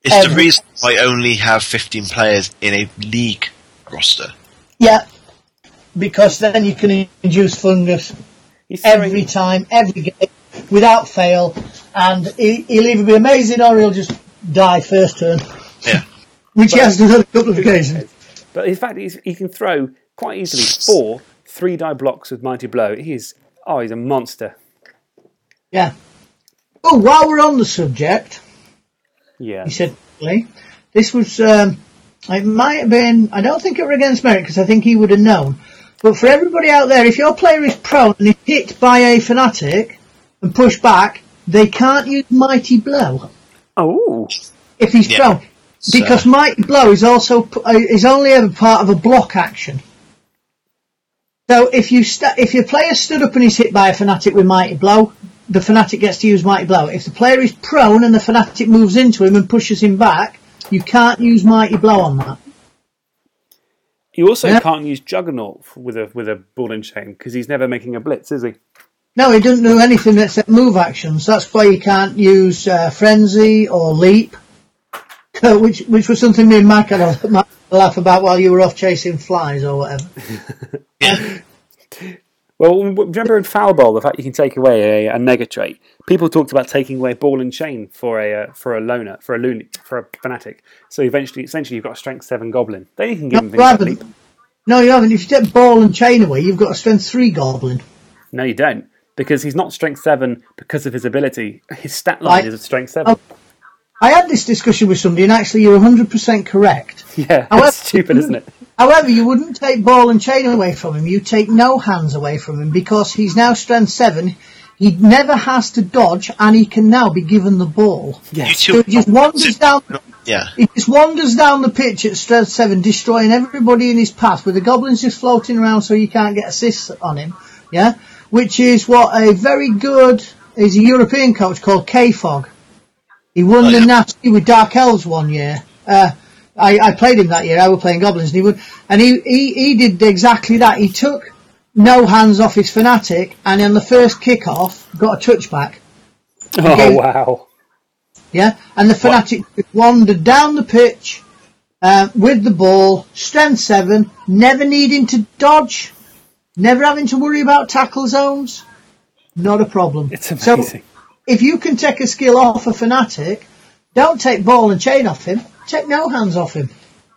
S3: It's the
S4: Every-
S3: reason I only have 15 players in a league roster.
S4: Yeah, because then you can induce fungus
S2: He's throwing-
S4: every time, every game, without fail, and he, he'll either be amazing or he'll just die first turn,
S3: Yeah.
S4: which he has done on a couple of occasions.
S2: But in fact, he's, he can throw quite easily four three die blocks with Mighty Blow. He is, oh, he's a monster.
S4: Yeah. Oh, while we're on the subject,
S2: Yeah.
S4: he said, "Lee, this was, um, it might have been, I don't think it was against Merrick because I think he would have known. But for everybody out there, if your player is prone and is hit by a fanatic and pushed back, they can't use Mighty Blow
S2: Oh,
S4: if he's
S3: Yeah.
S4: prone. Because
S3: So-
S4: Mighty Blow is also, p- uh, is only ever part of a block action. So if you sta if your player stood up and is hit by a fanatic with mighty blow, the fanatic gets to use mighty blow. If the player is prone and the fanatic moves into him and pushes him back, you can't use mighty blow on that.
S2: you also
S4: Yeah.
S2: can't use Juggernaut with a with a ball and chain because he's never making a blitz, is he?
S4: No, he doesn't do anything except move actions. That's why you can't use uh, frenzy or leap, uh, which which was something me and Mike had a Mike had a laugh about while you were off chasing flies or whatever.
S3: Yeah.
S2: Well, w- w- remember in Foul Bowl, the fact you can take away a, a nega trait. People talked about taking away ball and chain for a uh, for a loner, for a loony, for a fanatic. So eventually, essentially, you've got a strength seven goblin. Then you can give him things like
S4: Rather,
S2: leap.
S4: than- no, you haven't. If you take ball and chain away, you've got to spend three goblin.
S2: No, you don't, because he's not strength seven because of his ability. His stat line
S4: Right.
S2: is a strength seven.
S4: Oh. I had this discussion with somebody, and actually, you're 100% correct.
S2: Yeah,
S4: However-
S2: that's stupid, isn't it?
S4: However, you wouldn't take ball and chain away from him. You take no hands away from him because he's now strength seven. He never has to dodge, and he can now be given the ball.
S3: You
S4: So
S3: two
S4: he just wanders down.
S3: Yeah.
S4: He just wanders down the pitch at strength seven, destroying everybody in his path. With the goblins just floating around, so you can't get assists on him. Yeah, which is what a very good. He's a European coach called K Fog. He won the
S3: yeah.
S4: nasty with Dark Elves one year. Uh, I, I played him that year. I was playing goblins, and he would, and he, he, he did exactly that. He took no hands off his fanatic, and on the first kick off, got a touchback.
S2: Oh wow!
S4: Yeah, and the fanatic wandered down the pitch, uh, with the ball, strength seven, never needing to dodge, never having to worry about tackle zones. Not a problem.
S2: It's amazing.
S4: So if you can take a skill off a fanatic, don't take ball and chain off him. Take no hands off him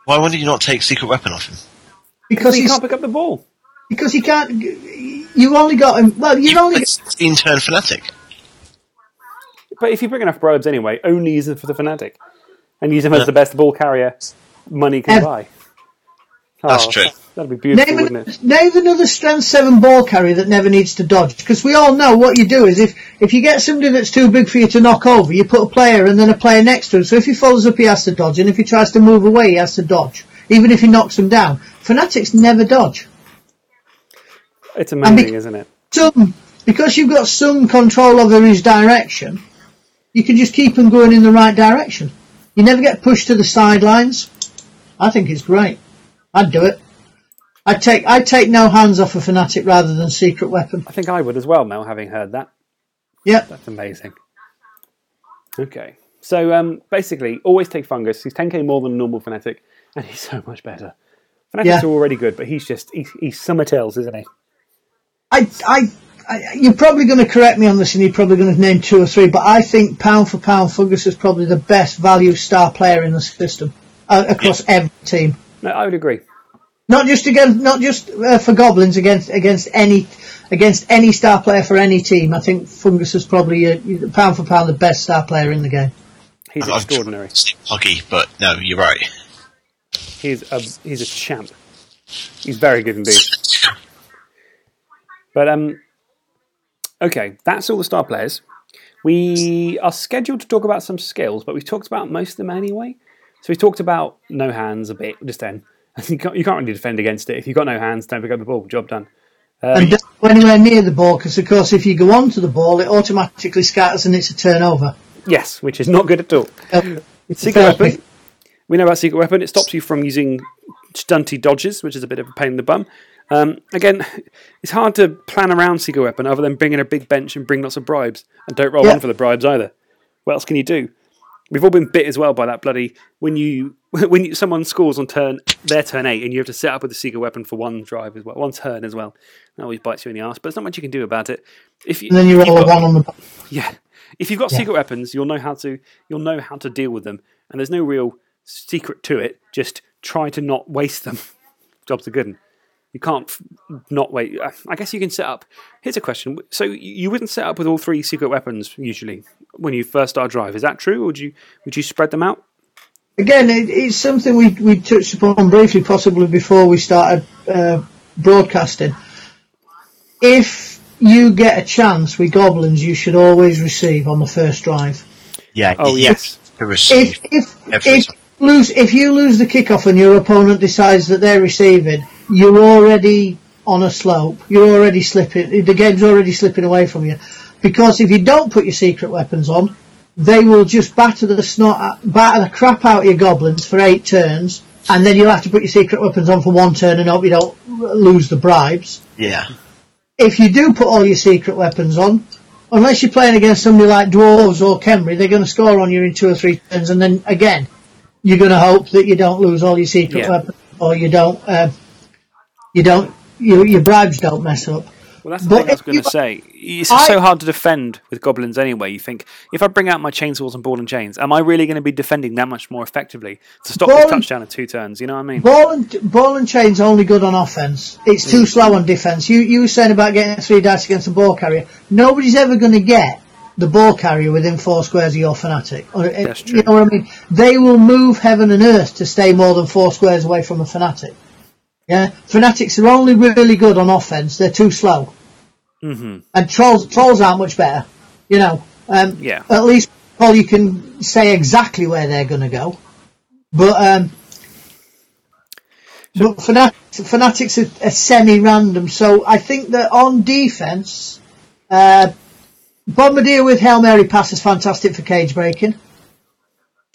S3: Why would you not take secret weapon off him?
S4: because
S2: he
S4: he's,
S2: can't pick up the ball.
S4: because he can't. You only got him. Well, you've
S3: You
S4: only.
S3: put sixteen turn fanatic.
S2: But if you bring enough bribes anyway, only use them for the fanatic, and use them as the best ball carrier money can
S4: Yeah.
S2: buy.
S3: That's
S2: Oh,
S3: true.
S2: That'd be beautiful,
S4: Name,
S2: wouldn't
S4: an-
S2: it?
S4: name another strength seven ball carrier that never needs to dodge. Because we all know what you do is if, if you get somebody that's too big for you to knock over, you put a player and then a player next to him. So if he follows up, he has to dodge, and if he tries to move away, he has to dodge. Even if he knocks him down, fanatics never dodge.
S2: It's amazing,
S4: be-
S2: isn't it?
S4: Some because you've got some control over his direction, you can just keep him going in the right direction. You never get pushed to the sidelines. I think it's great. I'd do it. I'd take I'd take no hands off a fanatic rather than secret weapon.
S2: I think I would as well, Mel, having heard that.
S4: Yep.
S2: That's amazing. Okay. So um, basically, always take Fungus. He's 10k more than a normal Fanatic, and he's so much better. Fanatics
S4: Yeah.
S2: are already good, but he's just, he's, he's Summertails, isn't he?
S4: I, I, I, you're probably going to correct me on this, and you're probably going to name two or three, but I think pound for pound, Fungus is probably the best value star player in the system uh, across every team.
S2: No, I would agree.
S4: Not just against, not just uh, for goblins against against any against any star player for any team. I think Fungus is probably uh, pound for pound the best star player in the game.
S2: He's
S3: I've
S2: extraordinary.
S3: just- Huggy, but no, you're right.
S2: He's a, he's a champ. He's very good indeed. But, um, okay, that's all the star players. We are scheduled to talk about some skills, but we talked about most of them anyway. So we talked about no hands a bit just then. You can't, you can't really defend against it. If you've got no hands, don't pick up the ball. Job done.
S4: and don't go anywhere near the ball because, of course, if you go on to the ball, it automatically scatters and it's a turnover.
S2: Yes, which is not good at all.
S4: Uh, it's
S2: Secret
S4: perfect.
S2: weapon. We know about secret weapon. It stops you from using stunty dodges, which is a bit of a pain in the bum. Um, again, it's hard to plan around secret weapon other than bringing a big bench and bring lots of bribes, and don't roll
S4: Yeah.
S2: one for the bribes either. What else can you do? We've all been bit as well by that bloody when you when you, someone scores on turn their turn eight and you have to set up with a secret weapon for one drive as well, one turn as well. That always bites you in the ass, but there's not much you can do about it. If you,
S4: And then you
S2: if you've
S4: roll a
S2: got-
S4: one on the ball.
S2: yeah. If you've got secret weapons, you'll know how to you'll know how to deal with them, and there's no real secret to it. Just try to not waste them. Jobs are good. 'un. You can't f- not wait. Uh, I- I guess you can set up. Here's a question. So you- you wouldn't set up with all three secret weapons usually when you first start a drive. Is that true? Or would you would you spread them out?
S4: Again, it, it's something we, we touched upon briefly, possibly before we started uh, broadcasting. If you get a chance with goblins, you should always receive on the first drive.
S3: Yeah.
S2: Oh
S3: you-
S2: yes.
S3: to receive.
S4: If if,
S3: Every
S4: if
S3: time.
S4: you lose if you lose the kickoff and your opponent decides that they're receiving, you're already on a slope. You're already slipping. The game's already slipping away from you, because if you don't put your secret weapons on, they will just batter the snot, batter the crap out of your goblins for eight turns, and then you'll have to put your secret weapons on for one turn and hope you don't lose the bribes.
S3: yeah.
S4: If you do put all your secret weapons on, unless you're playing against somebody like Dwarves or Kenry, they're going to score on you in two or three turns, and then again, you're going to hope that you don't lose all your secret
S2: Yeah.
S4: weapons, or you don't, uh, you don't, you, your bribes don't mess up.
S2: Well, that's the
S4: But
S2: thing I was
S4: if
S2: going
S4: you-
S2: to say. It's
S4: I-
S2: so hard to defend with goblins anyway. You think, if I bring out my chainsaws and ball and chains, am I really going to be defending that much more effectively to stop
S4: Ball
S2: this
S4: and-
S2: touchdown in two turns? You know what I mean?
S4: Ball and ball and chain's only good on offense. It's too slow on defense. You you were saying about getting three dice against a ball carrier. Nobody's ever going to get the ball carrier within four squares of your fanatic. Or, uh,
S2: That's
S4: You know what I mean? They will move heaven and earth to stay more than four squares away from a fanatic. Yeah, fanatics are only really good on offense. They're too slow. Mm-hmm. And trolls trolls aren't much better. You know, um,
S2: Yeah.
S4: At least well, you can say exactly where they're going to go, but. Um, but fanatics, fanatics are, are semi-random, so I think that on defense, uh, bombardier with hail mary pass is fantastic for cage breaking.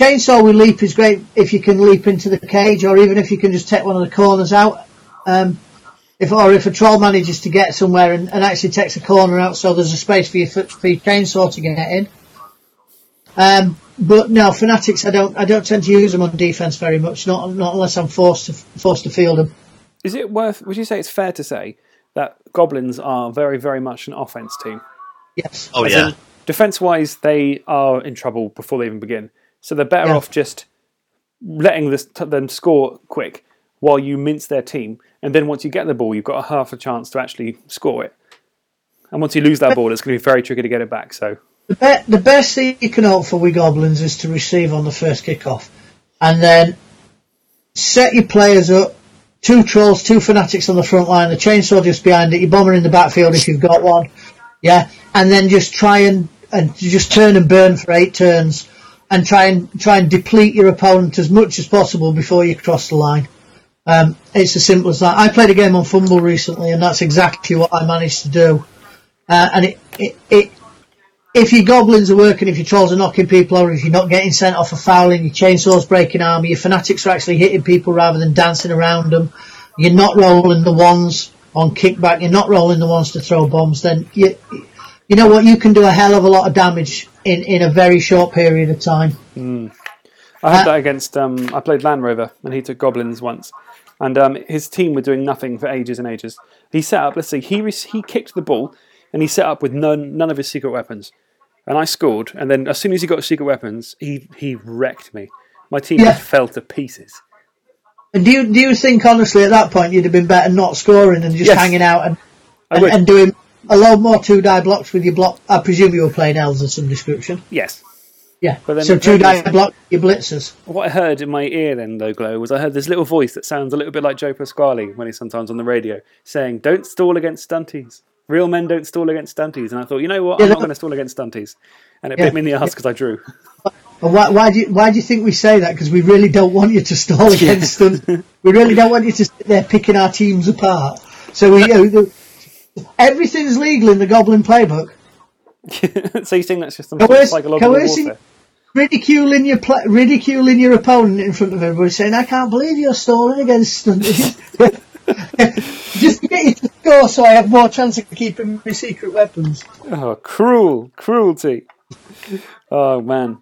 S4: Chainsaw with leap is great if you can leap into the cage, or even if you can just take one of the corners out. Um, if or if a troll manages to get somewhere and, and actually takes a corner out, so there's a space for your, f- for your chainsaw to get in. Um, but no, fanatics. I don't. I don't tend to use them on defense very much. Not not unless I'm forced to forced to field them.
S2: Is it worth? Would you say it's fair to say that goblins are very, very much an offense team?
S4: Yes.
S3: Oh yeah,
S2: Defense wise, they are in trouble before they even begin. So they're better
S4: Yeah.
S2: off just letting this, t- them score quick while you mince their team. And then once you get the ball, you've got a half a chance to actually score it. And once you lose that ball, it's going to be very tricky to get it back. So
S4: The, be- the best thing you can hope for with goblins is to receive on the first kickoff, and then set your players up. Two trolls, two fanatics on the front line, a chainsaw just behind it, your bomber in the backfield if you've got one, yeah, and then just try and and just turn and burn for eight turns, and try and try and deplete your opponent as much as possible before you cross the line. Um, it's as simple as that. I played a game on Fumble recently, and that's exactly what I managed to do. Uh, and it, it, it if your goblins are working, if your trolls are knocking people over, if you're not getting sent off for fouling, your chainsaws breaking armor, your fanatics are actually hitting people rather than dancing around them, you're not rolling the ones on kickback, you're not rolling the ones to throw bombs, then you, you know what, you can do a hell of a lot of damage in, in a very short period of time.
S2: I had
S4: Uh,
S2: that against. Um, I played Land Rover, and he took goblins once, and um, his team were doing nothing for ages and ages. He set up. Let's see. He re- he kicked the ball, and he set up with none none of his secret weapons, and I scored. And then as soon as he got his secret weapons, he he wrecked me. My team
S4: Yeah.
S2: just fell to pieces.
S4: And do you, do you think, honestly, at that point, you'd have been better not scoring and just
S2: Yes.
S4: hanging out and,
S2: I
S4: and,
S2: would.
S4: and doing a load more two die blocks with your block? I presume you were playing elves of some description.
S2: Yes.
S4: Yeah.
S2: But then-
S4: so two die block your blitzers.
S2: What I heard in my ear then, though, Glow, was I heard this little voice that sounds a little bit like Joe Pasquale when he's sometimes on the radio saying, Don't stall against stunties. Real men don't stall against stunties. And I thought, you know what? I'm
S4: Yeah,
S2: not
S4: that-
S2: going to stall against stunties. And it
S4: Yeah.
S2: bit me in the ass because I drew.
S4: And why, why do you, why do you think we say that? Because we really don't want you to stall against them. We really don't want you to sit there picking our teams apart. So we you know, everything's legal in the Goblin playbook.
S2: so you think that's just some sort of
S4: Coerci-
S2: psychological
S4: coercing-
S2: warfare?
S4: Ridiculing your pla ridiculing your opponent in front of everybody, saying, "I can't believe you're stalling against them." Just to get you to score, so I have more chance of keeping my secret weapons.
S2: Oh, cruel, cruelty. Oh, man.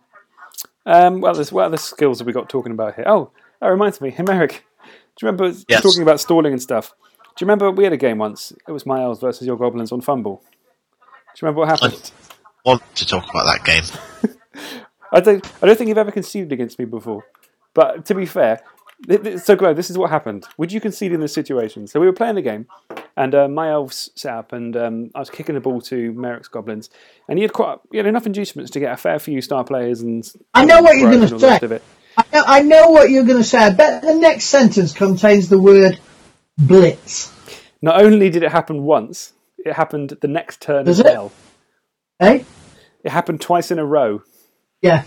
S2: Um, well, there's, what other skills have we got talking about here? Oh, that reminds me, Himeric. Do you remember
S3: Yes.
S2: talking about stalling and stuff? Do you remember we had a game once? It was my elves versus your goblins on Fumble. Do you remember what happened?
S3: want to talk about that game?
S2: I don't, I don't think you've ever conceded against me before. But to be fair, th- th- so Glow, this is what happened. Would you concede in this situation? So we were playing the game, and uh, my elves set up, and um, I was kicking the ball to Merrick's goblins, and he had quite he had enough inducements to get a fair few star players and.
S4: I know what you're
S2: Brian and
S4: gonna
S2: all the rest
S4: say.
S2: of it.
S4: I know, I know what you're going to say. I bet the next sentence contains the word blitz.
S2: Not only did it happen once, it happened the next turn
S4: Does
S2: as
S4: it?
S2: well.
S4: Eh?
S2: It happened twice in a row.
S4: Yeah.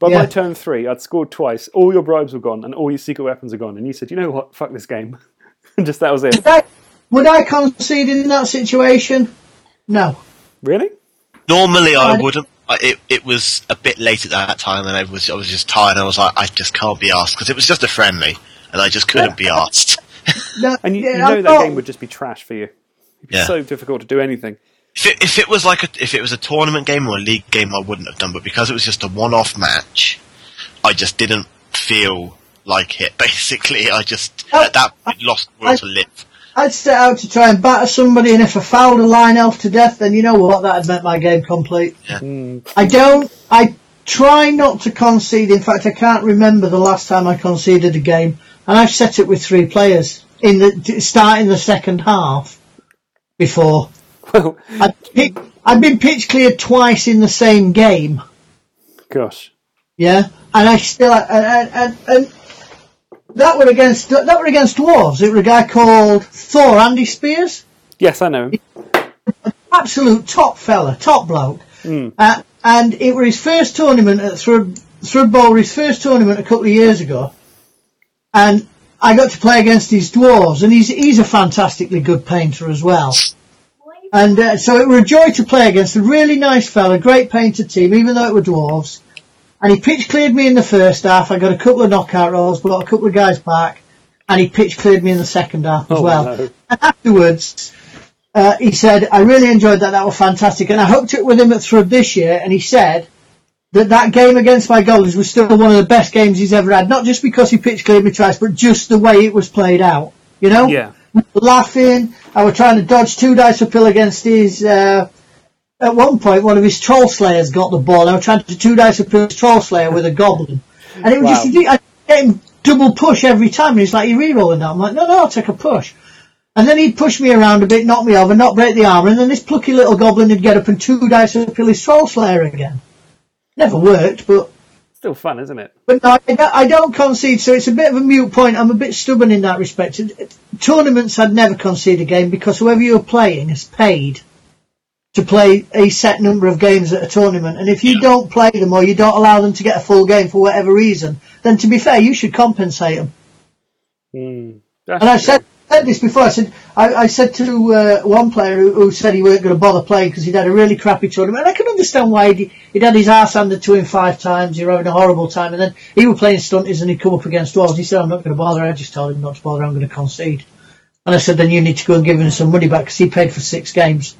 S2: By my
S4: Yeah.
S2: turn three, I'd scored twice. All your bribes were gone, and all your secret weapons are gone. And you said, "You know what? Fuck this game." and just that was it.
S4: Would I, would I concede in that situation? No.
S2: really?
S3: Normally, I
S4: Right.
S3: wouldn't. I- It, it was a bit late at that time, and I was I was just tired. I was like, I just can't be asked because it was just a friendly, and I just couldn't be asked.
S4: no
S2: And you,
S4: yeah,
S2: you know
S4: I'm
S2: that
S4: not-
S2: game would just be trash for you. It'd be
S3: Yeah.
S2: so difficult to do anything.
S3: If it, if it was like a, if it was a tournament game or a league game, I wouldn't have done. But because it was just a one-off match, I just didn't feel like it. Basically, I just at that point lost the will
S4: Oh, I-
S3: to live.
S4: I'd set out to try and batter somebody, and if I fouled a line elf to death, then you know what? That had meant my game complete.
S2: Hmm.
S4: I don't. I try not to concede. In fact, I can't remember the last time I conceded a game, and I've set it with three players in the starting the second half before.
S2: Well,
S4: I've, pick, I've been pitch cleared twice in the same game.
S2: gosh.
S4: Yeah, and I still and, and, and, and that were against that were against dwarves. It was a guy called Thor Andy Spears,
S2: Yes, I know. him.
S4: absolute top fella, top bloke.
S2: Hmm.
S4: Uh, and it were his first tournament at Thrub Thrub Bowl, his first tournament a couple of years ago, and I got to play against these dwarves, and he's he's a fantastically good painter as well. And uh, so it were a joy to play against a really nice fella, great painter team, even though it were dwarves. And he pitch cleared me in the first half. I got a couple of knockout rolls, brought a couple of guys back, and he pitch cleared me in the second half as
S2: Oh,
S4: well.
S2: no.
S4: And afterwards, uh, he said, "I really enjoyed that. That was fantastic." And I hooked it with him at Thrub this year, and he said, that that game against my goalies was still one of the best games he's ever had. Not just because he pitched cleared me twice, but just the way it was played out. You know,
S2: Yeah.
S4: We were laughing. I was trying to dodge two dice uphill against his. Uh, at one point, one of his troll slayers got the ball. I was trying to two dice uphill his troll slayer with a goblin, and it was just ridic- I get him double push every time. And he's like, "You rerolling that?" I'm like, "No, no, I'll take a push." And then he'd push me around a bit, knock me over, not break the armour, and then this plucky little goblin would get up and two dice uphill his troll slayer again. Never worked, but
S2: Still fun, isn't it?
S4: but no, I don't, I don't concede, so it's a bit of a mute point. I'm a bit stubborn in that respect. It- it- Tournaments, I'd never concede a game because whoever you're playing is paid to play a set number of games at a tournament, and if you don't play them or you don't allow them to get a full game for whatever reason, then to be fair, you should compensate them.
S2: That's
S4: And I
S2: true.
S4: said, said this before. I said I, I said to uh, one player who, who said he weren't going to bother playing because he'd had a really crappy tournament. And I can understand why he'd, he'd had his ass handed to him five times. He were having a horrible time, and then he were playing stunties and he'd come up against walls. He said, "I'm not going to bother." I just told him not to bother. I'm going to concede. And I said, "Then you need to go and give him some money back because he paid for six games."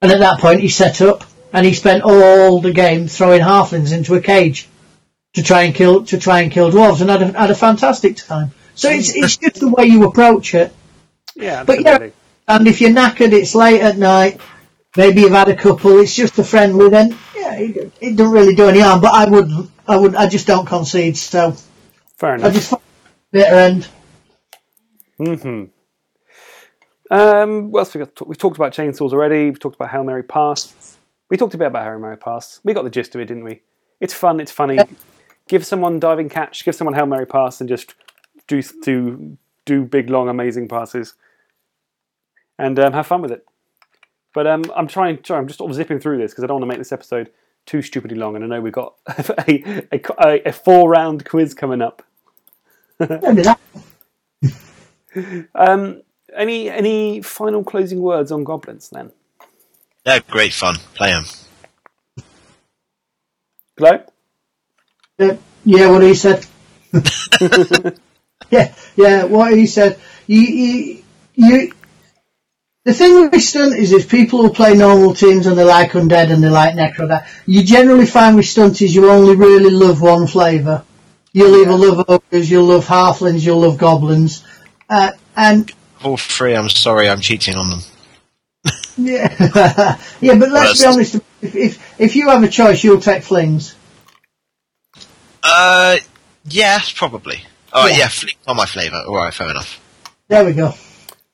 S4: And at that point, he set up and he spent all the game throwing halflings into a cage to try and kill to try and kill dwarves, and had a, had a fantastic time. So it's it's just the way you approach it.
S2: yeah,
S4: But yeah,
S2: absolutely.
S4: and if you're knackered, it's late at night. Maybe you've had a couple. It's just a friendly. Then yeah, it, it doesn't really do any harm. But I would I would I just don't concede. So
S2: Fair
S4: I
S2: enough.
S4: just find it bitter end.
S2: Um, what else we got? We talked about chainsaws already. We talked about Hail Mary Pass. We talked a bit about Hail Mary Pass. We got the gist of it, didn't we? It's fun. It's funny. Give someone diving catch. Give someone Hail Mary Pass, and just do do do big long amazing passes, and um, have fun with it. But um, I'm trying. Sorry, I'm just sort of zipping through this because I don't want to make this episode too stupidly long. And I know we've got a, a, a, a four round quiz coming up.
S4: Maybe that.
S2: Any any final closing words on goblins then?
S3: They're great fun. Play them.
S2: Hello.
S4: Uh, yeah, what he said. yeah, yeah, what he said. You, you, you. The thing with stunt is, if people who play normal teams and they like undead and they like necro, that you generally find with stunt is you only really love one flavour. You'll either love ogres, you'll love halflings, you'll love goblins, uh, and
S3: All three. I'm sorry, I'm cheating on them.
S4: yeah, yeah. But let's be
S3: Well,
S4: honest. If, if if you have a choice, you'll take flings.
S3: Uh, yes, probably. Oh yeah, flick on my flavour. All right, fair enough.
S4: There we go.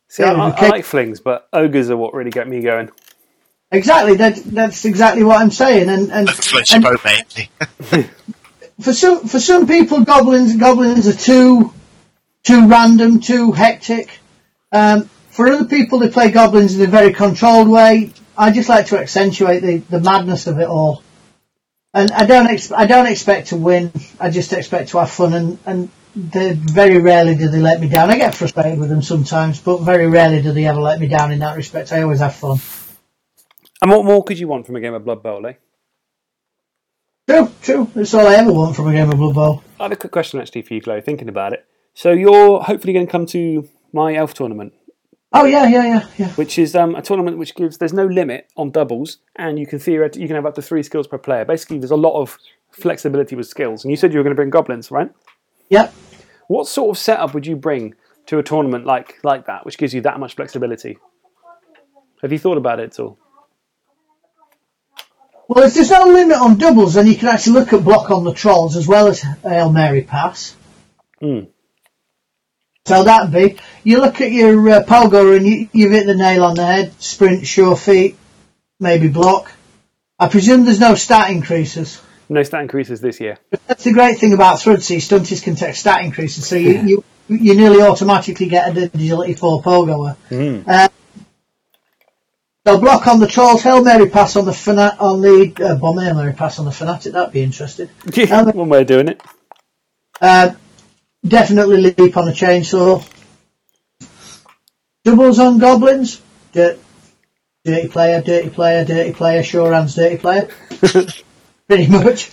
S2: See, I,
S4: Yeah,
S2: I,
S4: okay.
S2: I like flings, but ogres are what really get me going.
S4: Exactly. That that's exactly what I'm saying. And and,
S3: Float your
S4: and
S3: boat, mate.
S4: for some for some people, goblins goblins are too too random, too hectic. Um, for other people, they play goblins in a very controlled way. I just like to accentuate the, the madness of it all. And I don't ex- I don't expect to win. I just expect to have fun. And and they very rarely do they let me down. I get frustrated with them sometimes, but very rarely do they ever let me down in that respect. I always have fun.
S2: And what more could you want from a game of Blood Bowl, eh?
S4: True, true. That's all I ever want from a game of Blood Bowl.
S2: I have a quick question actually for you, Chloe, thinking about it. So you're hopefully going to come to my elf tournament,
S4: Oh yeah, yeah, yeah, yeah.
S2: which is um, a tournament which gives there's no limit on doubles, and you can theoret- you can have up to three skills per player. Basically, there's a lot of flexibility with skills. And you said you were going to bring goblins, right?
S4: Yep.
S2: What sort of setup would you bring to a tournament like like that, which gives you that much flexibility? Have you thought about it at all?
S4: Well, if there's no limit on doubles, then you can actually look at block on the trolls as well as Hail Mary pass. So that'd be you look at your uh, Polgar and you, you've hit the nail on the head. Sprint, sure feet, maybe block. I presume there's no stat increases.
S2: No stat increases this year.
S4: That's the great thing about Thrudsy. Stunties can take stat increases, so you, you you nearly automatically get an agility four pogoer. Uh, they'll block on the trolls. Hail Mary pass on the fana- on the uh, bomb Hail Mary pass on the fanatic. That'd be interesting. Hail Mary-
S2: One way of doing it.
S4: uh, definitely leap on a chainsaw. Doubles on goblins. Dirt, dirty player, dirty player, dirty player. Sure hands, dirty player. Pretty much.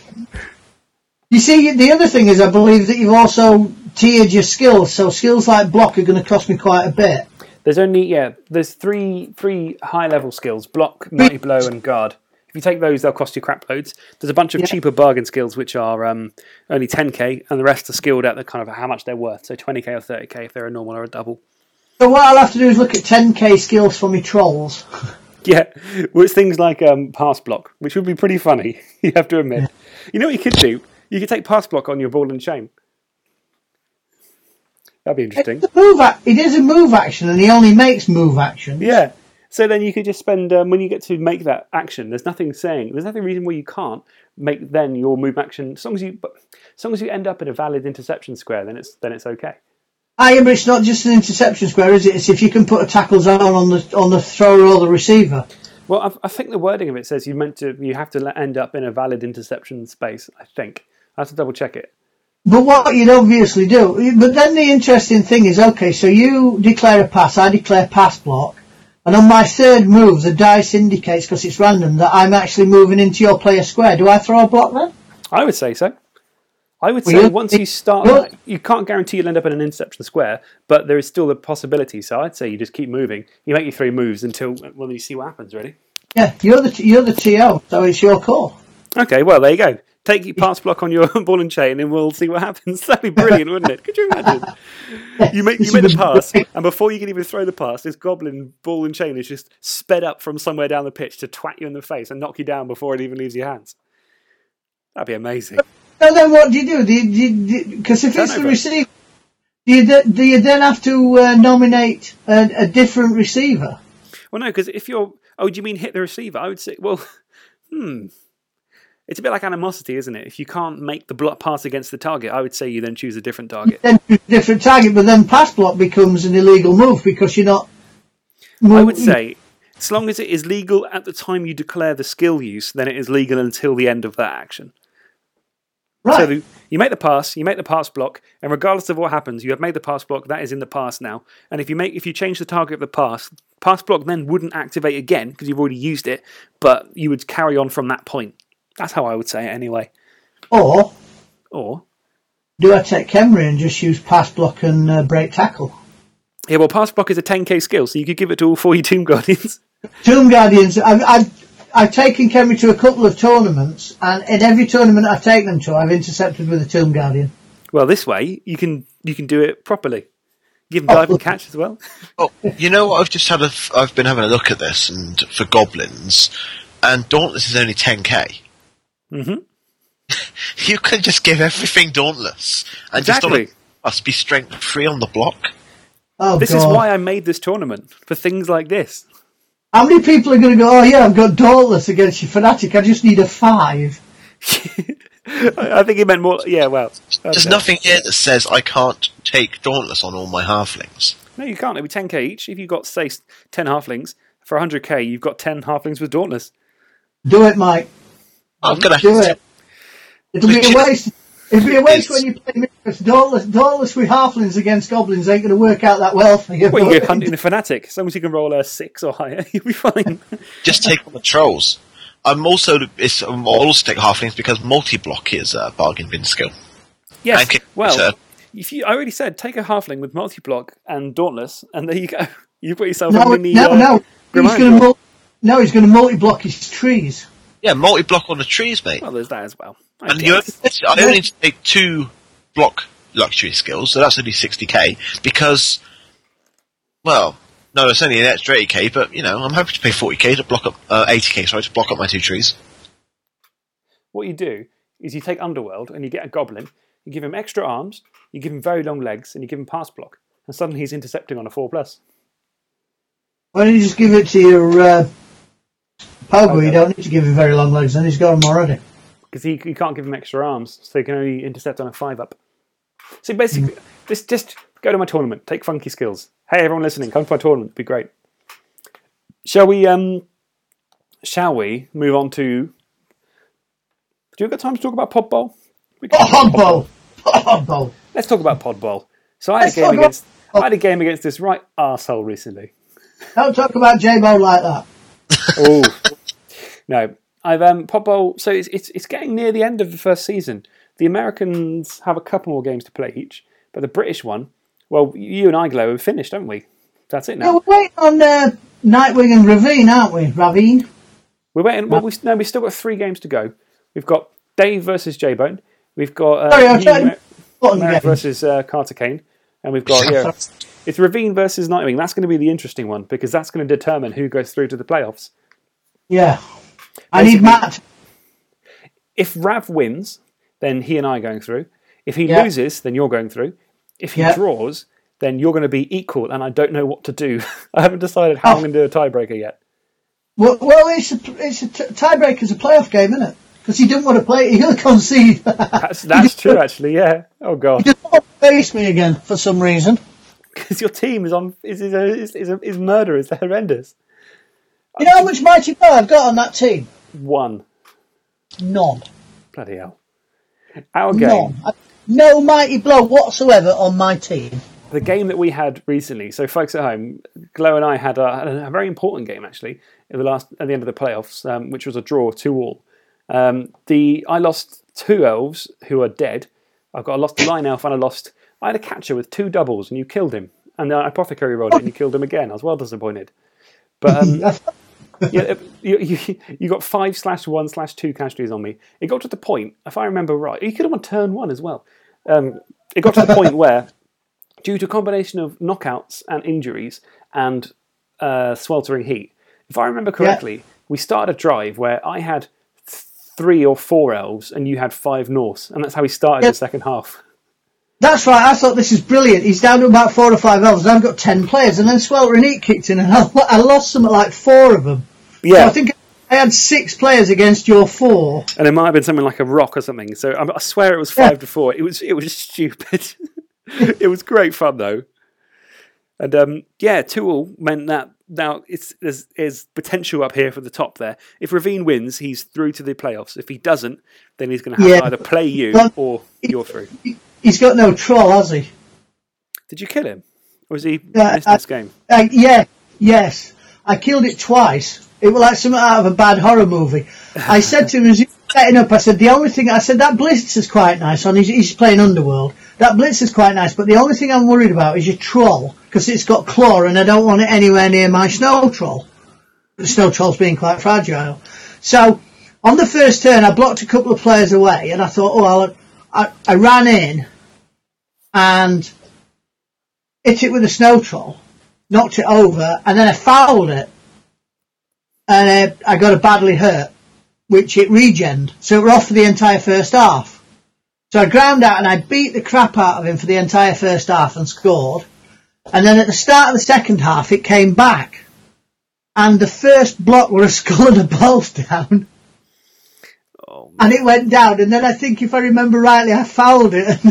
S4: You see, the other thing is, I believe that you've also tiered your skills. So skills like block are going to cost me quite a bit.
S2: There's only yeah. There's three three high level skills: block, mighty blow, and guard. If you take those, they'll cost you crap loads. There's a bunch of cheaper bargain skills which are um, only 10k, and the rest are skilled at the kind of how much they're worth. So 20k or 30k if they're a normal or a double.
S4: So what I'll have to do is look at 10k skills for me trolls.
S2: Yeah, well, it's things like um, pass block, which would be pretty funny. You have to admit. You know what you could do? You could take pass block on your ball and chain. That'd be interesting.
S4: It's a move. ac- It is a move action, and he only makes move action.
S2: Yeah. So then you could just spend um, when you get to make that action. There's nothing saying. There's nothing reason why you can't make then your move action. As long as you, but as long as you end up in a valid interception square, then it's then it's okay.
S4: Aye, but it's not just an interception square, is it? It's if you can put a tackle down on the on the thrower or the receiver.
S2: Well, I, I think the wording of it says you meant to. You have to le- end up in a valid interception space. I think I have to double check it.
S4: But what you'd obviously do, but then the interesting thing is, okay, so you declare a pass, I declare pass block, and on my third move, the dice indicates, because it's random, that I'm actually moving into your player square. Do I throw a block then?
S2: I would say so. I would
S4: Well,
S2: say
S4: you-
S2: once you start,
S4: well-
S2: that, you can't guarantee you'll end up in an interception square, but there is still the possibility. So I'd say you just keep moving. You make your three moves until well, you see what happens. Really.
S4: Yeah, you're the you're the TO, so it's your call.
S2: Okay, well there you go. Take your pass block on your ball and chain, and we'll see what happens. That'd be brilliant, wouldn't it? Could you imagine? You make you make the pass, and before you can even throw the pass, this goblin ball and chain is just sped up from somewhere down the pitch to twat you in the face and knock you down before it even leaves your hands. That'd be amazing.
S4: So then what do you do? Do you- do you, because if it's the
S2: Turnover.
S4: receiver, do you, th- do you then have to uh, nominate a, a different receiver?
S2: Well, no, because if you're oh, do you mean hit the receiver? I would say well, hmm. It's a bit like animosity, isn't it? If you can't make the block pass against the target, I would say you then choose a different target.
S4: Then a different target, but then pass block becomes an illegal move because you're not.
S2: I would say, as long as it is legal at the time you declare the skill use, then it is legal until the end of that action.
S4: right.
S2: So the, you make the pass, you make the pass block, and regardless of what happens, you have made the pass block. That is in the pass now. And if you make, if you change the target of the pass, pass block then wouldn't activate again because you've already used it. But you would carry on from that point. That's how I would say it anyway.
S4: Or
S2: Or
S4: do I take Kemri and just use pass block and uh, break tackle?
S2: yeah, well, pass block is a 10k skill, so you could give it to all four your Tomb Guardians.
S4: Tomb Guardians, I've, I've, I've taken Kemri to a couple of tournaments, and in every tournament I've taken them to, I've intercepted with a Tomb Guardian.
S2: Well, this way you can you can do it properly. Give them dive and catch as well.
S3: Oh, you know what? I've just had a. Th- I've been having a look at this, and for goblins, and Dauntless is only 10k.
S2: Mhm.
S3: you can just give everything Dauntless, and just on
S2: Exactly.
S3: a, must be strength three on the block.
S4: Oh,
S2: This
S4: God.
S2: is why I made this tournament for things like this.
S4: How many people are going to go, oh, yeah, I've got Dauntless against your Fanatic, I just need a five?
S2: I I think it meant more. Yeah, well,
S3: There's
S2: okay.
S3: nothing here that says I can't take Dauntless on all my halflings.
S2: no, you can't. It'll be ten k each. If you've got say s- ten halflings for hundred k, you've got ten halflings with dauntless.
S4: Do it, Mike.
S3: I'm gonna have
S4: Do
S3: to
S4: it. It'll be a
S3: Richard-
S4: waste. It'll be a waste
S3: Yes.
S4: when you play because Dauntless, Dauntless with Halflings against Goblins ain't going to work out that well for you.
S2: Well, you go hunting the fanatic. As long as you can roll a six or higher, you'll be fine.
S3: just take on the trolls. I'm also it's, I'll also take halflings because multi-block is a bargain bin skill.
S2: yes.
S3: Thank you,
S2: well,
S3: sir.
S2: if you, I already said take a halfling with multi block and dauntless, and there you go. You put yourself
S4: no,
S2: a mini.
S4: no,
S2: uh,
S4: no. He's
S2: Grimoire
S4: going to
S2: job.
S4: mul- no, he's going to multi-block his trees.
S3: Yeah, multi-block on the trees, mate.
S2: Well, there's that as well. I
S3: And
S2: guess.
S3: you I only need to take two block luxury skills, so that's only 60k, because, well, no, it's only an extra 80k, but, you know, I'm happy to pay 40k to block up, uh, 80k, sorry, to block up my two trees.
S2: what you do is you take Underworld and you get a goblin, you give him extra arms, you give him very long legs, and you give him pass block, and suddenly he's intercepting on a four plus.
S4: Why don't you just give it to your uh, Pogo? You don't need to give him very long legs, then he's got them already.
S2: Because he, he can't give him extra arms, so he can only intercept on a five up. So basically,
S4: Hmm.
S2: just, just go to my tournament, take funky skills. Hey, everyone listening, come to my tournament, it'd be great. Shall we, um, shall we move on to. Do you have got time to talk about Pod Bowl? We can-
S4: Podbo! Podbo!
S2: Let's talk about Pod Bowl. So I had, a
S4: Let's
S2: game
S4: talk about
S2: against, I had a game against this right arsehole recently.
S4: Don't talk about J-Bo like that.
S2: Oh no, I've um Pop Bowl. So it's, it's it's getting near the end of the first season. The Americans have a couple more games to play each, but the British one. Well, you and I, Glow, have finished, haven't we? That's it now.
S4: No, we're waiting on uh, Nightwing and Ravine, aren't we? Ravine?
S2: We're waiting. Well, we've, no, we've still got three games to go. We've got Dave versus J Bone. We've got uh,
S4: Sorry, I'm
S2: you,
S4: trying-
S2: Mer-
S4: Bottom
S2: Merritt
S4: game.
S2: versus uh, Carter Kane, and we've got yeah, it's Ravine versus Nightwing. That's going to be the interesting one because that's going to determine who goes through to the playoffs.
S4: Yeah. I need Matt.
S2: If Rav wins, then he and I are going through. If he
S4: Yeah.
S2: loses, then you're going through. If he
S4: Yeah.
S2: draws, then you're going to be equal, and I don't know what to do. I haven't decided how I'm
S4: Oh.
S2: going to do a tiebreaker yet.
S4: Well, well it's a, it's a t- tiebreaker's a playoff game, isn't it? Because he didn't want to play. He'll concede. he
S2: That's, that's true, actually. Yeah. Oh god,
S4: doesn't want to face me again for some reason.
S2: because your team is on is is is, is, is murderers. They're horrendous.
S4: You know how much mighty power I've got on that team?
S2: One.
S4: None.
S2: Bloody hell. Our game,
S4: None. I- No mighty blow whatsoever on my team.
S2: the game that we had recently. So, folks at home, Glow and I had a, had a very important game actually at the last at the end of the playoffs, um, which was a draw two all. Um, the I lost two elves who are dead. I've got I lost a line elf and I lost. I had a catcher with two doubles and you killed him. And then apothecary rolled it and you killed him again. I was well disappointed. But um, yeah, you, you, you got five slash one slash two casualties on me. It got to the point, if I remember right, you could have won turn one as well. Um, it got to the point where, due to a combination of knockouts and injuries and uh, sweltering heat, if I remember correctly, we started a drive where I had th- three or four elves and you had five Norse, and that's how we started
S4: Yeah.
S2: the second half.
S4: That's right. I thought this is brilliant. He's down to about four or five elves. I've got ten players, and then Sweltering Heat kicked in, and I, I lost them at like four of them. So I think I had six players against your four.
S2: and it might have been something like a rock or something. So I, I swear it was five to four. It was it was stupid. it was great fun though, and um, yeah, two all meant that now it's there's, there's potential up here for the top there. If Ravine wins, he's through to the playoffs. If he doesn't, then he's going to have
S4: Yeah.
S2: to either play you
S4: Well-
S2: or you're through.
S4: He's got no troll, has he?
S2: Did you kill him? Or is he
S4: Yeah,
S2: missed
S4: I-
S2: this game?
S4: Uh, yeah, yes. I killed it twice. It was like something out of a bad horror movie. I said to him as he was setting up, I said, the only thing, I said, that Blitz is quite nice on, he's, he's playing Underworld. That Blitz is quite nice, but the only thing I'm worried about is your troll, because it's got claw and I don't want it anywhere near my snow troll. The snow troll's being quite fragile. So, on the first turn, I blocked a couple of players away and I thought, oh, I'll, I, I ran in and hit it with a snow troll knocked it over, and then I fouled it, and uh, I got a badly hurt, which it regened. So it were off for the entire first half. So I ground out and I beat the crap out of him for the entire first half and scored. And then at the start of the second half, it came back, and the first block were a skull and a bolt down. And it went down, and then I think, if I remember rightly, I fouled it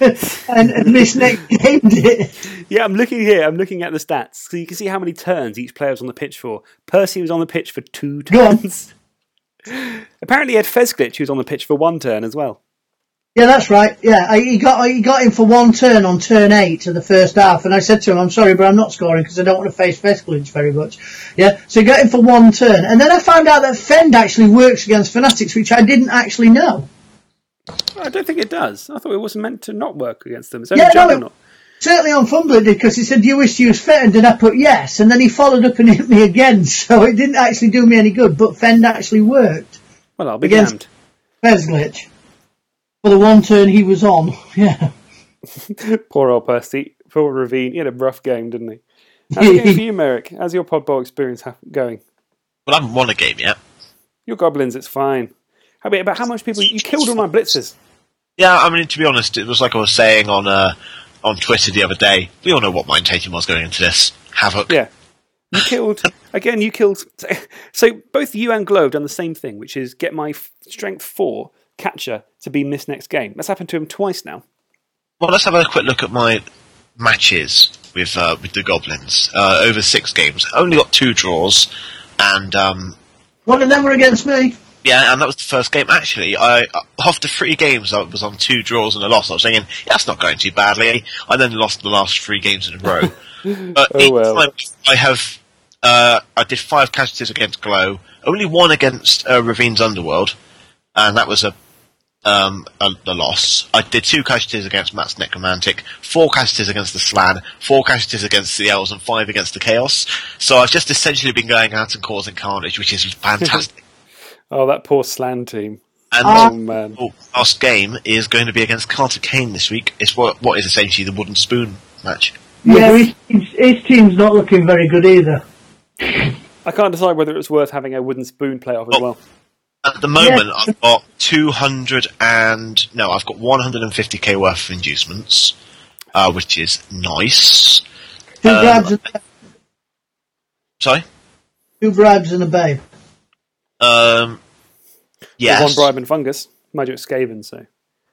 S4: and, and, and misnamed it.
S2: Yeah, I'm looking here. I'm looking at the stats, so you can see how many turns each player was on the pitch for. Percy was on the pitch for two
S4: Go on.
S2: turns. Apparently, Ed Fezglitch who was on the pitch for one turn as well.
S4: Yeah, that's right. Yeah, I, he got he got him for one turn on turn eight of the first half, and I said to him, "I'm sorry, but I'm not scoring because I don't want to face Vesklage very much." Yeah, so he got him for one turn, and then I found out that Fend actually works against Fanatics, which I didn't actually know.
S2: I don't think it does. I thought it wasn't meant to not work against them. It's only
S4: Yeah, no,
S2: juggernaut.
S4: Certainly on Fumble it did because he said, "Do you wish to use Fend?" and I put yes, and then he followed up and hit me again, so it didn't actually do me any good. But Fend actually worked
S2: well, I'll be
S4: against-
S2: damned.
S4: Vesglitch for the one turn he was on. Yeah.
S2: Poor old Percy. Poor Ravine. He had a rough game, didn't he? How's it going for you, Merrick? How's your Podball experience ha- going?
S3: Well, I haven't won a game yet.
S2: Your goblins, it's fine. How about, about how much people you killed all my blitzers?
S3: Yeah, I mean, to be honest, it was like I was saying on uh, on Twitter the other day. We all know what my intention was going into this havoc.
S2: Yeah. You killed again. You killed. So both you and Glow have done the same thing, which is get my f- strength four catcher to be missed next game. That's happened to him twice now.
S3: Well, let's have a quick look at my matches with uh, with the goblins uh, over six games. I only got two draws, and um,
S4: One of them were against me.
S3: yeah, and that was the first game. Actually, I after three games, I was on two draws and a loss. I was thinking yeah, that's not going too badly. I then lost the last three games in a row. but
S2: Oh,
S3: each
S2: well.
S3: time I have, uh, I did five casualties against Glow, only one against uh, Ravine's Underworld, and that was a um, a, a loss. I did two casualties against Matt's Necromantic, four casualties against the Slan, four casualties against the Elves, and five against the Chaos. So I've just essentially been going out and causing carnage, which is fantastic.
S2: Oh, that poor Slan team.
S3: and
S2: Oh,
S4: Ah.
S2: man.
S3: the last game is going to be against Carter Kane this week. It's what what is essentially the wooden spoon match.
S4: Yeah, his, team's- his team's not looking very good either.
S2: I can't decide whether it's worth having a wooden spoon playoff as
S3: Oh.
S2: well.
S3: At the moment,
S4: Yeah.
S3: I've got 200 and no, I've got 150k worth of inducements, uh, which is nice.
S4: Two
S3: Um,
S4: bribes, and,
S3: Sorry.
S4: two bribes and a babe.
S3: Um,
S2: There's One
S3: yes.
S2: bribe and fungus. Magic Skaven, so.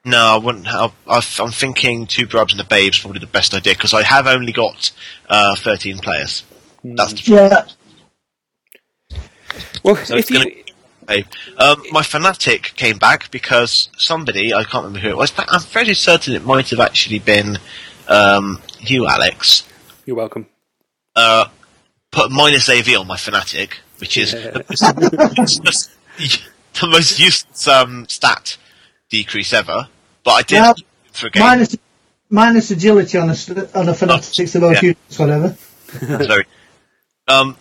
S3: No, I wouldn't. Have, i I'm thinking two bribes and a babe's probably the best idea because I have only got uh, 13 players. That's the
S4: Yeah,
S2: Well,
S3: So
S2: if
S3: it's
S2: you.
S3: gonna- babe. Um, my fanatic came back because somebody I can't remember who it was. But I'm fairly certain it might have actually been um, you, Alex.
S2: You're welcome.
S3: uh, put minus AV on my Fnatic, which is the, most, the most useless um, stat decrease ever. But I did
S4: Well,
S3: for a game.
S4: minus minus agility on a st- on a fanatics about
S3: Yeah.
S4: you, whatever.
S3: That's very- um,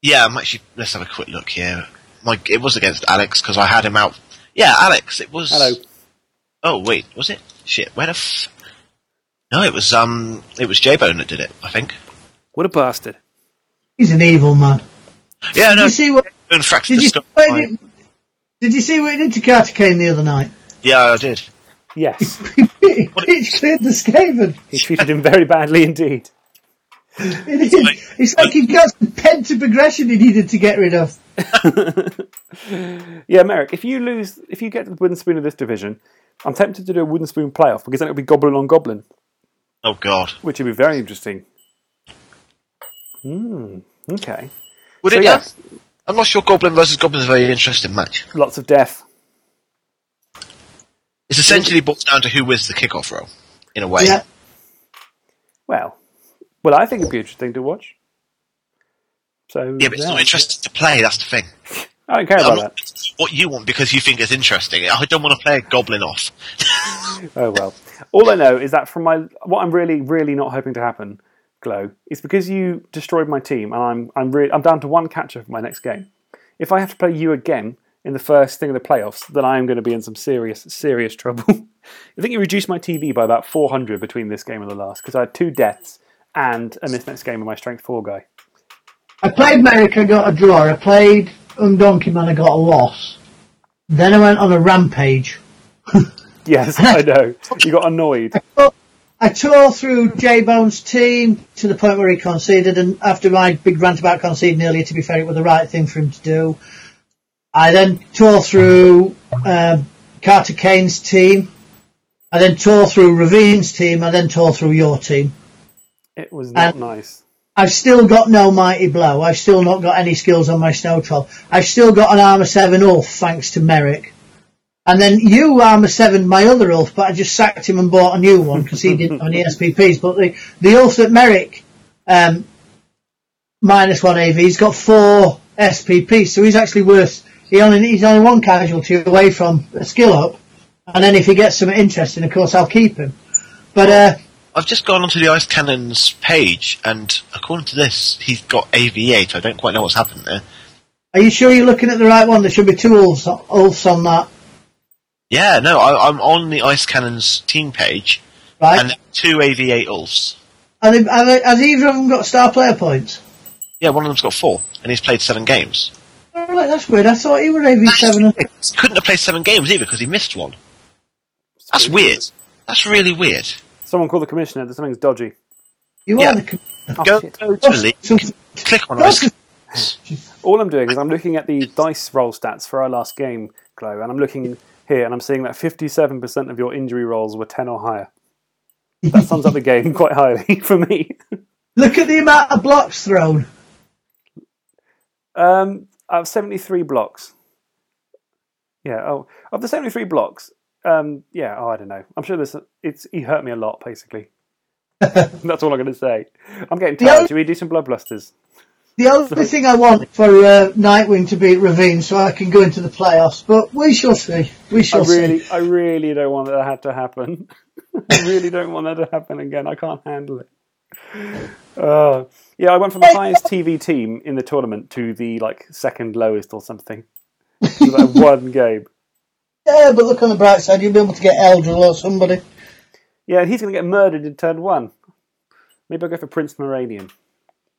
S3: yeah, I'm actually. Let's have a quick look here. My, it was against Alex because I had him out. Yeah, Alex. It was.
S2: Hello.
S3: Oh wait, was it? Shit. Where the? F- no, it was um, it was J-Bone that did it. I think.
S2: What a bastard.
S4: He's an evil man.
S3: Yeah,
S4: Did
S3: no.
S4: you see what?
S3: J-Bone fractured
S4: Did
S3: the
S4: you see
S3: skull.
S4: what he did, did you see what he did to Carter Kane the other night?
S3: Yeah, I did.
S2: Yes.
S4: he cleared the Skaven.
S2: he treated him very badly indeed.
S4: It is. It's like he got some pent-up aggression he needed to get rid of.
S2: Yeah, Merrick, if you lose, if you get the wooden spoon of this division, I'm tempted to do a wooden spoon playoff because then it'll be goblin on goblin,
S3: Oh god.
S2: which would be very interesting. Hmm. Okay.
S3: Would
S2: So
S3: it?
S2: yeah.
S3: Yeah. I'm not sure Goblin versus Goblin is a very interesting match.
S2: Lots of death.
S3: It's essentially boils down to who wins the kickoff roll, in a way.
S4: Yeah.
S2: Well, well, I think it'd be interesting to watch. So
S3: Yeah, but it's not interesting Um, to play. That's the thing.
S2: I don't care
S3: I'm
S2: about
S3: not what you want because you think it's interesting. I don't want to play a Goblin off.
S2: that. Oh well. All I know is that from my what I'm really, really not hoping to happen, Glow, is because you destroyed my team and I'm I'm really I'm down to one catcher for my next game. If I have to play you again in the first thing of the playoffs, then I am going to be in some serious, serious trouble. I think you reduced my TV by about 400 between this game and the last because I had two deaths and in this next game of my strength four guy.
S4: I played Merrick, I got a draw. I played Undonkey Man, I got a loss. Then I went on a rampage.
S2: Yes, I know. You got annoyed.
S4: I tore through J Bone's team to the point where he conceded, and after my big rant about conceding earlier, to be fair, it was the right thing for him to do. I then tore through uh, Carter Kane's team. I then tore through Ravine's team. I then tore through your team.
S2: It was not
S4: And-
S2: nice.
S4: I've still got no mighty blow. I've still not got any skills on my snow troll. I've still got an armor seven ulf thanks to Merrick. And then you armor seven my other ulf, but I just sacked him and bought a new one because he didn't have any SPPs. But the the ulf that Merrick um, minus one AV, he's got four SPPs, so he's actually worth. He only he's only one casualty away from a skill up. And then if he gets something interesting, of course I'll keep him. But uh,
S3: I've just gone onto the Ice Cannon's page, and according to this, he's got AV8. I don't quite know what's happened there.
S4: are you sure you're looking at the right one? There should be two ulfs, ulfs on that.
S3: Yeah, no, I, I'm on the Ice Cannon's team page,
S4: Right.
S3: and two AV8 Ulfs.
S4: Are they, are they, has either of them got star player points?
S3: Yeah, one of them's got four, and he's played seven games.
S4: All right, that's weird. I thought he were AV7. and-
S3: Couldn't have played seven games either because he missed one. That's weird. That's really weird.
S2: Someone call the commissioner. There's something's dodgy.
S4: You
S3: Yeah.
S4: are the com-
S2: Oh,
S3: go,
S2: shit.
S3: go to League,
S4: some-
S3: click on
S4: that's
S3: Ice.
S4: the-
S2: All I'm doing is I'm looking at the dice roll stats for our last game, Glow, and I'm looking here and I'm seeing that 57% of your injury rolls were 10 or higher. That sums up the game quite highly for me.
S4: Look at the amount of blocks thrown.
S2: Um, I have 73 blocks. Yeah. Oh, of the 73 blocks, um, yeah. Oh, I don't know. I'm sure this. It's he hurt me a lot, basically. That's all I'm going to say. I'm getting tired. Should we do some blood blusters?
S4: The only thing I want for uh, Nightwing to beat Ravine so I can go into the playoffs, but we shall see. We
S2: I
S4: shall see.
S2: really, I really don't want that had to happen. I really don't want that to happen again. I can't handle it. Uh, yeah, I went from the highest TV team in the tournament to the like second lowest or something. It was like one game.
S4: Yeah, but look on the bright side, you'll be able to get Eldrill or somebody.
S2: Yeah, and he's going to get murdered in turn one. Maybe I'll go for Prince Moranian.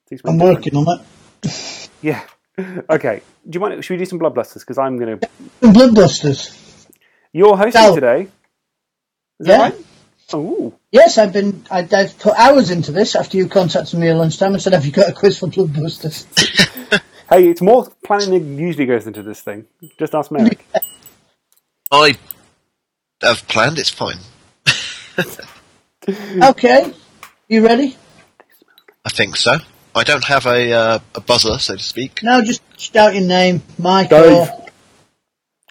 S2: These
S4: I'm
S2: men-
S4: working on that.
S2: Yeah. Okay. Do you mind? Should we do some bloodbusters? Because I'm going to.
S4: And Bloodbusters.
S2: You're hosting
S4: No.
S2: today. Is
S4: Yeah.
S2: that right? Ooh.
S4: Yes, I've been. I, I've put hours into this after you contacted me at lunchtime and said, "Have you got a quiz for Bloodbusters?"
S2: Hey, it's more planning than usually goes into this thing. Just ask Merrick.
S3: I have planned. It's fine.
S4: okay, you ready?
S3: I think so. I don't have a uh, a buzzer, so to speak.
S4: Now just shout your name, Mike
S2: Dave.
S4: or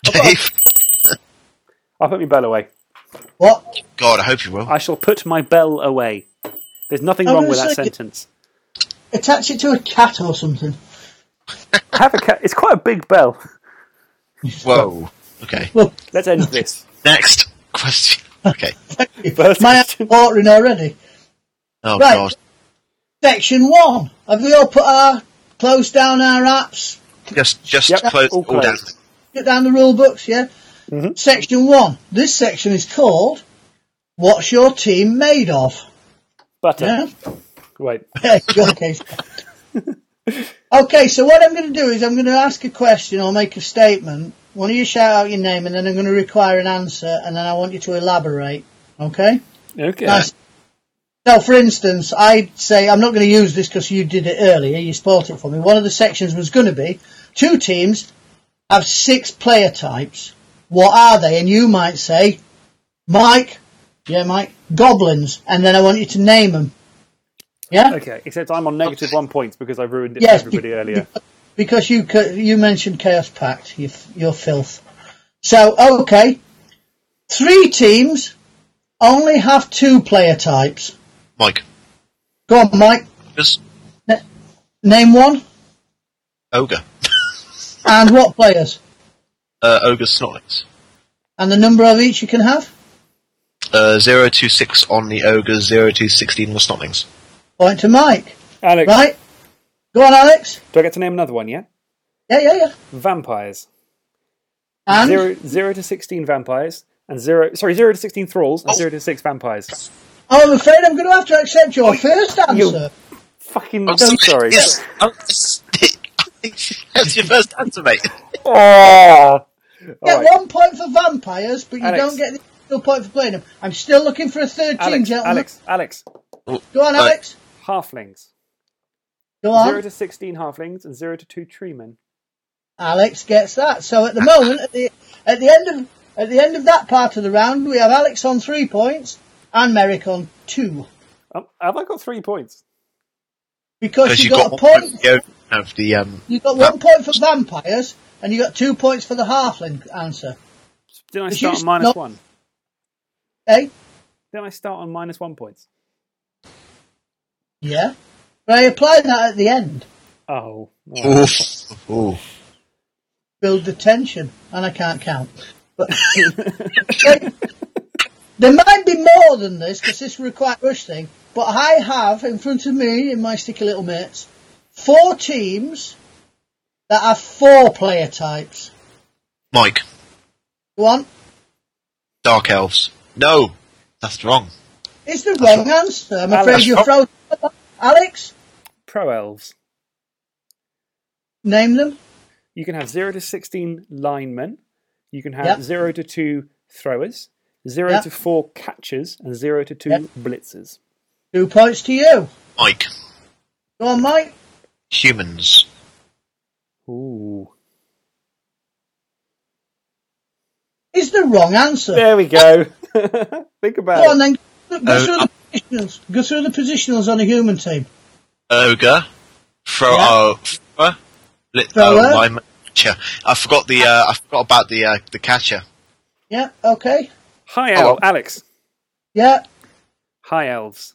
S3: Dave.
S2: I'll Oh, put my bell away.
S4: what?
S3: God, I hope you will.
S2: I shall put my bell away. There's nothing
S4: Oh,
S2: wrong
S4: no,
S2: with
S4: it's
S2: that
S4: like-
S2: sentence.
S4: Attach it to a cat or something.
S2: Have a cat. It's quite a big bell.
S3: Whoa. Okay.
S2: Let's end this.
S3: Next question. Okay.
S2: First
S4: My eyes are
S2: question.
S4: watering already.
S3: Oh
S4: Right.
S3: God.
S4: Section one. Have we all put our closed down our apps?
S3: Just just
S2: Yep,
S3: close
S2: all
S3: all, down.
S2: closed.
S4: Get down the rule books, yeah. Section one. This section is called "What's your team made of?"
S2: Butter.
S4: Yeah.
S2: Wait.
S4: Yeah, your case. okay, so what I'm going to do is I'm going to ask a question or make a statement. One of you shout out your name, and then I'm going to require an answer, and then I want you to elaborate. Okay?
S2: Okay.
S4: Nice. So, for instance, I'd say I'm not going to use this because you did it earlier. You spoiled it for me. One of the sections was going to be two teams have six player types. What are they? And you might say, Mike, yeah, Mike, goblins, and then I want you to name them. Yeah.
S2: Okay. Except I'm on negative one points because I ruined it
S4: Yes,
S2: for everybody
S4: you-
S2: earlier.
S4: because you co- you mentioned Chaos Pact, you, f- your filth. So okay, three teams only have two player types.
S3: Mike.
S4: Go on, Mike.
S3: Just
S4: Name one
S3: ogre.
S4: and what players
S3: Uh, ogre snorlax.
S4: and the number of each you can have.
S3: Uh, zero two six on the ogres. Zero two sixteen on the snortlings.
S4: Point to Mike.
S2: Alex,
S4: Right. Go on, Alex.
S2: do I get to name another one? Yeah.
S4: Yeah, yeah, yeah.
S2: Vampires.
S4: And
S2: Zero, zero to sixteen vampires and zero. Sorry, zero to sixteen thralls
S4: Oh.
S2: and zero to six vampires.
S4: I'm afraid I'm going to have to accept your first answer.
S2: Fucking. I'm sorry.
S3: Yes. Oh, yes. That's your first answer, mate.
S2: Oh.
S4: You
S2: All
S4: get
S2: right.
S4: one point for vampires, but you
S2: Alex.
S4: don't get the single point for playing them. I'm still looking for a third team,
S2: Alex,
S4: gentlemen.
S2: Alex, Alex,
S4: Go on,
S3: Right.
S4: Alex.
S2: halflings.
S4: Go on.
S2: Zero to sixteen halflings and zero to two treemen.
S4: Alex gets that. So at the moment, at the at the end of at the end of that part of the round, we have Alex on three points and Merrick on two
S2: Um, have I got three points?
S4: because
S3: Because
S4: you
S3: you
S4: got,
S3: got
S4: a point.
S3: one point of the um.
S4: You got one point for vampires and you got two points for the halfling answer.
S2: Didn't I
S4: Did
S2: start
S4: you
S2: on minus
S4: not-
S2: one?
S4: Hey,
S2: Didn't I start on minus one points?
S4: yeah. But I apply that at the end,
S2: Oh. oh.
S3: Oof. Ooh.
S4: build the tension, and I can't count. But Okay. there might be more than this because this is quite rush thing. But I have in front of me in my sticky little mates four teams that have four player types.
S3: Mike.
S4: Go on.
S3: Dark elves. No, that's wrong.
S4: It's the wrong answer. I'm afraid
S2: Alex.
S4: you're frozen. Alex,
S2: Pro elves.
S4: name them.
S2: You can have zero to sixteen linemen. You can have
S4: Yep.
S2: zero to two throwers. Zero
S4: Yep.
S2: to four catchers and zero to two
S4: Yep.
S2: blitzers.
S4: Two points to you.
S3: Mike.
S4: Go on, Mike.
S3: Humans.
S2: Ooh.
S4: It's the wrong answer.
S2: There we go. Think about
S4: Go
S2: it.
S4: on then. Go
S3: Uh,
S4: through the positionals. Go through the positionals on a human team.
S3: Ogre. Throw.
S4: Yeah.
S3: Oh, thrower. Li-
S4: Thrower.
S3: oh, my m- catcher. I forgot the. Uh, I forgot about the uh, the catcher.
S4: Yeah. Okay.
S2: High elf,
S3: Hello.
S2: Alex.
S4: Yeah.
S2: High elves.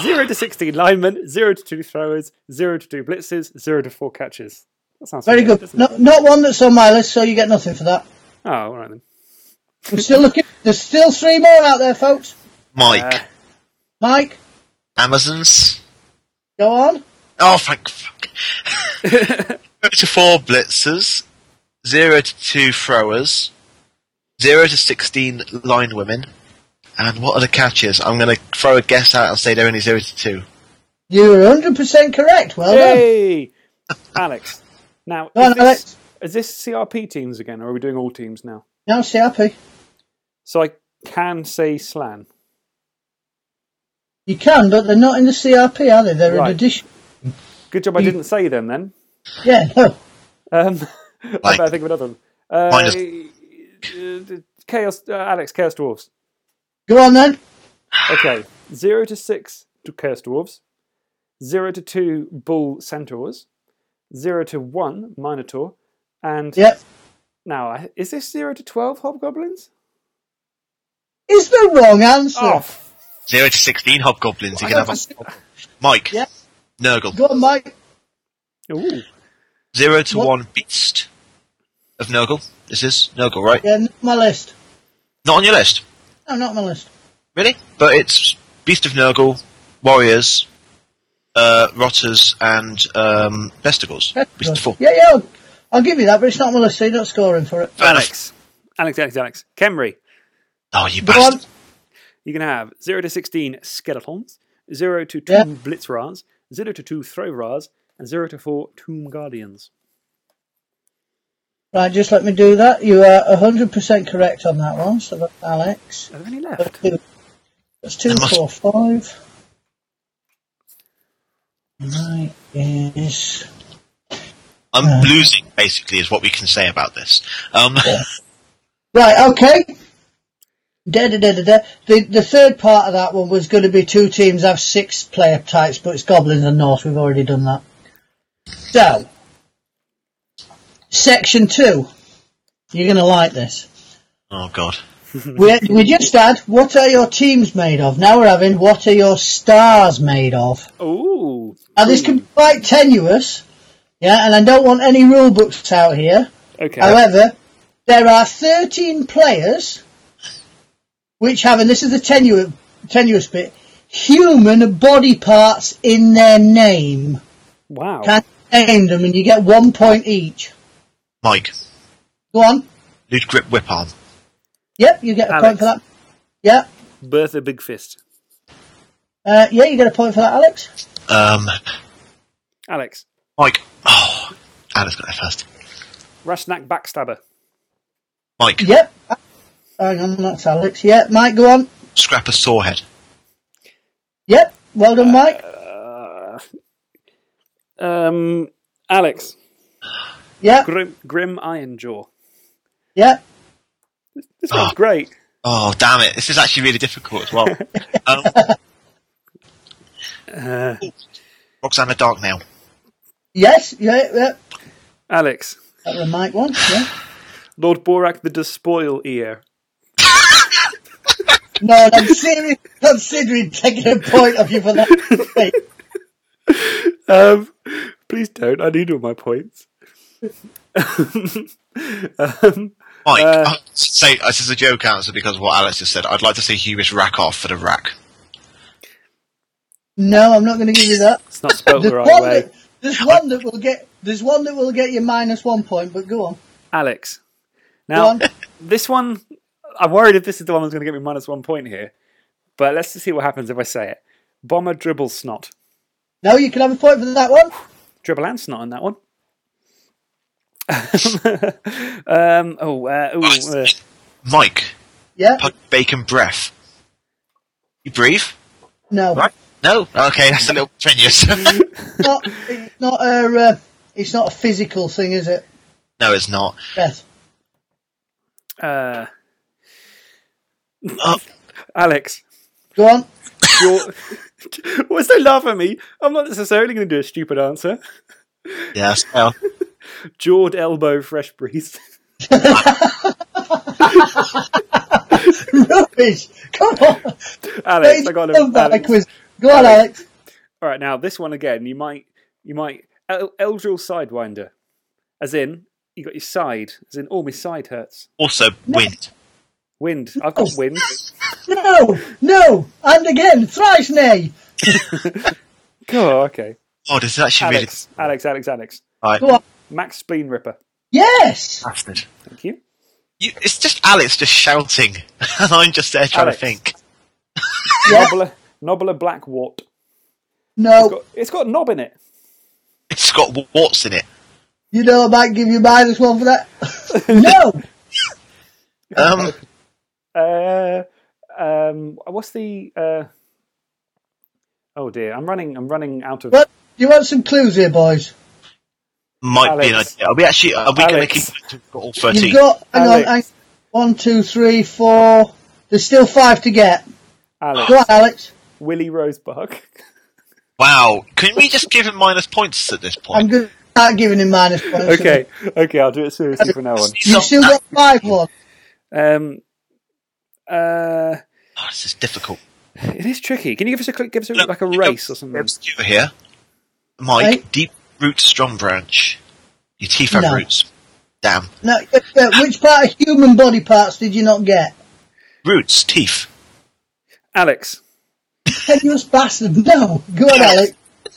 S2: Zero to sixteen linemen, zero to two throwers, zero to two blitzes, zero to four catches. That sounds
S4: Very
S2: familiar,
S4: good.
S2: doesn't it?
S4: No, not one that's on my list, so you get nothing for that.
S2: Oh, all right then.
S4: We're still looking. There's still three more out there, folks.
S3: Mike,
S2: Uh,
S4: Mike,
S3: Amazons.
S4: go on.
S3: Oh, thank fuck. zero to four blitzers, zero to two throwers, zero to sixteen line women, and what are the catches? I'm going to throw a guess out and say they're only zero to two.
S4: You're 100% correct. Well done.
S2: Yay, Alex. Now,
S4: Go on,
S2: is this,
S4: Alex.
S2: is this CRP teams again, or are we doing all teams now?
S4: Now, CRP.
S2: So I can say Slan.
S4: You can, but they're not in the CRP, are they? They're
S2: Right.
S4: an addition.
S2: Good job I
S4: Hmm.
S2: didn't say them then.
S4: Yeah, no.
S2: Um, I
S3: Like-
S2: better think of another one. Uh,
S3: Minus-
S2: uh, Chaos, uh, Alex, Chaos Dwarves.
S4: Go on then.
S2: Okay, zero to six to Curse Dwarves, zero to two Bull Centaurs, zero to one Minotaur, and
S4: Yep.
S2: now I- is this zero to twelve Hobgoblins?
S4: Is the wrong answer.
S2: Oh, f-
S3: Zero to sixteen hobgoblins. You
S4: I
S3: can have
S4: don't-
S3: a Mike.
S4: Yeah.
S3: Nurgle.
S4: Go on, Mike.
S2: ooh.
S3: Zero to
S4: What?
S3: one beast of Nurgle. This is Nurgle, right?
S4: Yeah, not my list.
S3: Not on your list,
S4: No, not my list.
S3: really? But it's beast of Nurgle, warriors, uh, rotters, and um, besticles. Beast of four.
S4: Yeah, yeah. I'll, I'll give you that, but it's not my list, so you're not scoring for it.
S3: Fair enough.
S2: Alex, Alex, Alex, Alex, Kemri.
S3: Oh, you
S4: Go
S3: bastard!
S4: on.
S2: You can have 0 to 16 Skeletons, 0 to 2
S4: Yeah.
S2: Blitzras, 0 to 2 Throwras, and 0 to 4 Tomb Guardians.
S4: Right, just let me do that. You are 100% correct on that one, so that's Alex.
S2: Are there any
S4: That's
S2: left?
S4: two, that's two,
S3: There must-
S4: four, five. And That is.
S3: I'm losing, basically, is what we can say about this. Um,
S4: Right, okay. Da, da, da, da, da. The, the third part of that one was going to be two teams have six player types, but it's Goblins and Norse. We've already done that. So, section two. You're going to like this.
S3: oh god.
S4: We, we just had, what are your teams made of? Now we're having, what are your stars made of?
S2: Ooh.
S4: Now this can be quite tenuous, yeah, and I don't want any rule books out here.
S2: Okay.
S4: However, there are 13 players which have, and this is the tenuous, tenuous bit, human body parts in their name.
S2: wow.
S4: Can name them and you get one point each.
S3: Mike,
S4: Go on.
S3: Lude Grip Whip Arm,
S4: Yep, you get a
S2: Alex.
S4: point for that. Yep.
S2: Bertha Big Fist.
S4: Uh, yeah, you get a point for that, Alex.
S3: um,
S2: Alex.
S3: Mike, oh, Anna's got there first.
S2: Rashnak Backstabber.
S3: Mike,
S4: Yep. Hang on, that's Alex. Yep, Mike, go on.
S3: Scrapper Sawhead,
S4: Yep. Well done, Mike.
S2: Um, Alex.
S4: Yep.
S2: Grim, Grim Iron Jaw.
S4: Yep.
S2: This
S4: Ah.
S2: one's great.
S3: Oh, damn it. This is actually really difficult as well. um, Roxana Darknail.
S4: Yes. Yeah. yeah.
S2: Alex.
S4: That was a Mike one. Yeah.
S2: Lord Borak the Despoil Ear.
S4: No, and I'm seriously considering taking a point off you for that. Wait.
S2: Um, please don't. I need all my points. um,
S3: Mike, I'll say, this is a joke answer because of what Alex just said. I'd like to see Hubris rack off for the rack.
S4: No, I'm not going to give you that.
S2: it's not spelled the
S4: There's
S2: right
S4: one,
S2: way.
S4: that, there's one that will get. There's one that will get you minus one point. But go on.
S2: Alex.
S4: Go
S2: Now,
S4: on.
S2: this one, I'm worried if this is the one that's going to get me minus one point here. But let's just see what happens if I say it. Bomber dribble snot.
S4: No, you can have a point for that one.
S2: Dribble and snot on that one. um, oh, uh, ooh, uh,
S3: Mike,
S4: Yeah.
S3: Pug Bacon Breath. You breathe?
S4: No.
S3: Right? No? Okay, that's a little strenuous.
S4: It's not. It's not a. Uh, it's not a physical thing, is it?
S3: no, it's not.
S4: Beth.
S2: uh,
S3: Oh,
S2: Alex.
S4: Go on.
S2: Your... What's they laugh at me? I'm not necessarily going to do a stupid answer.
S3: yes. well,
S2: Jawed elbow fresh breeze.
S4: Rubbish. Come on.
S2: Alex, I got
S4: Love that
S2: Alex,
S4: quiz. Go on, Alex.
S2: All right, now this one again. You might, you might El- Eldril Sidewinder, as in you got your side, as in all my side hurts.
S3: Also, wind.
S2: Wind. I've got wind.
S4: No, no, and again, thrice nay.
S2: Oh, okay.
S3: Oh, does that actually really
S2: Alex, Alex, Alex, Alex.
S3: right?
S4: Go on.
S2: Max Spleen Ripper.
S4: Yes.
S3: Bastard.
S2: Thank you.
S3: You, it's just Alex just shouting, and I'm just there trying
S2: Alex.
S3: to think.
S4: Yeah.
S2: Nobbler, Nobbler Black Wart.
S4: No,
S2: Got- It's got a knob in it.
S3: It's got w- warts in it.
S4: you know I might give you minus one for that. no.
S3: Um,
S2: Uh, um, what's the? Uh... Oh dear, I'm running. I'm running out of.
S4: What? You want some clues here, boys?
S3: might be an
S2: Alex.
S3: idea. Are we actually? Are we going to
S2: Alex.
S3: keep we've got all thirteen?
S4: You've got hang on,
S2: Alex.
S4: hang, one, two, three, four. There's still five to get.
S2: Alex,
S4: Go on, Alex.
S2: Willie Rosebug.
S3: wow! Can we just give him minus points at this
S4: I'm
S3: point?
S4: going to start giving him minus points.
S2: okay, okay, I'll do it seriously from now on.
S4: You still got five one.
S2: Um, uh,
S3: Oh, this is difficult.
S2: it is tricky. Can you give us a quick, give us a,
S3: Look,
S2: like a
S3: we
S2: race
S3: got
S2: or something?
S3: Stuart here, Mike.
S4: Right.
S3: Deep root, strong branch. Your teeth have
S4: No.
S3: roots. Damn
S4: No, uh, uh, which part of human body parts did you not get?
S3: roots, teeth.
S2: Alex,
S4: Tenuous bastard. No. Go on, Alex.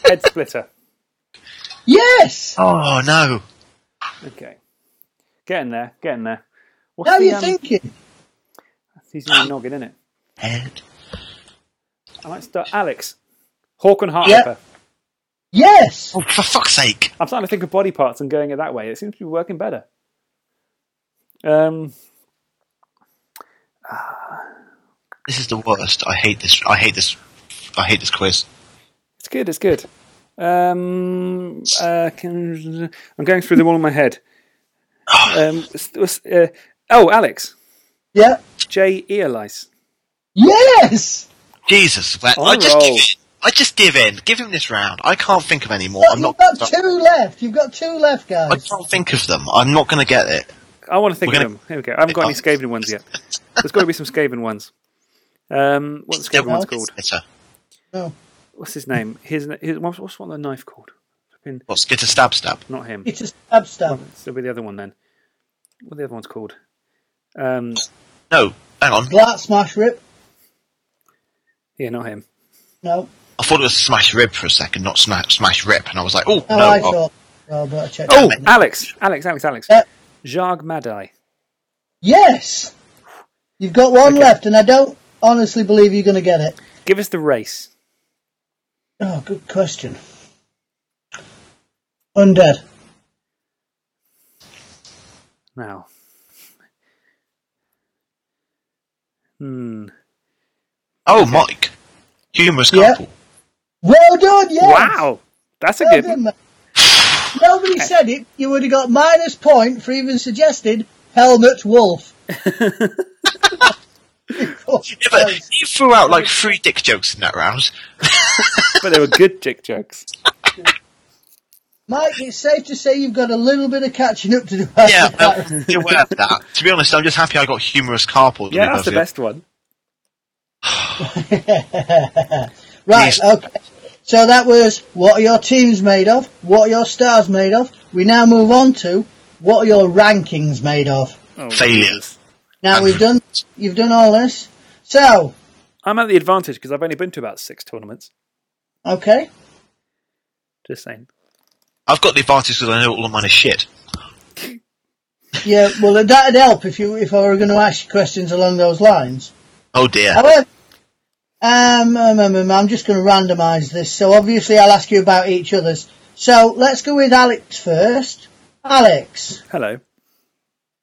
S2: head splitter.
S4: Yes.
S3: Oh no!
S2: Okay, getting there, getting there. What's
S4: How are
S2: the,
S4: you
S2: um,
S4: thinking?
S2: He's in your noggin, isn't it?
S3: Head.
S2: I might start. Alex, Hawk and Heart
S4: Yeah.
S2: Ripper.
S4: Yes.
S3: Oh, for fuck's sake!
S2: I'm starting to think of body parts and going it that way. It seems to be working better. Um,
S3: This is the worst. I hate this. I hate this. I hate this quiz.
S2: it's good. It's good. Um, uh, can, I'm going through them all in my head. Um, s- s- uh, oh, Alex,
S4: Yeah.
S2: J. Earlice.
S4: Yes.
S3: Jesus, man.
S2: On
S3: I just
S2: roll.
S3: give in. I just give in. Give him this round. I can't think of any more. I'm not.
S4: You've got two left. You've got two left,
S3: I
S4: guys.
S3: can't think of them. I'm not going to get it.
S2: I want to think
S3: We're
S2: of
S3: gonna-
S2: them. Here we go. I haven't got any
S3: Oh.
S2: Skaven ones yet. There's got to be some Skaven ones. Um, what's the Skaven one's called?
S3: Skitter.
S4: No.
S2: What's his name? His, his what's what's the knife called? Fucking
S3: What? Skitter stab stab.
S2: not him.
S4: It's a stab stab.
S2: So it'll be the other one then. What are the other one's called? Um,
S3: No, hang on.
S4: Blat smash rip.
S2: yeah, not him.
S4: No.
S3: I thought it was smash rib for a second, not smash smash rip, and I was like, oh
S4: No,
S3: no.
S4: I
S3: oh.
S4: thought. No, but I checked.
S2: Oh, Alex, Alex, Alex, Alex.
S4: Yeah.
S2: Jacques Madai.
S4: Yes. You've got one left, and I don't honestly believe you're going to get it.
S2: Give us the race.
S4: Oh, good question. Undead.
S2: Now. Hmm.
S3: Oh, Mike. Humorous
S4: Yeah.
S3: couple.
S4: Well done. Yes.
S2: Wow. That's a
S4: Well
S2: good one.
S4: done, mate. Nobody said it. You would have got minus point for even suggested helmet wolf.
S3: Yeah, but you threw out like three dick jokes in that round.
S2: But they were good dick jokes.
S4: Mike, it's safe to say you've got a little bit of catching up to do.
S3: Yeah, well, be aware of that. To be honest, I'm just happy I got humorous carpool. to be
S2: Yeah, that's the
S3: perfectly-
S2: best one.
S4: Right,
S3: Yes.
S4: okay. So that was what are your teams made of? What are your stars made of? We now move on to what are your rankings made of?
S2: Oh,
S3: Failure.
S2: Jesus.
S4: Now we've done you've done all this. So,
S2: I'm at the advantage because I've only been to about six tournaments.
S4: okay.
S2: Just saying.
S3: I've got the advantage because I know all of mine is shit.
S4: Yeah, well that'd help if you if I were gonna ask you questions along those lines.
S3: Oh dear.
S4: However, um, um, um, um, I'm just going to randomise this. So obviously, I'll ask you about each other's. So let's go with Alex first. Alex,
S2: Hello.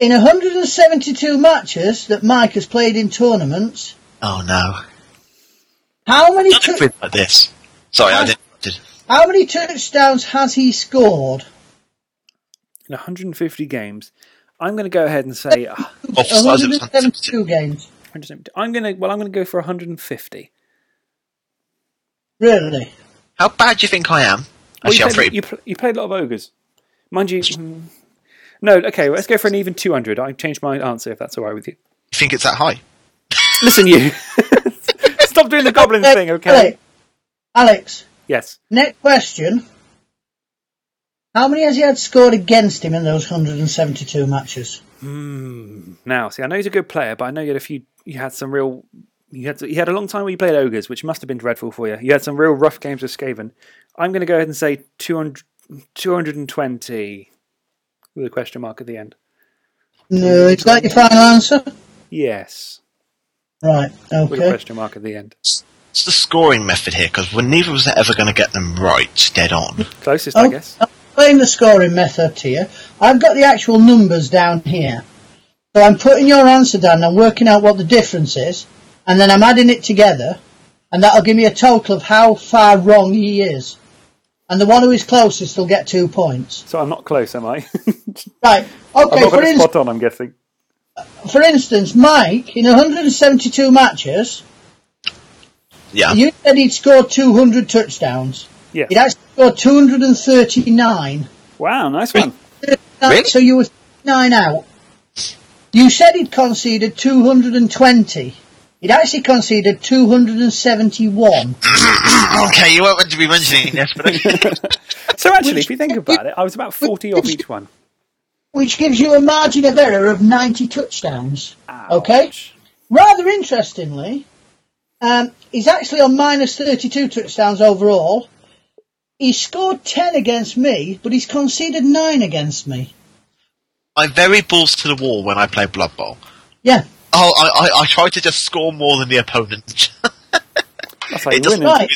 S4: in 172 matches that Mike has played in tournaments,
S3: Oh no.
S4: how many
S3: Not a
S4: tou-
S3: quiz like this. Sorry, I didn't. did-
S4: how many touchdowns has he scored?
S2: In 150 games, I'm going to go ahead and say. ah,
S4: Oh,
S3: Offsides of
S4: 172 games,
S2: 170. I'm going to. Well, I'm going to go for 150.
S4: really?
S3: How bad do you think I am?
S2: Well, you,
S3: Actually, I'm
S2: played,
S3: pretty.
S2: you, pl- you played a lot of ogres, mind you. mm, No, okay. Let's go for an even 200. I changed my answer if that's all right with you.
S3: You think it's that high?
S2: Listen, you. Stop doing the goblin thing, okay?
S4: Alex, Alex,
S2: Yes.
S4: next question. How many has he had scored against him in those 172 matches?
S2: Now, see, I know he's a good player, but I know you had a few. You had some real. You had you had a long time where you played ogres, which must have been dreadful for you. You had some real rough games with Skaven. I'm going to go ahead and say 200, 220 with a question mark at the end.
S4: No, it's like your final answer.
S2: Yes,
S4: Right,
S2: with a
S4: okay.
S2: question mark at the end.
S3: It's the scoring method here because neither of us are ever going to get them right, dead on.
S2: Closest, I
S4: I'll,
S2: guess.
S4: I'll explain the scoring method to you. I've got the actual numbers down here. So I'm putting your answer down, I'm working out what the difference is, and then I'm adding it together, and that'll give me a total of how far wrong he is. And the one who is closest will get two points.
S2: So I'm not close, am I?
S4: Right,
S2: I'm
S4: okay,
S2: not
S4: for,
S2: going to
S4: ins-
S2: spot on. I'm guessing.
S4: for instance, Mike, in 172 matches,
S3: Yeah.
S4: you said he'd scored 200 touchdowns.
S2: Yes.
S4: He'd actually scored 239.
S2: Wow, nice one.
S4: That-
S3: Really?
S4: So you were nine out. You said he'd conceded 220. He'd actually conceded 271.
S3: Okay, you weren't meant to be mentioning this, but
S2: So actually, if you think about it, I was about forty of each one.
S4: which gives you a margin of error of 90 touchdowns. Okay? Rather interestingly, um, he's actually on minus 32 touchdowns overall. He scored 10 against me, but he's conceded 9 against me.
S3: I'm very balls to the wall when I play Blood Bowl.
S4: Yeah.
S3: Oh, I, I, I try to just score more than the opponent.
S2: That's how you
S3: It
S2: win. it.
S3: doesn't-
S4: Right.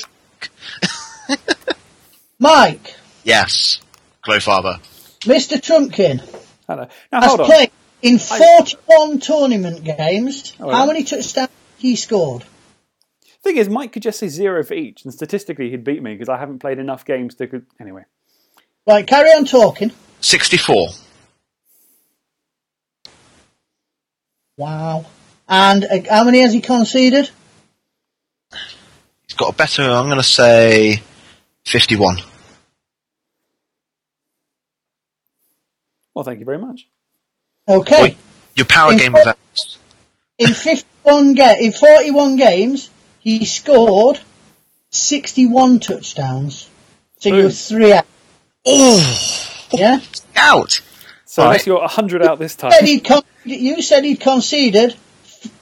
S4: Mike,
S3: yes, Glowfather.
S4: Mr. Trumpkin,
S2: Hello. Now
S4: has
S2: hold on.
S4: played in 41 tournament games. How
S2: Oh, yeah.
S4: many touchdowns he scored?
S2: Thing is, Mike could just say zero for each, and statistically, he'd beat me because I haven't played enough games to. co- Anyway,
S4: Right, carry on talking.
S3: 64.
S4: Wow. And uh, how many has he conceded?
S3: He's got a better, I'm going to say 51.
S2: well, thank you very much.
S4: Okay.
S3: Wait, Your power
S4: In
S3: game
S4: fact-
S3: of that.
S4: in 51 ga- in 41 games, he scored 61 touchdowns. So you're
S2: Boom.
S4: three out.
S3: Oh,
S4: Yeah.
S3: out!
S2: So
S3: All
S2: unless
S3: right.
S2: you're hundred out this time,
S4: Said he'd con- you said he'd conceded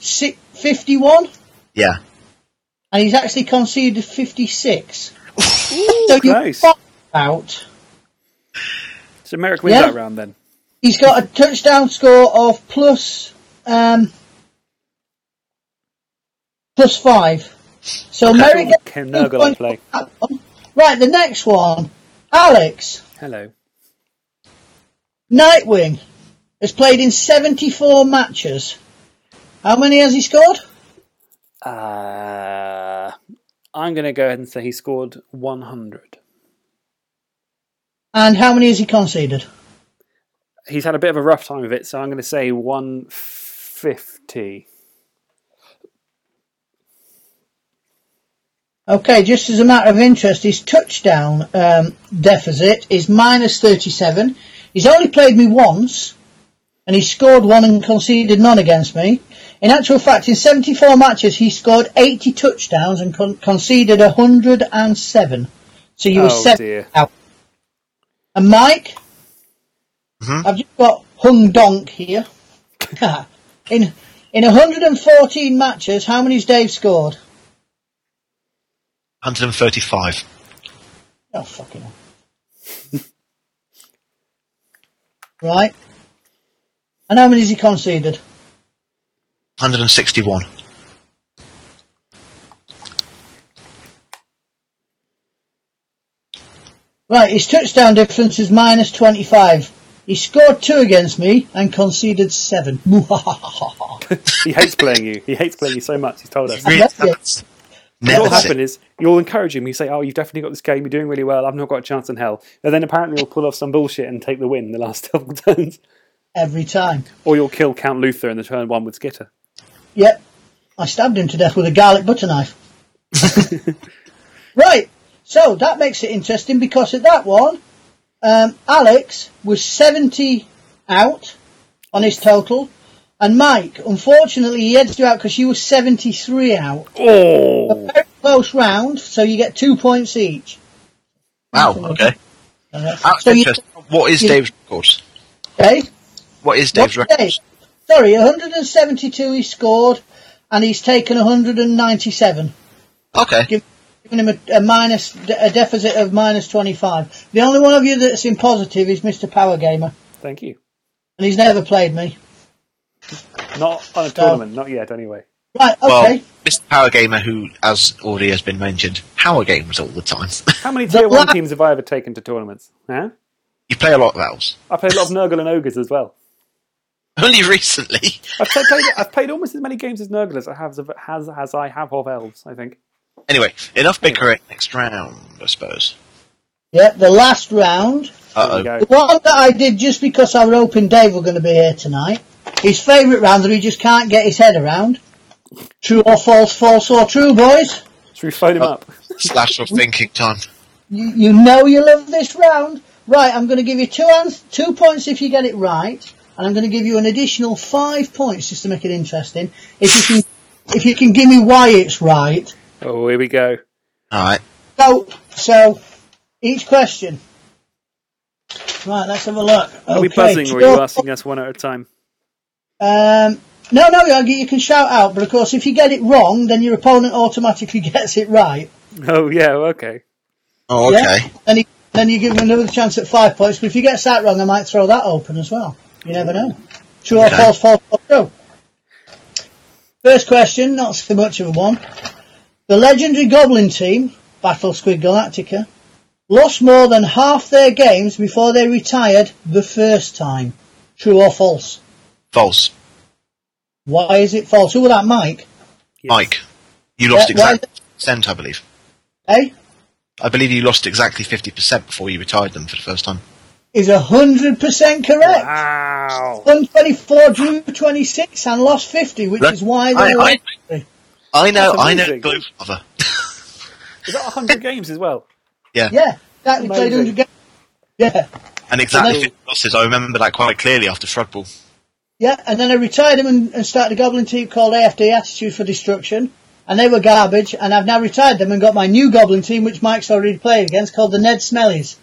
S4: si- 51,
S3: Yeah.
S4: and he's actually conceded 56. so you're
S2: close.
S4: out.
S2: so Merrick wins
S4: Yeah.
S2: that round. Then
S4: He's got a touchdown score of plus um, plus five. So Merrick
S2: Ooh,
S4: gets
S2: Ken
S4: two
S2: Nurgle I
S4: points
S2: play.
S4: on that one. Right, the next one, Alex
S2: Hello.
S4: Nightwing has played in seventy-four matches. How many has he scored?
S2: Uh, I'm going to go ahead and say he scored 100.
S4: And how many has he conceded?
S2: He's had a bit of a rough time of it, so I'm going to say 150.
S4: Okay, just as a matter of interest, his touchdown um, deficit is minus 37. He's only played me once, and he scored one and conceded none against me. In actual fact, in 74 matches, he scored 80 touchdowns and con- conceded 107. So you were
S2: Oh,
S4: seven
S2: dear.
S4: out. And Mike, I've just got Hung Donk here. in in 114 matches, how many's Dave scored?
S3: 135.
S4: Oh, fucking hell. right. And how many has he conceded?
S3: 161.
S4: Right, his touchdown difference is minus 25. He scored two against me and conceded seven.
S2: He hates playing you. He hates playing you so much, he's told us.
S3: Really?
S4: love it.
S3: That's-
S2: What'll
S3: Never
S2: happen
S3: seen.
S2: is you'll encourage him. You say, "Oh, you've definitely got this game. You're doing really well. I've not got a chance in hell." And then apparently you'll pull off some bullshit and take the win the last couple turns,
S4: Every time.
S2: or you'll kill Count Luther in the turn one with Skitter.
S4: Yep. I stabbed him to death with a garlic butter knife. right. So that makes it interesting because at that one, um, Alex was 70 out on his total. And Mike, unfortunately, he edged you out because you were 73 out.
S2: Oh,
S4: Very close round, so you get two points each.
S3: Wow. Okay.
S4: And that's-
S3: That's
S4: so you,
S3: interesting. what is
S4: you-
S3: Dave's record?
S4: okay,
S3: What is Dave's
S4: What
S3: record?
S4: Dave? Sorry, 172 he scored, and he's taken 197,
S3: Okay.
S4: giving him a, a minus a deficit of minus 25. The only one of you that's in positive is Mr. Power Gamer,
S2: Thank you.
S4: and he's never played me.
S2: Not on a tournament, not yet, anyway.
S4: Right,
S3: Well,
S4: okay.
S3: Mr. Power Gamer, who, as already has been mentioned, power games all the time.
S2: How many tier
S4: la-
S2: one teams have I ever taken to tournaments? Huh?
S3: you play a lot of elves.
S2: I played a lot of Nurgle and Ogres as well.
S3: Only recently.
S2: I've played, played- I've played almost as many games as Nurgle as I have of, has, as I have of elves. I think.
S3: Anyway, enough bickering. Next round, I suppose.
S4: yeah, the last round.
S2: There we
S3: Uh oh.
S2: go.
S4: The one that I did just because I was hoping Dave were going to be here tonight. His favourite round that he just can't get his head around. True or false, false or true, boys.
S2: Should we phone him up?
S3: Slash of thinking time.
S4: You, you know you love this round. Right, I'm going to give you two, ans- two points if you get it right, and I'm going to give you an additional five points just to make it interesting. If you can, if you can give me why it's right.
S2: Oh, here we go.
S3: Alright.
S4: So, so each question. Right, let's have a look.
S2: Are we
S4: Okay,
S2: buzzing or are
S4: true
S2: you
S4: or
S2: asking us one at a time?
S4: Um, no, no, you- you can shout out, but of course, if you get it wrong, then your opponent automatically gets it right.
S2: Oh yeah, okay.
S3: Oh,
S4: Yeah?
S3: okay.
S4: And he, then you give him another chance at five points, but if you get that wrong, I might throw that open as well. You never know. True or
S3: Okay.
S4: false, false or true. First question, not so much of a one. The legendary Goblin team, Battle Squid Galactica, lost more than half their games before they retired the first time. True or false?
S3: False.
S4: Why is it false? Who was that, Mike?
S3: Mike, you lost
S4: Yeah, why
S3: exactly percent, I believe.
S4: Eh?
S3: I believe you lost exactly fifty percent before you retired them for the first time.
S4: is 100% correct.
S2: Wow.
S4: 124 drew 26 and lost 50, which
S3: Look,
S4: is why
S3: I-
S4: they were
S3: I- I know,
S2: That's
S3: I know,
S2: amazing.
S3: Glowfather.
S2: Is that hundred games as well?
S3: yeah.
S4: Yeah, that we played
S2: Amazing.
S4: 100 games. Yeah,
S3: and exactly
S4: Hello.
S3: fifty losses. I remember that quite clearly after Thrudball.
S4: yeah, and then I retired him and, and started a goblin team called AFD Attitude for Destruction, and they were garbage, and I've now retired them and got my new goblin team, which Mike's already played against, called the Ned Smellies,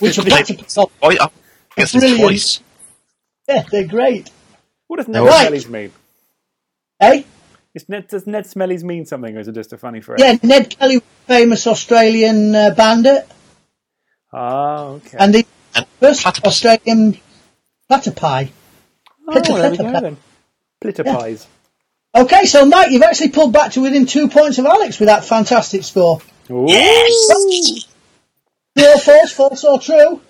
S4: which are practically
S3: Oh, I I guess it's
S4: Brilliant.
S3: twice.
S4: Yeah, they're great.
S2: What does Ned
S4: Right.
S2: Smellies mean?
S4: Eh?
S2: Is Ned, does Ned Smellies mean something, or is it just a funny phrase?
S4: Yeah, Ned Kelly, famous Australian uh, bandit,
S2: Oh, okay.
S4: and the
S3: And
S4: first
S3: platypus.
S4: Australian platypi.
S2: oh, there we go then. Plitter pies.
S4: Okay, so Mike, you've actually pulled back to within two points of Alex with that fantastic score.
S2: Ooh.
S3: Yes.
S4: True or false, false or true?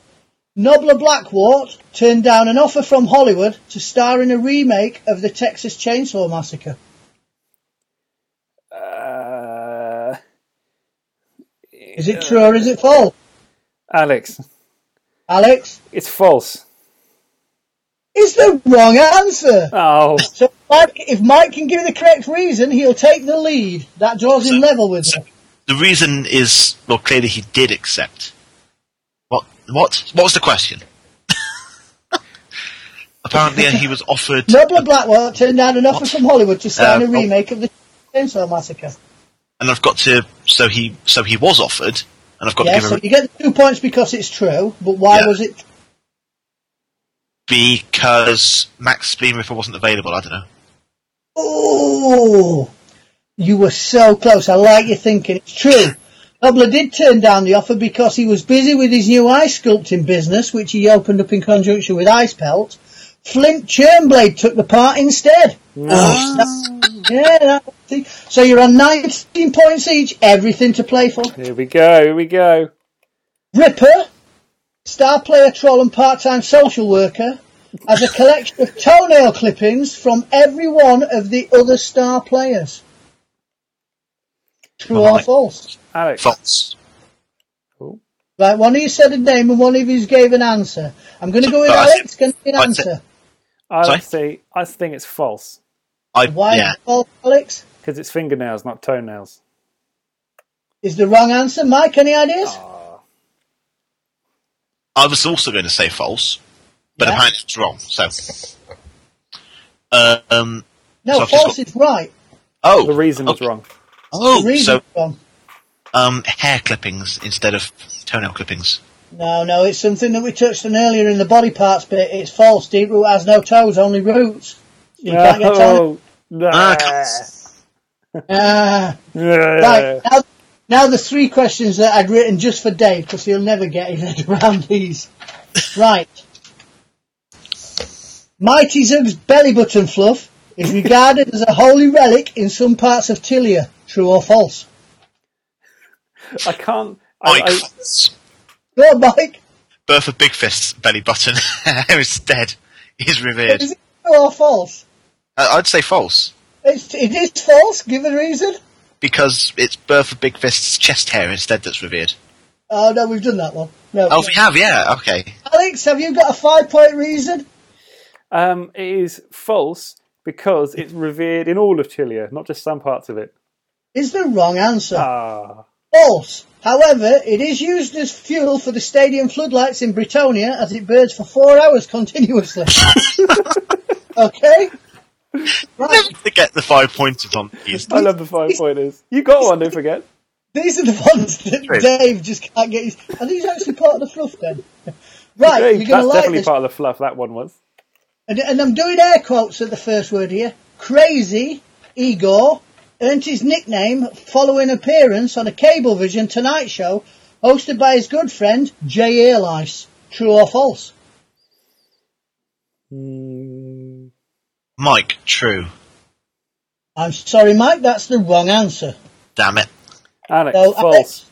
S4: Nobler Blackwart turned down an offer from Hollywood to star in a remake of the Texas Chainsaw Massacre.
S2: Uh,
S4: Is it true or is
S3: uh,
S4: it false?
S2: Alex,
S4: Alex,
S2: it's false.
S4: it's the wrong answer.
S2: Oh,
S4: So Mike, if Mike can give the correct reason, he'll take the lead. That draws him level with you.
S3: The reason is well, clearly he did accept. What? What? What was the question? Apparently, uh, he was offered.
S4: Nobler Blackwart turned down an offer from Hollywood to star in a
S3: Uh, oh.
S4: remake of the Texas Chainsaw Massacre.
S3: and I've got to. So he, so he was offered, and I've got
S4: Yeah,
S3: to give
S4: so
S3: him
S4: you get the two points because it's true, but why
S3: Yeah.
S4: was it
S3: because Max Beam Ripper wasn't available. I don't know.
S4: Oh, you were so close. I like your thinking. It's true. Nobler did turn down the offer because he was busy with his new ice sculpting business, which he opened up in conjunction with Ice Pelt. Flint Churnblade took the part instead. Ah. Yeah, that- see? so you're on 19 points each, everything to play for.
S2: here we go. Here we go.
S4: Ripper, star player, troll, and part time social worker, has a collection of toenail clippings from every one of the other star players. True or
S3: Right.
S4: false?
S2: Alex.
S3: False.
S2: Cool.
S4: Right, one of you said a name and one of you gave an answer. I'm going to go with
S3: But I
S4: Alex. Can you an
S3: I said-
S4: answer?
S2: I say I think it's false
S3: I
S4: Why
S3: yeah.
S4: is it false, Alex?
S2: because it's fingernails, not toenails.
S4: Is the wrong answer? Mike, any ideas?
S3: Uh, I was also going to say false, but
S4: Yeah.
S3: apparently it's wrong. So, Uh, um,
S4: no,
S3: so I've just
S4: false is right.
S3: oh,
S2: The reason was
S3: okay.
S2: wrong.
S3: Oh,
S4: The reason
S3: so
S4: is wrong.
S3: um, hair clippings instead of toenail clippings.
S4: No, no, it's something that we touched on earlier in the body parts bit. It's false. Deep root has no toes, only roots. You can't get
S5: Oh,
S4: toes.
S5: no.
S3: Ah, c-
S4: Ah. Right, now, now the three questions that I'd written just for Dave, because he'll never get his head around these. Right. Mighty Zug's belly button fluff is regarded as a holy relic in some parts of Tilia. True or false?
S2: I can't. I,
S3: Mike,
S2: I,
S4: Go on, Mike.
S3: Bertha Big Fist's belly button is dead. He's revered.
S4: Is it true or false?
S3: I- I'd say false
S4: It's, it is false. Give a reason.
S3: because it's Bertha Big Fist's chest hair instead that's revered.
S4: Oh no, we've done that one. No.
S3: Oh, we have, yeah. Okay.
S4: Alex, have you got a five-point reason?
S2: um, it is false because it's revered in all of Tilia, not just some parts of it.
S4: Is the wrong answer.
S2: Ah,
S4: False. However, it is used as fuel for the stadium floodlights in Britonia as it burns for four hours continuously. okay? Right,
S3: to get the five pointers on these.
S2: I love the five pointers. You got one, don't forget.
S4: these are the ones that
S3: True.
S4: Dave just can't get. His... Are these actually part of the fluff then? Right,
S2: Hey,
S4: you're
S2: that's
S4: going to like
S2: definitely
S4: this.
S2: part of the fluff. That one was.
S4: And, and I'm doing air quotes at the first word here. Crazy Igor earned his nickname following appearance on a Cablevision Tonight Show hosted by his good friend Jay Earlice. True or false?
S2: Mm,
S3: Mike, true.
S4: I'm sorry, Mike, that's the wrong answer.
S3: Damn it.
S2: Alex,
S4: No,
S2: false.
S4: Alex.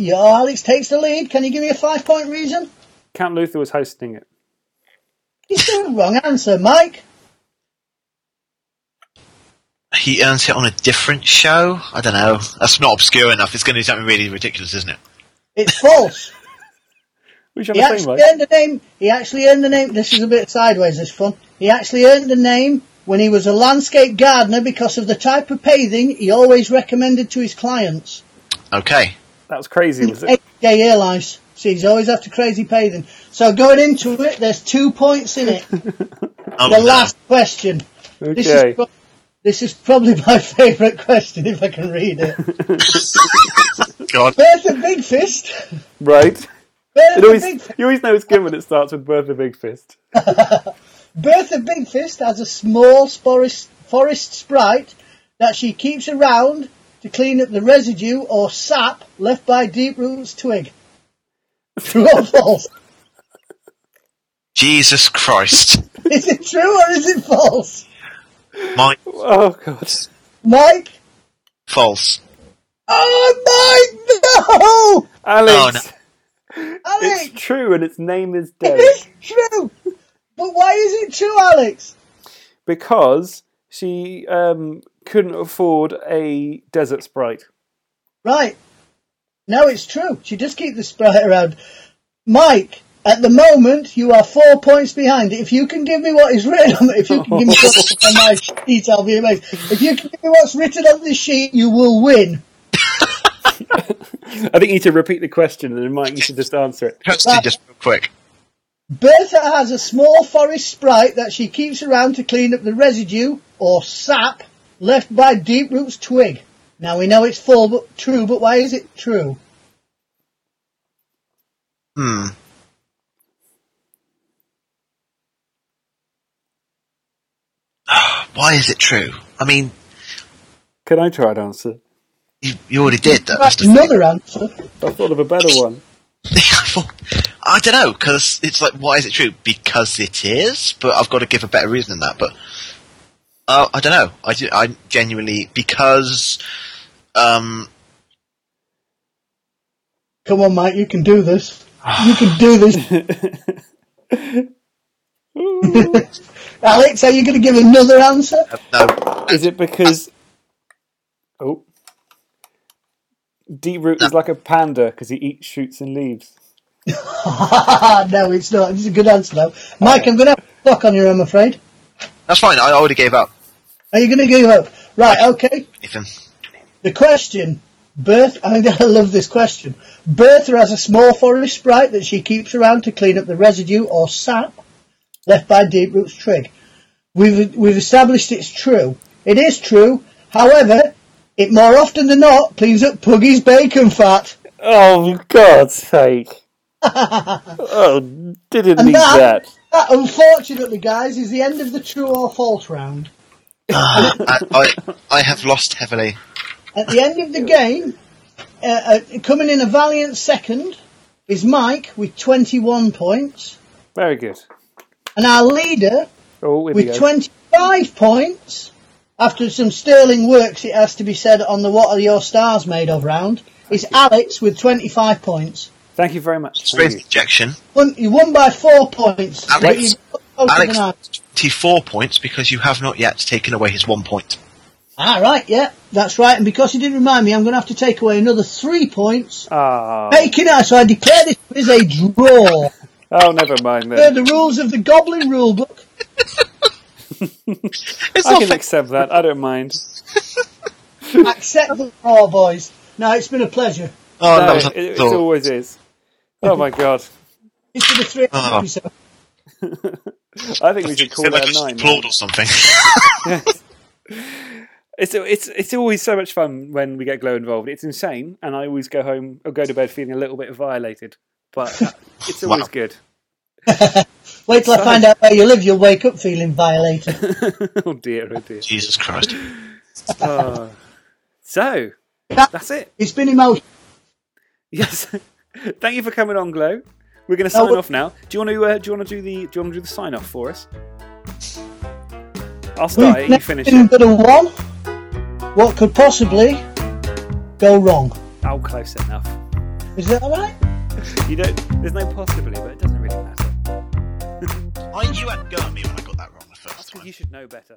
S4: Yeah, Alex takes the lead. Can you give me a five point reason?
S2: Count Luther was hosting it.
S4: He's the wrong answer, Mike.
S3: He earns it on a different show. I don't know. That's not obscure enough. It's going to be something really ridiculous, isn't it?
S4: It's false.
S2: We should
S4: He
S2: have the same,
S4: actually
S2: right?
S4: earned the name. He actually earned the name. This is a bit sideways. This fun. He actually earned the name when he was a landscape gardener because of the type of pathing he always recommended to his clients.
S3: Okay.
S2: That was crazy, was it?
S4: Jay Earlice. See, he's always after crazy pathing. So going into it, there's two points in it.
S3: Um,
S4: The last question. This
S2: Okay.
S4: is pro- this is probably my favourite question if I can read it.
S3: God.
S4: Bertha Big Fist.
S2: Right.
S4: Bertha
S2: It always,
S4: Big Fist.
S2: you always know it's good when it starts with Bertha Big Fist.
S4: Bertha Big Fist has a small forest, forest sprite that she keeps around to clean up the residue or sap left by Deep Root's twig. True or false?
S3: Jesus Christ.
S4: Is it true or is it false?
S3: Mike,
S2: Oh, God.
S4: Mike?
S3: false.
S4: Oh, Mike,
S2: Alex,
S4: no! Alex,
S2: it's true and its name is
S4: it
S2: Dave.
S4: is true! But why is it true, Alex?
S2: because she um, couldn't afford a desert sprite.
S4: Right. No, it's true. She does keep the sprite around. Mike, at the moment, you are four points behind. If you can give me what is written on, if you can give me what's on my sheet, I'll be amazed. If you can give me what's written on this sheet, you will win.
S2: I think you need to repeat the question and then Mike needs to just answer it.
S3: Kirsty, just real quick.
S4: Bertha has a small forest sprite that she keeps around to clean up the residue or sap left by Deep Root's twig. Now we know it's full, but true. But why is it true?
S3: Hmm. Why is it true? I mean,
S2: Can I try an answer?
S3: you, you already did that.
S4: That's
S3: That's the
S4: another answer.
S2: I thought of a better one.
S3: I thought- I don't know because it's like, why is it true? Because it is, but I've got to give a better reason than that. But uh, I don't know. I, ge- I genuinely because um,
S4: Come on, Mike, you can do this. You can do this. Alex, are you going to give another answer?
S3: no,
S2: Is it because. Oh. Deep Root is like a panda because he eats shoots and leaves.
S4: no, it's not. It's a good answer, though. Mike, I'm going to have a clock on you, I'm afraid.
S3: that's fine. I already gave up.
S4: Are you going to give up? Right, okay.
S3: Ethan,
S4: The question, Bertha, I mean, I love this question. Bertha has a small forest sprite that she keeps around to clean up the residue or sap left by Deep Root's trig. We've, we've established it's true. It is true. However, It more often than not cleans up Puggy's bacon fat.
S2: Oh, for God's sake. oh, didn't need
S4: that-
S2: that.
S4: That, unfortunately, guys, is the end of the true or false round.
S3: I, I, I have lost heavily.
S4: At the end of the game, uh, uh, coming in a valiant second is Mike with 21 points,
S6: Very good.
S4: and our leader
S6: Oh, here we
S4: with
S6: go.
S4: 25 points. After some sterling works, it has to be said on the What Are Your Stars Made Of round, is Alex with 25 points.
S6: Thank you very much. Thank
S3: Space
S6: you.
S3: ejection.
S4: Won, you won by four points. but
S3: Alex-
S4: you got closer than I-
S3: Alex, 24 points because you have not yet taken away his one point.
S4: Ah, right, yeah, that's right. And because he did remind me, I'm going to have to take away another three points.
S6: Ah,
S4: Making it out, so I declare this is a draw.
S6: oh, never mind
S4: Per
S6: then.
S4: the rules of the Goblin Rulebook.
S3: It's
S6: I
S3: not
S6: can
S3: fair.
S6: accept that. I don't mind.
S4: Accept the draw, boys. No, it's been a pleasure.
S3: Oh,
S6: No,
S3: that was
S6: it,
S3: a
S6: it
S3: thought.
S6: always is. Oh my god!
S4: It's been a three
S3: Ah.
S4: episode.
S6: I think we should call
S3: Feel like
S6: it
S3: I
S6: a
S3: just
S6: nine. now.
S3: applaud or something.
S6: It's it's it's always so much fun when we get Glow involved. It's insane, and I always go home or go to bed feeling a little bit violated. But uh, it's always
S3: Wow.
S6: good.
S4: Wait till I find out where you live, you'll wake up feeling violated.
S6: oh dear, oh dear.
S3: Jesus Christ.
S6: Oh. So
S4: That-
S6: that's it.
S4: It's been emotional.
S6: Yes. Thank you for coming on, Glow. We're going to sign
S4: we-
S6: off now. Do you want to? Uh, do you want to do the? Do you want to do the sign off for us? I'll
S4: We've
S6: start it. You
S4: never
S6: finish
S4: been
S6: it.
S4: but a one. What could possibly go wrong?
S6: Oh, close enough.
S4: Is that alright?
S6: You don't. There's no possibly, but it doesn't really matter.
S3: I, you had gun at me when I got that wrong the first time.
S6: You should know better.